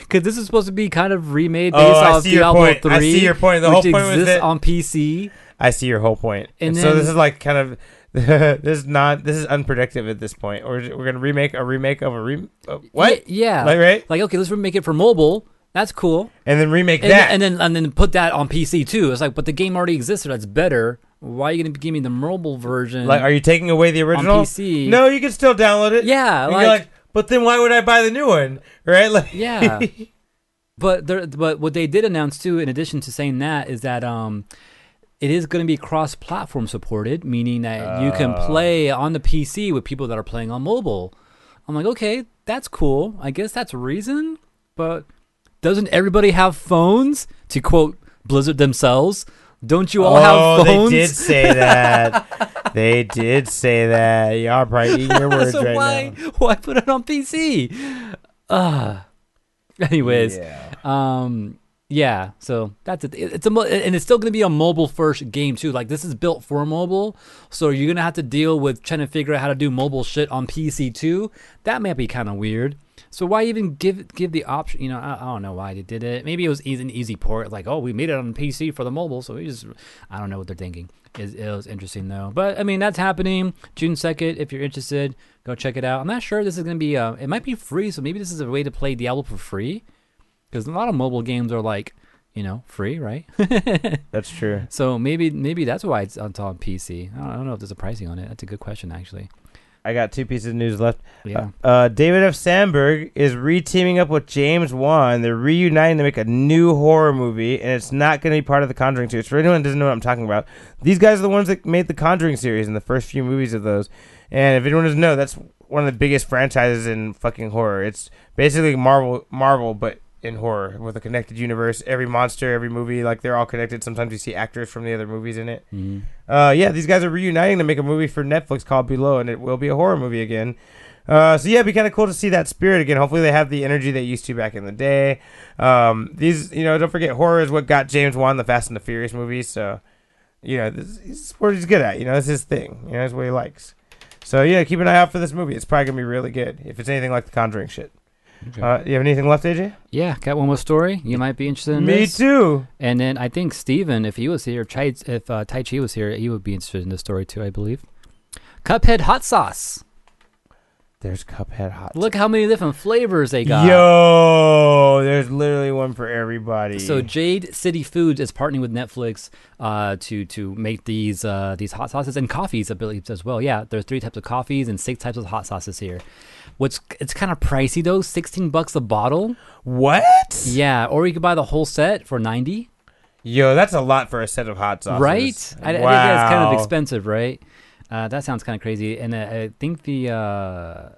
Because this is supposed to be kind of remade
Oh,
based
I
off
see your
Diablo
point.
three.
I see your point. The whole
which
point was
exists
that-
on PC.
I see your whole point.
And
And, so
then-
this is like kind of this is not this is unpredictable at this point. We're, we're gonna remake a remake of a re uh,
Y-
what?
Yeah.
Like, right?
Like, okay, let's remake it for mobile. That's cool.
And then remake
and,
that.
and then and then put that on PC too. It's like, but the game already existed. That's better. Why are you gonna give me the mobile version?
like, are you taking away the original?
PC.
No, you can still download it.
Yeah,
And you're
like-
but then why would I buy the new one? Right? Like,
yeah. But there, but what they did announce too, in addition to saying that, is that um, it is going to be cross-platform supported, meaning that you can
Oh.
play on the PC with people that are playing on mobile. I'm like, okay, that's cool. I guess that's a reason. But doesn't everybody have phones? To quote Blizzard themselves, don't you all
oh,
have phones?
they did say that. they did say that. Y'all probably eating your words
so
right
why
now.
why put it on PC? Uh anyways,
Yeah.
um yeah, so that's it. It- It's a mo- and it's still going to be a mobile first game too. Like this is built for mobile, so you're going to have to deal with trying to figure out how to do mobile shit on PC too. That might be kind of weird. So why even give give the option? You know, I, I don't know why they did it. Maybe it was easy, an easy port. Like, oh, we made it on PC for the mobile, so we just I don't know what they're thinking. It, it was interesting though. But I mean, that's happening June second. If you're interested, go check it out. I'm not sure this is going to be. Uh, it might be free, so maybe this is a way to play Diablo for free because a lot of mobile games are like you know free right
That's true.
so maybe maybe that's why it's on, it's on pc I don't, I don't know if there's a pricing on it that's a good question actually
I got two pieces of news left.
Yeah.
Uh, uh, David F. Sandberg is re-teaming up with James Wan. They're reuniting to make a new horror movie, and it's not going to be part of the Conjuring series. For anyone who doesn't know what I'm talking about, these guys are the ones that made the Conjuring series and the first few movies of those. And if anyone doesn't know, that's one of the biggest franchises in fucking horror. It's basically Marvel, Marvel, but in horror with a connected universe. Every monster, every movie, like they're all connected. Sometimes you see actors from the other movies in it.
mm.
Uh, yeah, these guys are reuniting to make a movie for Netflix called Below, and it will be a horror movie again. Uh, so yeah, it'd be kind of cool to see that spirit again. Hopefully, they have the energy they used to back in the day. Um, these, you know, don't forget, horror is what got James Wan the Fast and the Furious movies. So, you know, this, this is what he's good at. You know, that's his thing. You know, that's what he likes. So yeah, keep an eye out for this movie. It's probably gonna be really good if it's anything like The Conjuring shit. Uh, you have anything left, AJ?
yeah got one more story you might be interested in
Me
this.
too.
and then i think steven if he was here if, Chai, if uh, tai chi was here he would be interested in this story too i believe cuphead hot sauce
There's Cuphead hot.
Look how many different flavors they got.
Yo, there's literally one for everybody.
So Jade City Foods is partnering with Netflix uh, to to make these uh, these hot sauces and coffees, I believe, as well. Yeah, there's three types of coffees and six types of hot sauces here. What's it's kind of pricey though, sixteen bucks a bottle.
what?
Yeah, or you could buy the whole set for ninety,
Yo, that's a lot for a set of hot sauces.
right? I, I think that's kind of expensive, right? Uh, that sounds kind of crazy, and uh, I think the. Uh,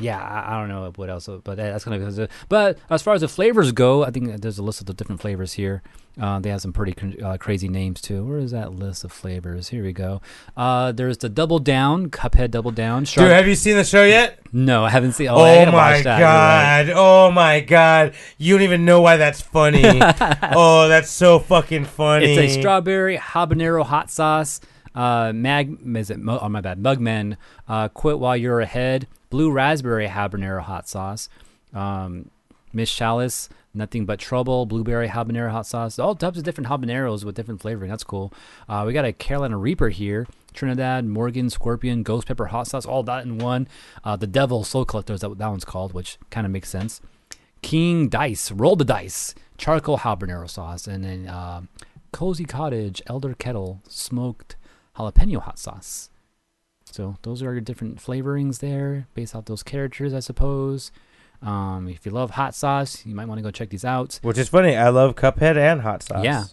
yeah, I, I don't know what else, but that- that's kind of. But as far as the flavors go, I think there's a list of the different flavors here. Uh, they have some pretty cr- uh, crazy names too. Where is that list of flavors? Here we go. Uh, there's the Double Down, Cuphead Double Down. Shark.
Dude, have you seen the show yet?
no, I haven't seen. Oh, I
Oh,
gotta watch
my
that. You're right.
god! Oh my god! You don't even know why that's funny. oh, that's so fucking funny.
It's a strawberry habanero hot sauce. Uh, mag is it? Mo- oh my bad. Mugman. Uh, quit while you're ahead. Blue raspberry habanero hot sauce. Um, Miss Chalice. Nothing but trouble. Blueberry habanero hot sauce. All types of different habaneros with different flavoring. That's cool. Uh, we got a Carolina Reaper here. Trinidad, Morgan, Scorpion, Ghost Pepper hot sauce. All that in one. Uh, the Devil Soul Collector is that what that one's called, which kind of makes sense. King Dice, roll the dice, charcoal habanero sauce, and then uh, Cozy Cottage Elder Kettle smoked jalapeno hot sauce. So those are your different flavorings there, based off those characters, I suppose. Um, if you love hot sauce, you might want to go check these out.
Which is funny. I love Cuphead and hot sauce.
Yeah.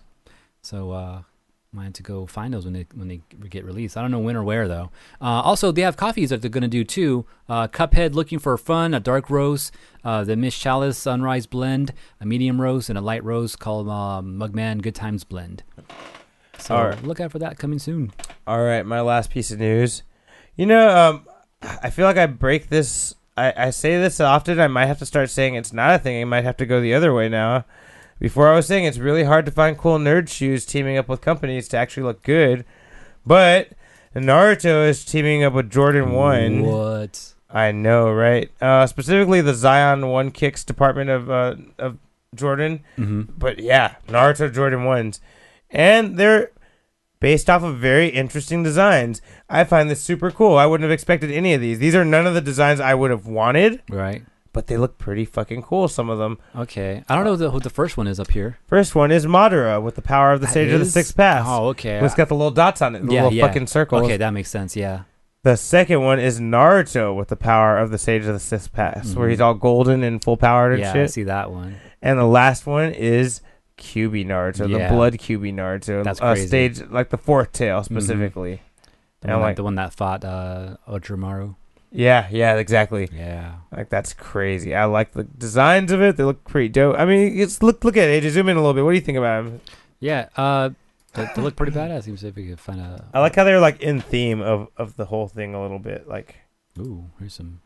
So uh wanted to go find those when they when they get released. I don't know when or where though. Uh, also, they have coffees that they're gonna do too. Uh, Cuphead looking for fun, a dark roast, uh, the Miss Chalice Sunrise blend, a medium roast, and a light roast called um, Mugman Good Times blend. So
All right.
look out for that coming soon.
All right, my last piece of news. You know, um, I feel like I break this. I, I say this often. I might have to start saying it's not a thing. I might have to go the other way now. Before I was saying it's really hard to find cool nerd shoes teaming up with companies to actually look good, but Naruto is teaming up with Jordan One.
What?
I know, right? Uh, specifically the Zion One Kicks department of uh, of Jordan,
hmm
but yeah, Naruto Jordan ones, and they're based off of very interesting designs. I find this super cool. I wouldn't have expected any of these. These are none of the designs I would have wanted,
Right.
but they look pretty fucking cool. Some of them.
Okay. I don't know the, who the first one is up here.
First one is Madara with the power of the Sage of the
Is-
Sixth Path.
Oh, okay.
It's got the little dots on it, the
Yeah,
little
yeah.
fucking circles.
Okay, that makes sense. Yeah.
The second one is Naruto with the power of the Sage of the Sixth Path, where he's all golden and full powered and
Mm-hmm. Yeah, I
shit.
see that one.
And the last one is QB Naruto,
Yeah.
the blood QB Naruto.
That's
uh,
crazy. Mm-hmm.
Stage like the fourth tail specifically.
The
And
one,
I'm
that-
like-
the one that fought uh, Orochimaru.
Yeah, yeah, exactly.
Yeah.
Like that's crazy. I like the designs of it. They look pretty dope. I mean, it's look look at it. AJ, zoom in a little bit. What do you think about them?
Yeah, uh, they, they look pretty badass. Even if we could find a.
I like how they're like in theme of of the whole thing a little bit. Like
Ooh, here's some.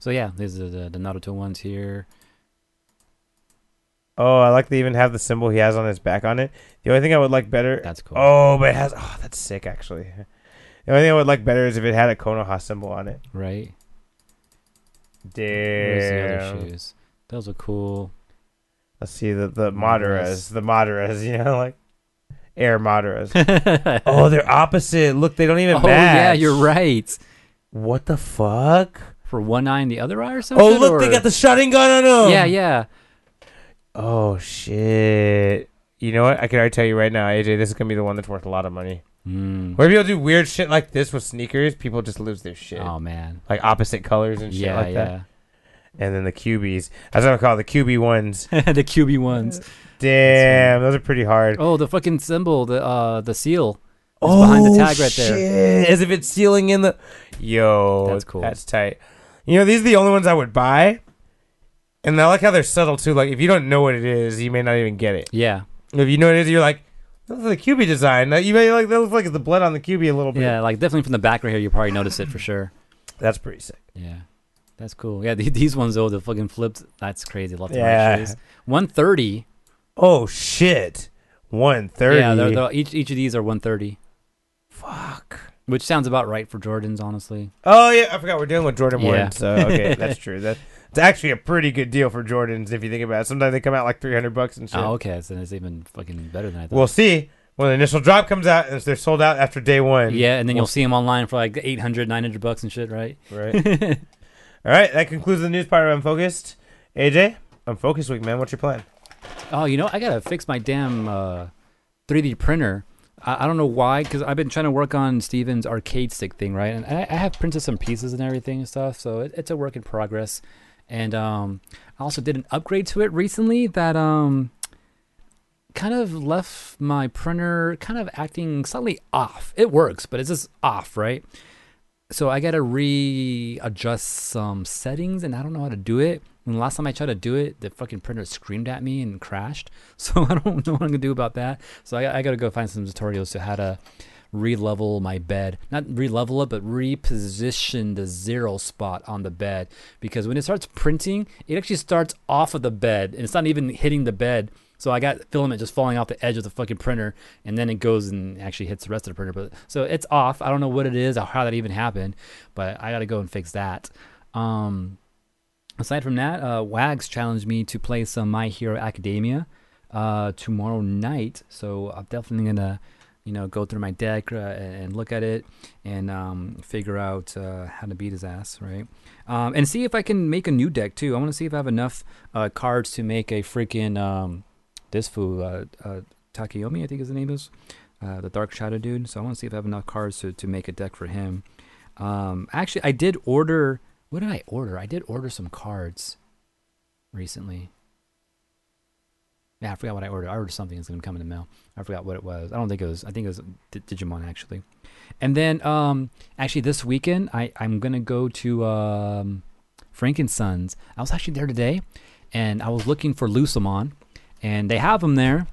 So yeah, these are the, the Naruto ones here.
oh, I like they even have the symbol he has on his back on it. The only thing I would like better.
That's cool.
Oh, but it has. Oh, that's sick actually. The only thing I would like better is if it had a Konoha symbol on it.
Right. Where's the other
Damn.
shoes? Those are cool.
Let's see the the Madaras,
Madras.
the Madaras, you know, like air Madaras. oh, they're opposite. Look, they don't even
oh
match.
yeah, you're right.
What the fuck?
For one eye and the other eye, or something.
Oh, look, they got the shotting gun on them.
Yeah, yeah.
Oh shit. You know what? I can already tell you right now, AJ. This is gonna be the one that's worth a lot of money.
Mm.
Where people do weird shit like this with sneakers, people just lose their shit.
Oh man.
Like opposite colors and shit
Yeah,
like that.
yeah.
And then the QBs. That's what I call it, the QB ones.
the QB ones.
Damn, those are pretty hard.
Oh, the fucking symbol, the uh, the seal. It's behind the tag right there.
Oh, shit, As if it's sealing in the. Yo,
That's cool.
That's tight. You know, these are the only ones I would buy. And I like how they're subtle too. Like if you don't know what it is, you may not even get it.
Yeah,
If you know what it is, you're like, that's the QB design. Like, You may like that looks like the blood on the QB a little bit.
yeah. Like definitely from the back right here, you probably notice it for sure.
that's pretty sick.
Yeah, that's cool. Yeah, the- these ones though, the fucking flipped. That's crazy. Left and
Yeah.
right shoes. One thirty.
Oh shit, one thirty.
Yeah, they're, they're, each each of these are one thirty,
Fuck.
which sounds about right for Jordans, honestly.
Oh yeah, I forgot we're dealing with Jordan
Yeah.
ones. So okay, that's true. That it's actually a pretty good deal for Jordans if you think about it. Sometimes they come out like three hundred bucks and shit.
Oh, okay. So it's even fucking better than I thought.
We'll see. Well, the initial drop comes out, and they're sold out after day one.
Yeah, and then you'll see them online for like 800, 900 bucks and shit, right?
Right. All right, that concludes the news part of Unfocused. AJ, Unfocused week, man. What's your plan?
Oh, you know, I gotta fix my damn uh, 3D printer. I, I don't know why, because I've been trying to work on Steven's arcade stick thing, right? And I, I have printed some pieces and everything and stuff, so it, it's a work in progress. And um, I also did an upgrade to it recently that um, kind of left my printer kind of acting slightly off. It works, but it's just off, right? So I gotta readjust some settings, and I don't know how to do it. And last time I tried to do it, the fucking printer screamed at me and crashed. So I don't know what I'm gonna do about that. So I, I gotta go find some tutorials to how to re-level my bed. Not re-level it, but reposition the zero spot on the bed. Because when it starts printing, it actually starts off of the bed, and it's not even hitting the bed. So I got filament just falling off the edge of the fucking printer, and then it goes and actually hits the rest of the printer. But so it's off. I don't know what it is or how that even happened, but I gotta go and fix that. Um, aside from that, uh, Wags challenged me to play some My Hero Academia uh, tomorrow night, so I'm definitely gonna, you know, go through my deck uh, and and look at it and um, figure out uh, how to beat his ass, right? Um, and see if I can make a new deck too. I want to see if I have enough uh, cards to make a freaking um, this fool uh, uh, Takeyomi, I think his name is, uh, the Dark Shadow dude. So I want to see if I have enough cards to, to make a deck for him. Um, actually, I did order. What did I order? I did order some cards recently. Yeah, I forgot what I ordered. I ordered something that's gonna come in the mail. I forgot what it was. I don't think it was. I think it was D- Digimon actually. And then, um, actually, this weekend I I'm gonna go to um, Frankensons. I was actually there today, and I was looking for Lucamon, and they have them there,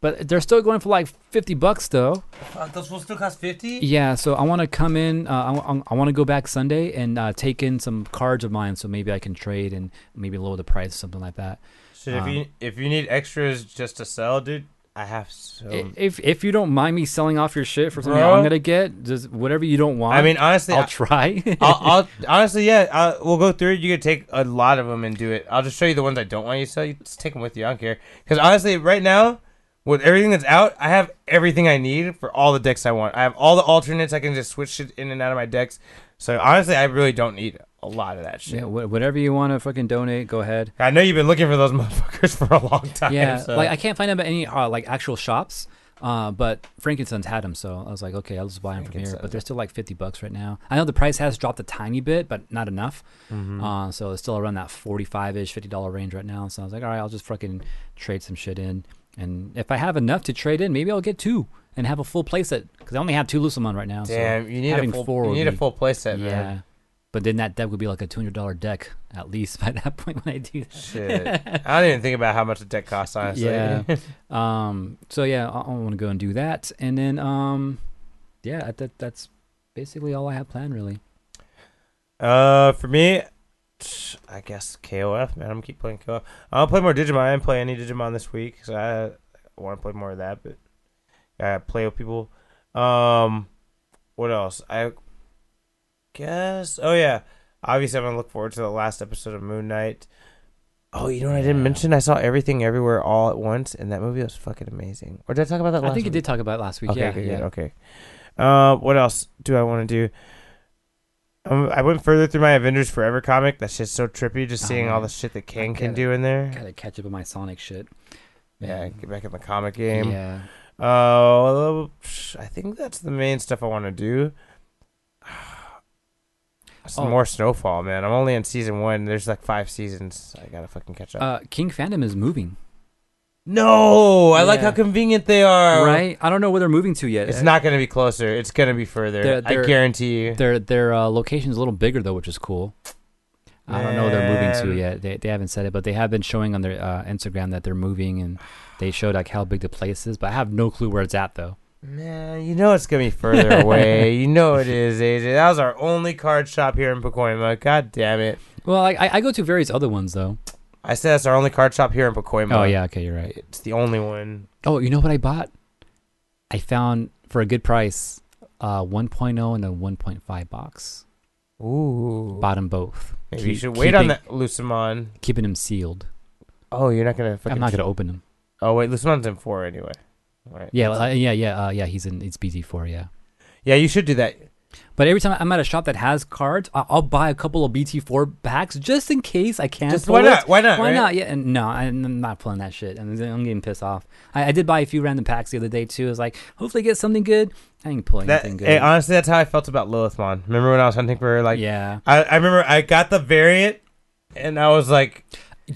but they're still going for like fifty bucks though.
those will still cost fifty.
Yeah, so I want to come in. Uh, I, w- I want to go back Sunday and uh, take in some cards of mine, so maybe I can trade and maybe lower the price, something like that.
Shit, if you if you need extras just to sell, dude, I have so.
I- if if you don't mind me selling off your shit for something
Um, Bro.
I'm gonna get, just whatever you don't want.
I mean, honestly,
I'll
I-
try.
I'll, I'll honestly, yeah, I'll, we'll go through it. You could take a lot of them and do it. I'll just show you the ones I don't want you to sell. You just take them with you. I don't care. Because honestly, right now, with everything that's out, I have everything I need for all the decks I want. I have all the alternates. I can just switch it in and out of my decks. So honestly, I really don't need a lot of that shit.
yeah, wh- whatever you want to fucking donate, go ahead.
I know you've been looking for those motherfuckers for a long time.
Yeah,
so-
like I can't find them at any uh, like actual shops. Uh, but Frankenstein's had them, so I was like, okay, I'll just buy them from here. But they're still like fifty bucks right now. I know the price has dropped a tiny bit, but not enough.
Mm-hmm.
Uh, so it's still around that forty-five ish, fifty dollar range right now. So I was like, all right, I'll just fucking trade some shit in, and if I have enough to trade in, maybe I'll get two and have a full playset because I only have two Lucamon right now.
damn,
so
you need
having
a full,
four
you
would
need a
be-
full playset,
yeah.
man.
But then that deck would be like a two hundred dollar deck at least by that point when I do that.
Shit, I don't even think about how much a deck costs. Honestly,
Yeah. um. So yeah, I, I want to go and do that, and then um, yeah, I- that that's basically all I have planned really.
Uh, for me, t- I guess KOF, man. I'm gonna keep playing KOF. I'll play more Digimon. I didn't play any Digimon this week because I want to play more of that, but I play with people. Um, what else? I guess. Oh yeah, obviously I'm gonna look forward to the last episode of Moon Knight. Oh, you know what I didn't
Yeah.
mention? I saw Everything Everywhere All at Once, and that movie was fucking amazing. Or did I talk about that? last
I think you
week?
did talk about it last week.
Okay,
yeah,
good,
yeah.
good, okay. Uh, what else do I want to do? Um, I went further through my Avengers Forever comic. That shit's so trippy. Just
Oh,
seeing all
man.
the shit that Kang
I
can
gotta-
do in there.
Gotta catch up on my Sonic shit.
Yeah,
Man.
get back in the comic game.
Yeah.
Uh, psh, I think that's the main stuff I want to do. Some
Oh.
more Snowfall, man. I'm only in season one. There's like five seasons. I gotta fucking catch up.
Uh, King Fandom is moving,
no, I like
yeah.
how convenient they are.
right? I don't know where they're moving to yet.
Oh. It's not gonna be closer. It's gonna be further.
They're-
I
they're-
guarantee you.
Their their uh, location's a little bigger though, which is cool. I don't know where they're moving
Man.
to yet. They, they haven't said it, but they have been showing on their uh, Instagram that they're moving, and they showed like how big the place is. But I have no clue where it's at though.
Man, you know it's gonna be further away. you know it is, AJ. That was our only card shop here in Pacoima. God damn it!
Well, I, I I go to various other ones though.
I said that's our only card shop here in Pacoima.
Oh yeah, okay, you're right.
it's the only one.
Oh, you know what I bought? I found for a good price uh 1.0 and a 1.5 box.
Ooh,
Bought them both.
maybe you
Keep-
should wait on
keeping-
that Lucimon.
Keeping them sealed.
Oh, you're not gonna. Fucking
I'm not gonna open them.
Oh wait, Lucimon's in four anyway. All right.
Yeah, uh, yeah, yeah, uh, yeah. He's in it's BT4. Yeah.
Yeah, you should do that.
But every time I'm at a shop that has cards, I- I'll buy a couple of BT4 packs just in case I can't.
Just
pull
why
it.
not? Why not,
Why
right?
not? Yeah, and no, I'm I'm not pulling that shit. I'm, I'm getting pissed off. I, I did buy a few random packs the other day too. I was like, hopefully get something good. I ain't pulling
That,
anything good.
hey, honestly, that's how I felt about Lilith Mon. Remember when I was hunting for her? Like,
yeah,
I, I remember I got the variant, and I was like,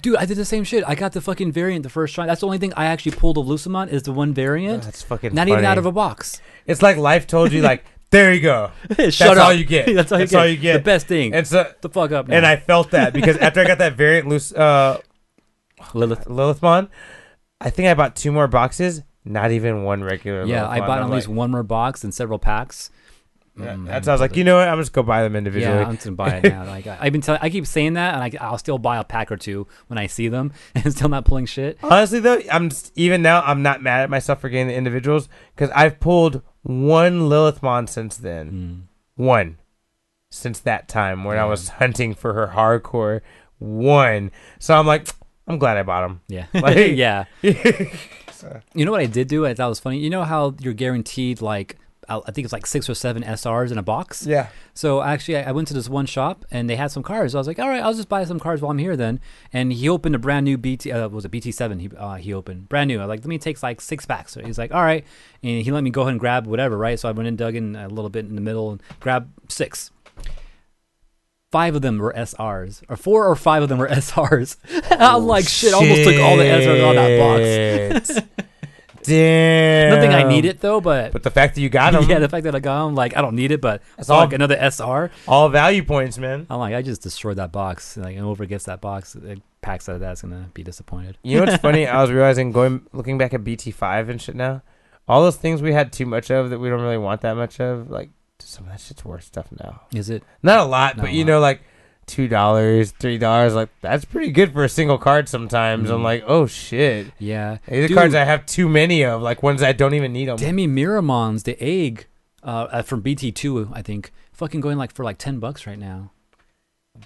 dude, I did the same shit. I got the fucking variant the first try. That's the only thing I actually pulled of Lucamon is the one variant.
"Oh, "That's fucking."
not even
funny.
out of a box.
It's like life told you, like, there you go.
Shut
That's
up.
all you get.
That's all you
That's
get.
all you get.
The best thing.
And so,
the fuck up. Now.
and I felt that because after I got that variant loose, uh,
Lilith.
Lilithmon, I think I bought two more boxes. Not even one regular.
Yeah, I
Lilithmon.
bought
I'm
at least
like,
one more box and several packs.
yeah,
Mm,
That's. I was like, you know what? I'm just go buy them individually.
Yeah, I'm just gonna buy it now. Like I- I've been, tell- I keep saying that, and I, I'll still buy a pack or two when I see them, and still not pulling shit.
Honestly, though, I'm s- even now. I'm not mad at myself for getting the individuals because I've pulled one Lilithmon since then,
Hmm.
one since that time when I was hunting for her hardcore one. So I'm like, I'm glad I bought them.
Yeah,
Like-
yeah. You know what I did do? I thought was funny. You know how you're guaranteed like I I think it's like six or seven SRs in a box.
Yeah.
So actually, I I went to this one shop and they had some cars. I was like, all right, I'll just buy some cars while I'm here then. And he opened a brand new BT, uh, was it BT7? He uh, he opened brand new. I like, let me take like six packs. So he's like, all right, and he let me go ahead and grab whatever, right? So I went and dug in a little bit in the middle and grabbed six. Five of them were SRs, or four or five of them were SRs. I'm
Oh,
like, shit, I almost took all the SRs out of that box.
that box. Damn.
Nothing I needed though, but.
But the fact that you got them,
yeah, the fact that I got them, like I don't need it, but
That's all-
fuck another SR.
all value points, man.
I'm like, I just destroyed that box. Like, and whoever gets that box, it packs out of that's gonna be disappointed.
You know what's funny? I was realizing going looking back at BT5 and shit now, all those things we had too much of that we don't really want that much of, like some of that shit's worth stuff now.
Is it?
Not a lot,
Not
but
a
you
lot.
know, like two dollars, three dollars, like that's pretty good for a single card. Sometimes I'm like, oh shit,
Yeah.
these are
Mm. Dude.
cards I have too many of, like ones I don't even need them.
Demi Miramon's the egg, uh, uh, from BT two, I think. Fucking going like for like ten bucks right now.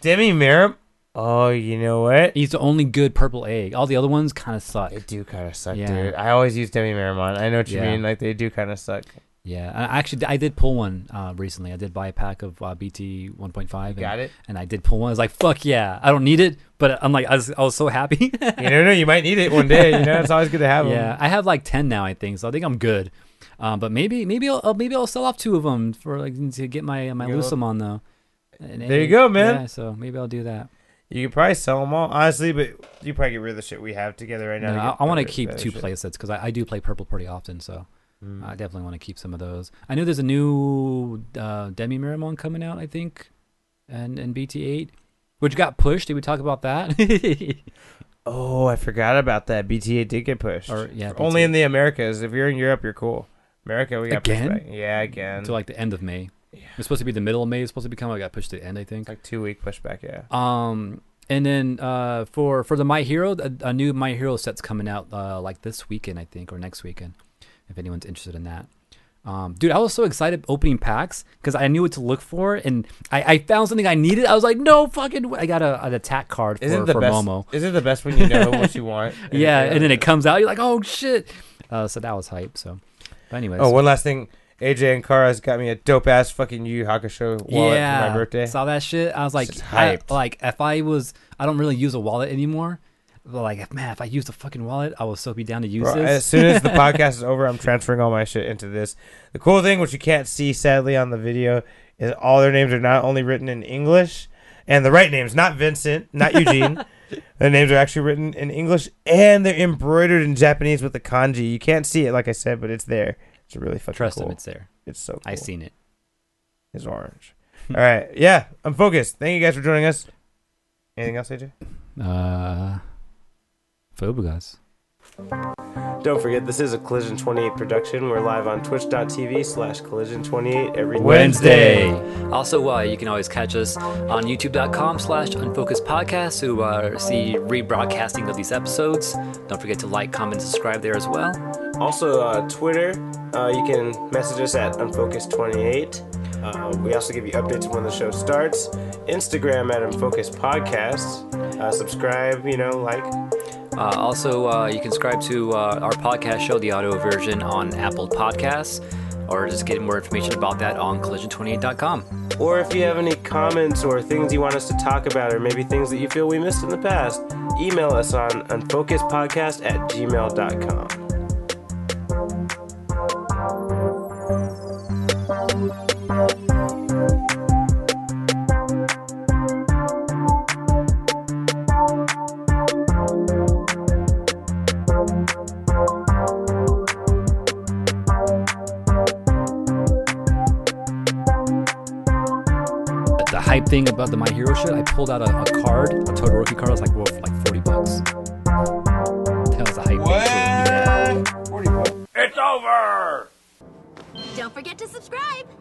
Demi Miram. Oh, you know what?
He's the only good purple egg. All the other ones kind of suck.
They do kind of suck,
Yeah.
dude. I always use Demi Miramon. I know what you
Yeah.
mean. Like they do kind of suck.
Yeah. I I actually, I did pull one uh, recently. I did buy a pack of uh, BT one point five.
You got it?
And I did pull one. I was like, fuck yeah, I don't need it, but I'm like, I was, I was so happy.
You never know. You might need it one day. You know, it's always good to have them.
Yeah, I have like ten now, I think. So I think I'm good. Um, but maybe maybe I'll uh, maybe I'll sell off two of them for like to get my my
Good.
Lucamon though. And-
There you
and-
go, man.
Yeah, so maybe I'll do that.
You could probably sell them all, honestly, but you probably get rid of the shit we have together right now.
No,
to
I,
get
I want to
better-
keep
better
two
shit. Mm.
playsets because I, I do play purple pretty often, so I definitely want to keep some of those. I know there's a new uh, Demi Miramon coming out, I think, and and BT8, which got pushed. Did we talk about that?
Oh, I forgot about that. BTA did get pushed.
Or, yeah,
Only
BTA.
in the Americas. If you're in Europe, you're cool. America, we got
Again?
pushed back. Yeah, again.
to like the end of May. It's supposed to be the middle of May. It's supposed to be coming. I got pushed to the end, I think.
It's like two week pushback. Yeah.
Um, and then uh, for for the My Hero, a, a new My Hero set's coming out uh, like this weekend, I think, or next weekend, if anyone's interested in that. Um, dude, I was so excited opening packs because I knew what to look for, and I, I found something I needed. I was like, no fucking, way. I got a, an attack card for,
Isn't the
for
best?
Momo.
Isn't the best when you know what you want?
Yeah, and then it comes out, you're like, oh shit. Uh, so that was hype. So, but anyways,
Oh, one last thing. AJ and Kara's got me a dope ass fucking Yu Yu Hakusho wallet for my birthday.
Saw that shit. I was like,
Just
I-
hyped.
like if I was, I don't really use a wallet anymore. But like, man, if I used a fucking wallet, I would so be down to use
Bro, as
this.
soon as the podcast is over, I'm transferring all my shit into this. The cool thing, which you can't see sadly on the video, is all their names are not only written in English and the right names, not Vincent, not Eugene. their names are actually written in English and they're embroidered in Japanese with the kanji. You can't see it, like I said, but it's there. It's really fucking
Trust
cool.
him, it's there.
It's so cool.
I seen it.
It's orange. all right. Yeah, I'm focused. Thank you guys for joining us. Anything else, AJ?
Uh, Phobogas.
Don't forget, this is a Collision 28 production. We're live on twitch.tv slash collision 28 every
Also, uh, you can always catch us on youtube.com slash unfocused podcast to uh, see rebroadcasting of these episodes. Don't forget to like, comment, and subscribe there as well.
Also, uh, Twitter, uh, you can message us at unfocus28. Uh, we also give you updates on when the show starts. Instagram at unfocus podcast. Uh, subscribe, you know, like.
Uh, also, uh, you can subscribe to uh, our podcast show, the audio version, on Apple Podcasts, or just get more information about that on collision28.com.
Or if you have any comments or things you want us to talk about, or maybe things that you feel we missed in the past, email us on unfocusedpodcast at gmail.com.
The hype thing about the My Hero shit, I pulled out a, a card, a Todoroki card. I was like, whoa, for like 40 bucks. That was a hype thing. too.
What?
Don't forget to subscribe.